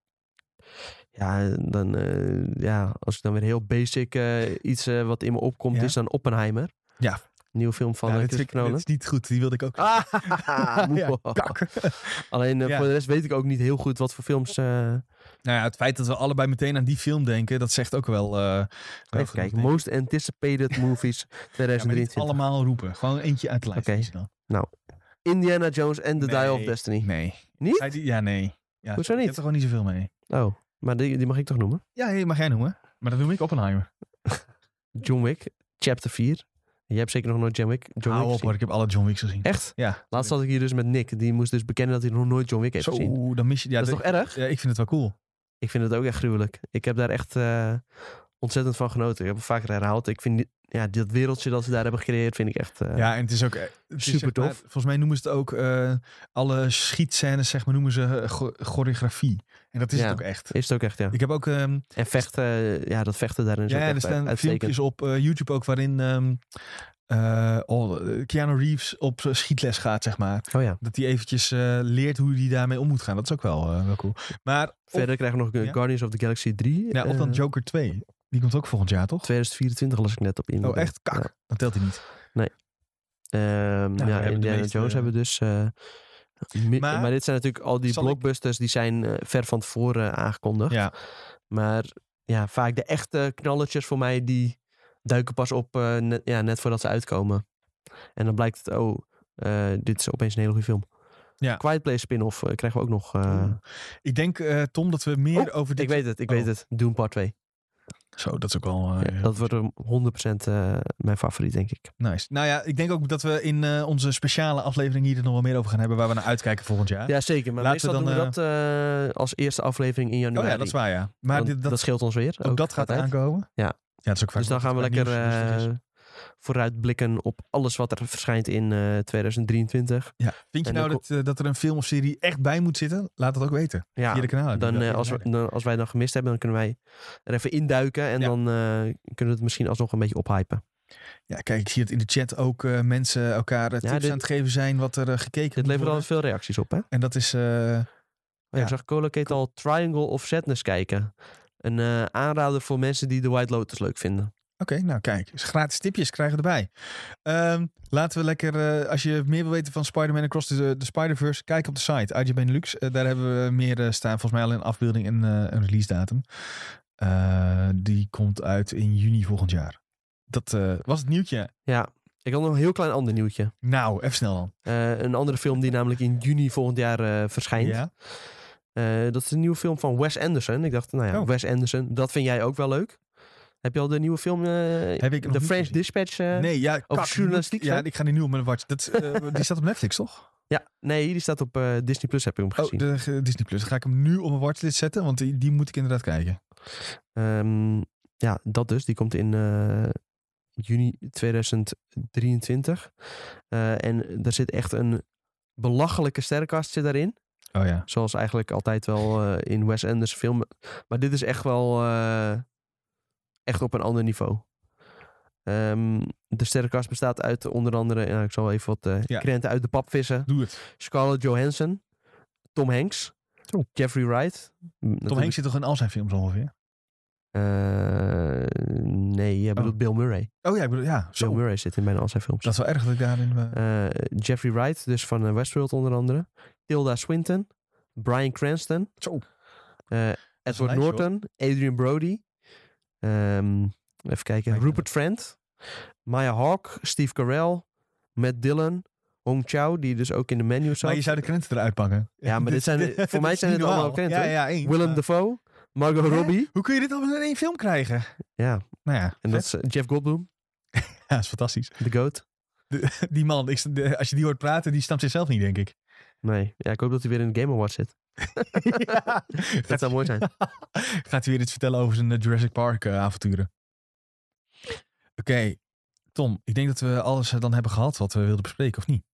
B: Ja, dan, eh, ja, als ik dan weer heel basic eh, iets eh, wat in me opkomt,
A: Ja.
B: is dan Oppenheimer.
A: Ja.
B: Nieuwe film van
A: Ja,
B: eh,
A: dit, vind ik-
B: Christopher
A: dit
B: *laughs* Nolan.
A: is niet goed. Die wilde ik ook.
B: Ah,
A: *laughs* Ja,
B: wow.
A: kak.
B: Alleen eh,
A: Ja.
B: voor de rest weet ik ook niet heel goed wat voor films. eh,
A: Nou ja, het feit dat we allebei meteen aan die film denken, dat zegt ook wel. eh, wel genoeg,
B: even kijken.
A: denk ik.
B: Most anticipated movies
A: Ja, maar niet
B: 2023.
A: allemaal roepen. Gewoon eentje uit de lijst.
B: Oké.
A: kiezen dan.
B: Indiana Jones en The Dial of
A: Nee.
B: Destiny.
A: Nee.
B: Niet?
A: Zei die- ja, nee. Ja,
B: Hoezo
A: Ik
B: niet?
A: heb er gewoon niet zoveel mee.
B: Oh, maar die, die mag ik toch noemen?
A: Ja, hey, mag jij noemen. Maar dat noem ik Oppenheimer.
B: John Wick, chapter 4. Jij hebt zeker nog nooit John Wick, John
A: Hou
B: Wick
A: op
B: gezien.
A: hoor, ik heb alle John Wicks gezien.
B: Echt?
A: Ja.
B: Laatst zat ik hier dus met Nick. Die moest dus bekennen dat hij nog nooit John Wick heeft
A: Zo,
B: gezien.
A: dan mis je... Ja,
B: dat is toch erg?
A: ja, ik vind het wel cool.
B: Ik vind het ook echt gruwelijk. Ik heb daar echt eh, ontzettend van genoten. Ik heb het vaker herhaald. Ik vind die- ja, dat wereldje dat ze daar hebben gecreëerd, vind ik echt... eh,
A: Ja, en het is ook eh, het is
B: Super
A: zeg maar-
B: tof.
A: volgens mij noemen ze het ook eh, alle schietscènes, zeg maar, noemen ze eh, cho- choreografie. En dat is
B: Ja.
A: het ook echt.
B: Is het ook echt, ja.
A: Ik heb ook, ehm,
B: En vechten, eh, ja, dat vechten daarin is
A: ja,
B: ook
A: er
B: echt
A: staan
B: uitstekend.
A: filmpjes op eh, YouTube ook waarin ehm, eh, oh, eh, Keanu Reeves op eh, schietles gaat, zeg maar.
B: Oh ja.
A: Dat hij eventjes eh, leert hoe hij daarmee om moet gaan. Dat is ook wel, eh, wel cool. Maar of-
B: Verder krijgen we nog eh,
A: Ja.
B: Guardians of the Galaxy 3.
A: ja, of dan
B: eh,
A: Joker 2. Die komt ook volgend jaar, toch?
B: 2024 las ik net op in.
A: Oh, echt? Kak.
B: Ja.
A: Dan telt hij niet.
B: Ehm,
A: we
B: ja,
A: Nou, hebben de
B: Indiana
A: meeste-
B: Jones hebben dus... eh, mi-
A: Maar-
B: maar, dit zijn natuurlijk al die
A: Zal ik-
B: blockbusters die zijn eh, ver van tevoren aangekondigd.
A: Ja.
B: Maar ja, vaak de echte knalletjes voor mij, die duiken pas op eh, net, ja, net voordat ze uitkomen. En dan blijkt het, oh, eh, dit is opeens een hele goede film.
A: Ja.
B: Quiet Place spin-off eh, krijgen we ook nog. eh,
A: Oeh, Mm. Ik denk, eh, Tom, dat we meer over dit...
B: ik weet het, ik
A: Oh.
B: weet het. Doom Part 2.
A: Zo, dat is ook wel... eh,
B: Ja, dat wordt hem 100% eh, mijn favoriet, denk ik.
A: Nice. Nou ja, ik denk ook dat we in eh, onze speciale aflevering hier er nog wel meer over gaan hebben. Waar we naar uitkijken volgend jaar. Oh
B: Ja, zeker. Maar
A: Laten we
B: meestal
A: dan,
B: doen we dat eh, als eerste aflevering in
A: oh
B: januari.
A: ja, dat is waar, ja. Maar
B: Want
A: dit, dat,
B: dat scheelt ons weer.
A: ook dat gaat
B: altijd.
A: aankomen.
B: Ja.
A: Ja, dat is ook vaak
B: Dus dan
A: goed.
B: gaan we
A: Ja,
B: lekker
A: nieuws, nieuws, nieuws.
B: eh vooruitblikken op alles wat er verschijnt in eh, 2023.
A: ja. Vind je
B: en
A: nou
B: dan
A: dat, eh, dat er een film of serie echt bij moet zitten? Laat dat ook weten.
B: Ja,
A: Via de kanalen.
B: dan,
A: Ah, Die
B: eh,
A: dat
B: als, we,
A: vinden.
B: dan, als wij dan gemist hebben, dan kunnen wij er even induiken. En
A: Ja.
B: dan eh, kunnen we het misschien alsnog een beetje ophypen.
A: Ja, kijk, ik zie dat in de chat ook eh, mensen elkaar eh,
B: Ja,
A: tips
B: dit-
A: aan het geven zijn wat er eh, gekeken
B: Dit
A: moet
B: levert al
A: worden.
B: veel reacties op, hè? Oh
A: En dat is... eh,
B: ja,
A: Ja.
B: Ik zag Colocate al Triangle of Sadness kijken. Een eh, aanrader voor mensen die de White Lotus leuk vinden.
A: Oké, nou kijk. Dus gratis tipjes krijgen we erbij. Ehm, laten we lekker, eh, als je meer wil weten van Spider-Man Across the, the Spider-Verse, kijk op de site IGN Benelux. Eh, daar hebben we meer eh, staan, volgens mij al een afbeelding en eh, een release datum. Eh, die komt uit in juni volgend jaar. Dat eh, was het nieuwtje.
B: Ja, ik had nog een heel klein ander nieuwtje.
A: Nou, even snel dan.
B: Eh, een andere film die namelijk in juni volgend jaar eh, verschijnt.
A: Ja?
B: Eh, dat is een nieuwe film van Wes Anderson. Ik dacht, nou ja,
A: Oh.
B: Wes Anderson, dat vind jij ook wel leuk. Heb je al de nieuwe film, eh
A: Heb ik nog
B: The
A: niet
B: French
A: gezien.
B: Dispatch? eh?
A: Nee, ja. kak, die
B: journalistiek,
A: moet- Ja,
B: hè?
A: ik ga die nu op mijn watch. Dat,
B: *laughs*
A: eh, die staat op Netflix, toch?
B: Ja, nee, die staat op eh, Disney Plus, heb ik
A: Oh,
B: hem gezien.
A: de, eh, Disney Plus. Dan ga ik hem nu op mijn watchlist zetten, want die, die moet ik inderdaad kijken.
B: Ehm, ja, dat dus. Die komt in eh, juni 2023. Eh, en er zit echt een belachelijke sterrenkastje daarin.
A: Oh ja.
B: Zoals eigenlijk altijd wel eh, in Wes Anderson film. Maar dit is echt wel eh, echt op een ander niveau. Ehm, de sterrenkast bestaat uit onder andere, ja, ik zal even wat eh,
A: Ja.
B: krenten uit de pap vissen.
A: Doe het.
B: Scarlett Johansson, Tom Hanks,
A: Oh.
B: Jeffrey Wright.
A: Tom Hanks zit toch in al zijn films ongeveer?
B: Eh, nee, je bedoelt Bill Murray.
A: Oh ja, ik bedoel, ja, zo.
B: Bill Murray zit in bijna al zijn films.
A: Dat is wel erg dat ik daarin... eh,
B: Eh, Jeffrey Wright, dus van eh, Westworld onder andere. Tilda Swinton, Brian Cranston.
A: zo.
B: Eh,
A: een
B: Edward
A: lijstje, hoor.
B: Norton, Adrian Brody. Ehm, even kijken.
A: Kijk,
B: Rupert Friend. Maya Hawke, Steve Carell. Matt Dillon. Hong Chao, die dus ook in de menu zat.
A: Maar je zou de krenten eruit pakken.
B: Ja, maar dit zijn- voor
A: *laughs* dit
B: mij
A: is
B: zijn
A: niet
B: het allemaal
A: normaal.
B: krenten.
A: Ja, ja, eens,
B: Willem
A: maar-
B: Dafoe, Margot
A: eh, Hè?
B: Robbie.
A: Hoe kun je dit allemaal in één film krijgen?
B: Ja,
A: Nou ja,
B: en dat is eh, Jeff Goldblum,
A: *laughs* ja, is fantastisch.
B: The Goat.
A: Die man, ik, de- als je die hoort praten, die stamt zichzelf niet, denk
B: *laughs*
A: ik.
B: Nee, ja, ik hoop dat hij weer in de Game Awards zit.
A: Ja.
B: Dat zou mooi zijn.
A: Gaat hij weer iets vertellen over zijn eh, Jurassic Park eh, avonturen? Oké, Tom, ik denk dat we alles eh, dan hebben gehad wat we wilden bespreken, of niet?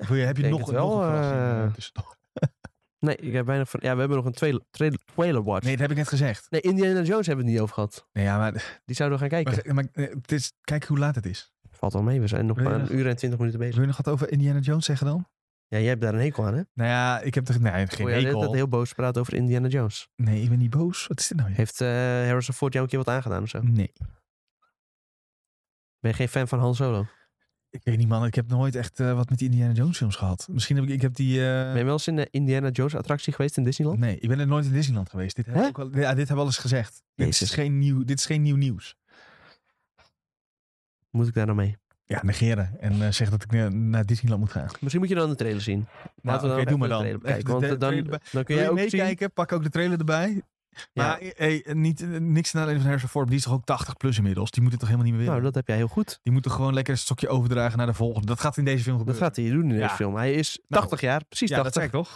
A: Of wil je- heb je
B: denk
A: nog,
B: het wel,
A: nog een verrassing? eh,
B: eh.
A: tussendoor?
B: Nee, ik heb bijna van, ja, we hebben nog een trailer, trailer, trailer watch.
A: Nee,
B: Nee.
A: dat heb ik net gezegd.
B: Indiana Jones hebben we het niet over gehad.
A: Nee, ja, maar,
B: Die zouden we gaan kijken.
A: maar, maar, eh, het is, kijk hoe laat het is.
B: Valt al mee, we zijn nog
A: Wil je
B: maar
A: nog-
B: een uur en twintig minuten bezig.
A: Wil je nog wat over Indiana Jones zeggen dan?
B: Ja, jij hebt daar een hekel aan, hè?
A: Nou ja, ik heb er nee, geen
B: Hoor jij net dat
A: hekel.
B: heel boos praat over Indiana Jones.
A: Nee, ik ben niet boos. Wat is dit nou? weer?
B: Heeft eh, Harrison Ford jou een keer wat aangedaan of zo?
A: Nee.
B: Ben je geen fan van Han Solo?
A: Eh. Ik weet niet, man. Ik heb nooit echt eh, wat met die Indiana Jones films gehad. Misschien heb ik, ik heb die... eh,
B: Ben je wel eens in de Indiana Jones attractie geweest in Disneyland?
A: Nee, ik ben er nooit in Disneyland geweest. Dit heb, ik
B: Hè?
A: ook wel, ja, dit hebben we al eens gezegd. Dit is,
B: Jezus.
A: geen nieuw, dit is geen nieuw nieuws.
B: Moet ik daar nou mee?
A: Ja, negeren. En eh, zeg dat ik eh, naar Disneyland moet gaan.
B: Misschien moet je dan de trailer zien.
A: Nou,
B: Laten we
A: oké,
B: dan
A: doe maar
B: even
A: dan.
B: de trailer
A: Even de
B: bekijken,
A: tra-
B: want eh, dan,
A: trailer
B: dan,
A: bij-
B: kun
A: Wil
B: jij
A: je
B: ook
A: meekijken? Pak ook de trailer erbij. Maar eh, hey, niet, niks naar van Harrison Ford. Die is toch ook 80 plus inmiddels? Die moet het toch helemaal niet meer
B: zien. Nou,
A: willen?
B: dat heb jij heel goed.
A: Die moet toch gewoon lekker een stokje overdragen naar de volgende? Dat gaat in deze film
B: Dat
A: gebeuren.
B: gaat hij doen in deze
A: Ja.
B: film. Hij is
A: Nou,
B: 80 jaar, precies
A: ja, dat
B: 80.
A: zeg ik
B: Dat,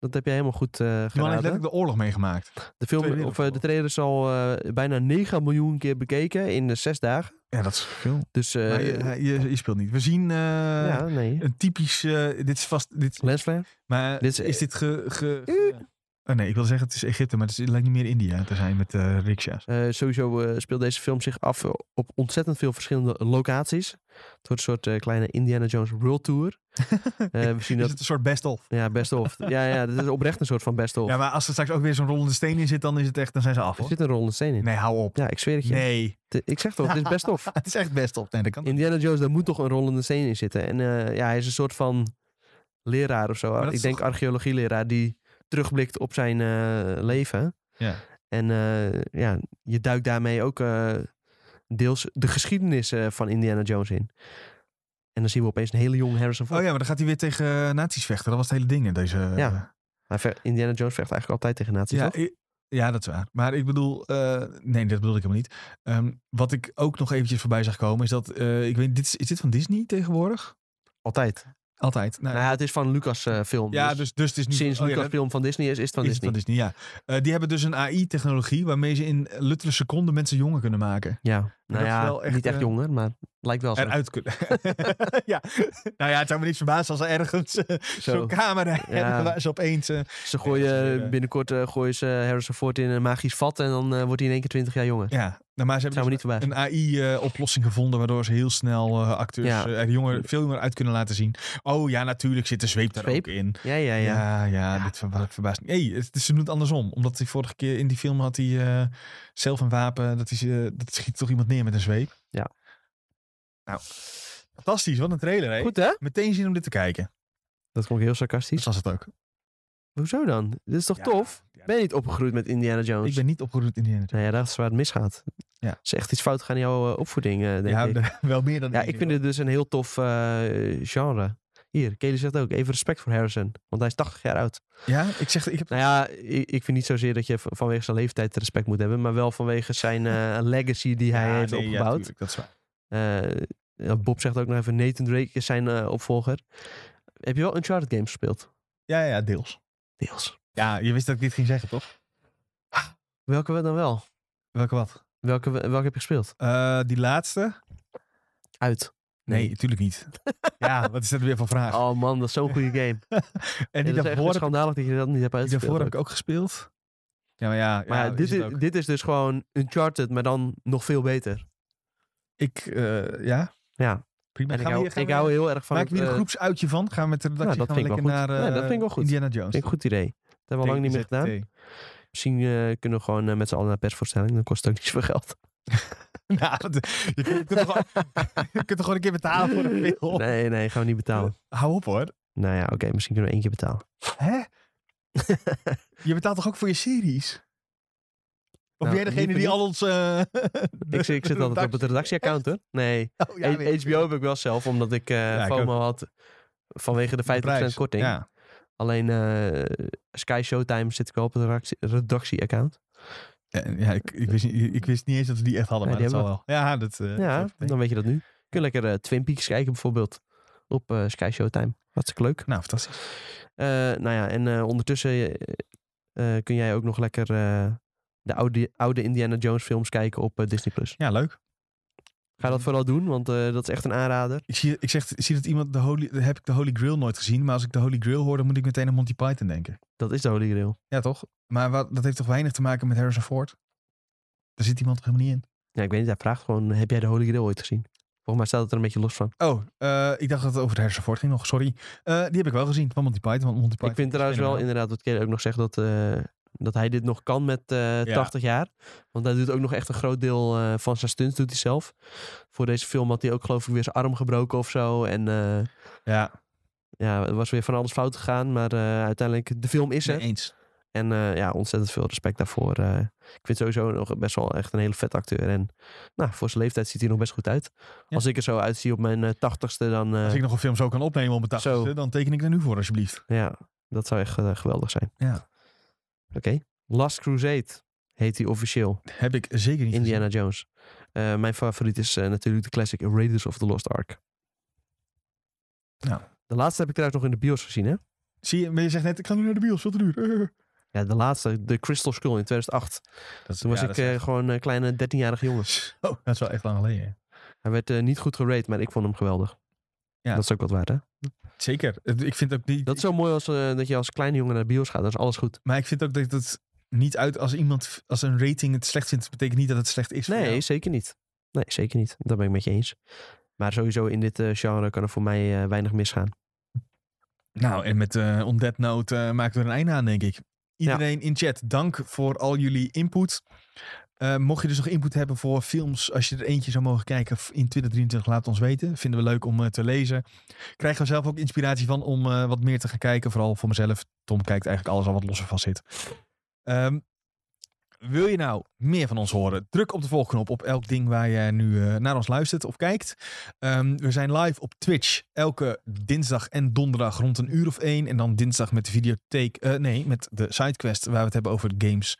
A: toch?
B: heb jij helemaal goed eh
A: Die man heeft
B: geraden.
A: letterlijk de oorlog meegemaakt.
B: De, film,
A: Tweede
B: of, eh, de
A: Wereldoorlog.
B: trailer is al eh, bijna 9 miljoen keer bekeken in de 6 dagen.
A: Ja, dat is veel.
B: Dus eh,
A: Maar je, hij- je, je speelt niet. We zien eh,
B: ja, nee.
A: een typisch... eh, dit is vast... Dit,
B: Lens flare?
A: maar eh,
B: dit is-
A: is dit ge... ge- ge- oh nee, ik wil zeggen het is Egypte, maar het, is, het lijkt niet meer India te zijn met eh riksha's.
B: Eh, sowieso eh, speelt deze film zich af eh, op ontzettend veel verschillende locaties. Het wordt een soort eh, kleine Indiana Jones
A: *laughs*
B: World Tour. Eh, we zien
A: Is
B: dat.
A: het een soort best-of?
B: Ja, best of. ja, ja, dit is oprecht een soort van best of.
A: Ja, maar als er straks ook weer zo'n rollende steen in zit, dan, is het echt, dan zijn ze af
B: er
A: hoor.
B: zit een rollende steen in.
A: Nee, hou op.
B: Ja, ik zweer het je. *laughs*
A: Nee, Oh
B: Te- Ik zeg toch, dit is
A: *laughs*
B: best of.
A: het is echt best-of. Nee, dat kan
B: Indiana Jones, daar moet toch een rollende steen in zitten. En eh, ja, hij is een soort van leraar of zo.
A: Maar dat
B: Ik
A: is
B: denk
A: toch-
B: archeologieleraar die terugblikt op zijn eh, leven.
A: Ja.
B: En eh, ja, je duikt daarmee ook eh, deels de geschiedenis eh, van Indiana Jones in. En dan zien we opeens een hele jong Harrison Ford.
A: Oh ja, maar dan gaat hij weer tegen eh, nazi's vechten. Dat was het hele ding in deze... eh,
B: Ja. Hij ver- Indiana Jones vecht eigenlijk altijd tegen nazi's,
A: Ja,
B: toch?
A: i- ja, dat is waar. Maar ik bedoel, eh, nee, dat bedoel ik helemaal niet. Ehm, wat ik ook nog eventjes voorbij zag komen is dat, eh, ik weet, niet, dit is, is dit van Disney tegenwoordig?
B: Altijd.
A: Altijd. Nou,
B: Nou ja, het is van Lucas eh, film.
A: ja,
B: dus
A: dus, dus het is nu
B: sinds
A: oh ja,
B: Lucas
A: dat-
B: film van Disney is, is het van
A: is het
B: Disney.
A: van Disney. Ja, Eh, die hebben dus een AI-technologie waarmee ze in luttele seconden mensen jonger kunnen maken.
B: Ja, nou
A: is
B: ja,
A: wel echt,
B: niet echt
A: eh,
B: jonger, maar het lijkt wel zo.
A: Eruit kunnen. *laughs* ja. Nou ja, het zou me niks verbazen als er ergens eh, zo'n camera hebben waar ze opeens... eh,
B: Ze
A: Ja, dat is
B: gooien
A: weer, eh,
B: binnenkort eh, gooien ze Harrison Ford in een magisch vat en dan eh, wordt hij in één keer 20 jaar jonger.
A: ja, nou, maar ze
B: Zijn we
A: hebben
B: niet voorbij.
A: een AI-oplossing gevonden waardoor ze heel snel eh, acteurs
B: Ja.
A: eh, er jonger, veel jonger uit kunnen laten zien. Oh ja, natuurlijk zit de zweep daar
B: Zweep?
A: ook in.
B: Ja, ja,
A: Ja,
B: ja.
A: ja, dit verba verbaast me. Hey, het, ze doen het andersom. Omdat hij vorige keer in die film had hij eh, zelf een wapen. Dat, hij, ze- dat schiet toch iemand neer met een zweep.
B: Ja.
A: Nou, fantastisch. Wat een trailer, hè?
B: Goed hè?
A: Meteen zin om dit te kijken.
B: Dat klonk heel
A: Dat
B: sarcastisch.
A: was het ook.
B: Hoezo dan? Dit is toch
A: Ja,
B: tof?
A: ja.
B: Ben je niet opgegroeid met Indiana Jones?
A: Ik ben niet opgeroepen in die
B: Nou ja, dat is waar het misgaat.
A: Ja.
B: Er is echt iets fout gaan in jouw eh, opvoeding, eh, denk
A: Ja,
B: ik.
A: *laughs* wel meer dan
B: Ja,
A: één
B: ik
A: keer.
B: vind dit dus een heel tof eh, genre. Hier, Kelly zegt ook, even respect voor Harrison. Want hij is 80 jaar oud.
A: Ja, ik zeg... Ik heb...
B: Nou ja, ik, ik vind niet zozeer dat je v- vanwege zijn leeftijd respect moet hebben. Maar wel vanwege zijn eh, *laughs* legacy die hij
A: Ja,
B: heeft
A: nee, ja,
B: opgebouwd.
A: tuurlijk, dat is waar.
B: Eh, ja, Bob zegt ook nog even, Nathan Drake is zijn eh, opvolger. Heb je wel Uncharted games gespeeld?
A: Ja, ja, deels.
B: Deels.
A: Ja, je wist dat ik dit ging zeggen, toch?
B: Welke wel dan wel?
A: Welke wat?
B: Welke, welke heb je gespeeld?
A: Eh, die laatste?
B: Uit.
A: Nee, natuurlijk *laughs* niet. ja, wat is dat weer voor vraag?
B: Oh man, dat is zo'n goede
A: *laughs*
B: game.
A: en die
B: En dat is echt
A: daarvoor, heb-
B: schandalig dat je dat niet hebt
A: die daarvoor
B: uitgespeeld.
A: heb ik ook gespeeld. Ja, maar ja.
B: ook. Maar
A: ja,
B: dit,
A: het
B: is,
A: ook.
B: dit is dus gewoon Uncharted, maar dan nog veel beter.
A: Ik, eh, ja.
B: Ja.
A: Prima.
B: En ik
A: Gaan we
B: hou,
A: hier- gaan
B: ik
A: we-
B: hou heel erg van...
A: Maak weer
B: het,
A: een
B: eh, Nou,
A: groepsuitje van. Gaan we met de redactie
B: dat
A: gaan we
B: vind ik
A: lekker
B: wel
A: naar
B: goed. Nee, dat
A: eh,
B: vind ik wel goed.
A: Indiana Jones.
B: vind ik een goed idee. Dat hebben we al lang niet meer gedaan.
A: *laughs* TZT.
B: Misschien eh, kunnen we gewoon eh, met z'n allen naar persvoorstelling. Dan kost het ook niet zoveel geld.
A: Nou, dat- je kunt, je kunt toch
B: *laughs*
A: gewoon- je kunt toch gewoon een keer betalen Ah, voor een film.
B: Nee, nee, gaan we niet betalen.
A: Hou op hoor.
B: Nou ja, oké, misschien kunnen we één *laughs* keer betalen.
A: Hè? je betaalt toch ook voor je series? Of
B: Nou,
A: jij degene
B: niet
A: die al ons... eh, de-
B: Ik, zit-
A: *laughs*
B: ik zit
A: de
B: altijd op het redactieaccount hoor. Nee,
A: Oh, ja,
B: H-
A: nee.
B: HBO heb ik wel zelf, omdat ik eh,
A: ik
B: FOMO had vanwege de 50%
A: Prijs.
B: korting.
A: Ja.
B: Alleen eh, Sky Showtime zit ik wel op het redactie- redactie-account.
A: Eh, ja ik, ik, wist niet, ik wist niet eens dat we die echt hadden,
B: Nee,
A: maar dat
B: die
A: zal wel. Ja, dat... eh,
B: ja,
A: dat- nee.
B: dan weet je dat nu. Kun je lekker eh, Twin Peaks kijken bijvoorbeeld op eh, Sky Showtime. Hartstikke leuk.
A: Nou, fantastisch.
B: Eh, nou ja, en eh, ondertussen eh, eh, kun jij ook nog lekker eh, de oude, oude Indiana Jones films kijken op eh, Disney+. Plus.
A: Ja, leuk.
B: Ga dat vooral doen, want eh, dat is echt een aanrader.
A: Ik zie, ik zeg, ik zie dat iemand de Holy... Heb ik de Holy Grail nooit gezien, maar als ik de Holy Grail hoor, dan moet ik meteen aan Monty Python denken.
B: Dat is de Holy Grail.
A: Ja, toch? Maar wat, dat heeft toch weinig te maken met Harrison Ford? Daar zit iemand toch helemaal niet in?
B: Ja, ik weet niet, hij vraagt gewoon, heb jij de Holy Grail ooit gezien? Volgens mij staat het er een beetje los van.
A: Oh, eh, ik dacht dat het over de Harrison Ford ging nog. Sorry. Eh, die heb ik wel gezien, van Monty Python. Want Monty Python
B: ik vind
A: is
B: trouwens wel
A: fenomenaal.
B: inderdaad, wat Kelly ook nog zegt, dat, eh, dat hij dit nog kan met eh,
A: Ja.
B: 80 jaar. Want hij doet ook nog echt een groot deel eh, van zijn stunts, doet hij zelf. Voor deze film had hij ook geloof ik weer zijn arm gebroken of zo. En eh,
A: Ja,
B: ja, het was weer van alles fout gegaan. Maar eh, uiteindelijk, de film is er.
A: mee eens.
B: En eh, ja, ontzettend veel respect daarvoor. eh. ik vind sowieso nog best wel echt een hele vet acteur. En nou, voor zijn leeftijd ziet hij nog best goed uit.
A: Ja.
B: Als ik er zo uitzie op mijn tachtigste, dan... eh,
A: Als ik nog een film zo kan opnemen op mijn
B: Zo.
A: tachtigste, dan teken ik er nu voor, alsjeblieft.
B: Ja, dat zou echt eh, geweldig zijn.
A: Ja.
B: Oké. Last Crusade heet hij officieel.
A: Heb ik zeker niet gezien.
B: Indiana Jones. Eh, mijn favoriet is eh, natuurlijk de classic Raiders of the Lost Ark.
A: Nou.
B: De laatste heb ik trouwens nog in de bios gezien, hè?
A: Zie je, maar je zegt net, ik ga nu naar de bios, veel te duur. *laughs* Eh.
B: Ja, de laatste, de Crystal Skull in 2008.
A: Dat,
B: Toen was ik eh, gewoon een kleine 13-jarige jongen.
A: Oh, dat is wel echt lang geleden. hè.
B: Hij werd eh, niet goed gerate, maar ik vond hem geweldig.
A: Ja.
B: Dat is ook wat waard, hè?
A: Zeker. Het- Ik vind ook niet,
B: Dat is zo mooi als, eh, dat je als kleine jongen naar de bios gaat. Dan is alles goed.
A: Maar ik vind ook dat het niet uit als iemand als een rating het slecht vindt, betekent niet dat het slecht is. voor
B: Nee,
A: jou.
B: zeker niet. Nee, zeker niet. Dat ben ik met je eens. Maar sowieso in dit eh, genre kan er voor mij eh, weinig misgaan.
A: Nou, en met eh Undead Note eh, maken we er een einde aan, denk ik. Iedereen in chat, dank voor al jullie input. Eh, mocht je dus nog input hebben voor films, als je er eentje zou mogen kijken f- in 2023, laat het ons weten. Vinden we leuk om eh, te lezen. Krijgen we zelf ook inspiratie van om eh, wat meer te gaan kijken. Vooral voor mezelf. Tom kijkt eigenlijk alles al wat losser van zit. Ehm, wil je nou meer van ons horen? Druk op de volgknop op elk ding waar je nu eh, naar ons luistert of kijkt. Ehm, we zijn live op Twitch elke dinsdag en donderdag rond een uur of één. En dan dinsdag met de videotheek. eh, nee, met de sidequest waar we het hebben over games.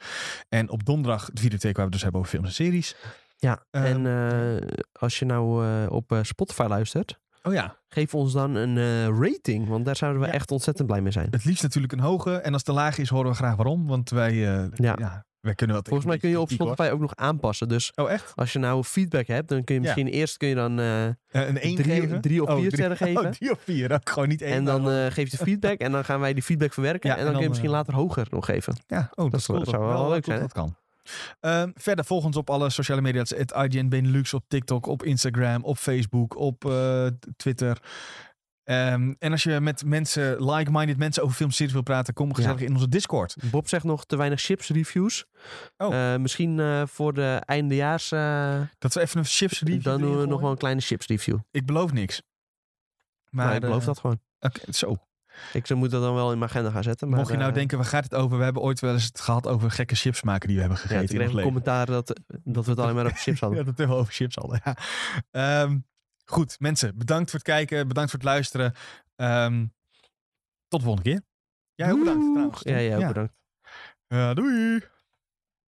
A: En op donderdag de videotheek waar we het dus hebben over films en series.
B: Ja,
A: Ehm,
B: en eh, als je nou eh, op eh, Spotify luistert,
A: Oh ja,
B: geef ons dan een eh, rating. Want daar zouden we
A: Ja.
B: echt ontzettend blij mee zijn.
A: het liefst natuurlijk een hoge. En als de laag is, horen we graag waarom. Want wij, eh,
B: Ja.
A: ja. wij kunnen wat.
B: Volgens mij kun je op
A: kritiek, hoor.
B: Spotify ook nog aanpassen. Dus
A: Oh, echt?
B: als je nou feedback hebt, dan kun je
A: Ja.
B: misschien eerst kun je dan, eh,
A: Eh, een 1
B: Drie-
A: geven?
B: drie of
A: Oh,
B: vier
A: drie-
B: sterren geven.
A: *laughs* Oh, drie of vier. Ook gewoon niet één.
B: en
A: maar
B: dan
A: wel-
B: eh
A: *laughs*
B: geef je feedback en dan gaan wij die feedback verwerken.
A: Ja,
B: en dan,
A: en
B: kun
A: dan,
B: je misschien
A: eh,
B: later hoger nog geven.
A: Ja, oh, dat,
B: eh, Dat
A: is cool.
B: zou- zou wel
A: dat-
B: leuk zijn,
A: Dat kan. Ehm, verder, volg ons op alle sociale media. Dat is at IGN Benelux op TikTok, op Instagram, op Facebook, op eh, t- Twitter. Ehm, en als je met mensen, like-minded mensen over filmseries wil praten, kom gezellig in onze Discord.
B: Bob zegt nog te weinig chips reviews.
A: Oh.
B: Eh, misschien eh, voor de eindejaars. eh,
A: Dat we even een chips review
B: dan doen we
A: erin
B: nog wel
A: gooien.
B: een kleine chips review.
A: Ik beloof niks. Maar,
B: Maar ik beloof
A: eh,
B: dat gewoon.
A: oké, zo.
B: Ik zou- moet dat dan wel in mijn agenda gaan zetten. Maar,
A: Mocht je nou
B: eh,
A: denken, waar gaat het over? We hebben ooit wel eens het gehad over gekke chips maken die we hebben
B: Ja,
A: gegeten.
B: ik
A: in
B: kreeg
A: ons
B: een
A: leven.
B: commentaar dat, dat we het alleen maar op chips
A: *laughs*
B: hadden.
A: Ja, dat hebben we over chips al. Ja. Ehm, goed, mensen, bedankt voor het kijken. Bedankt voor het luisteren. Ehm, tot de volgende keer. Jij ook bedankt
B: Doeg.
A: trouwens. Tom.
B: Ja, ja, ook bedankt.
A: Ja, doei.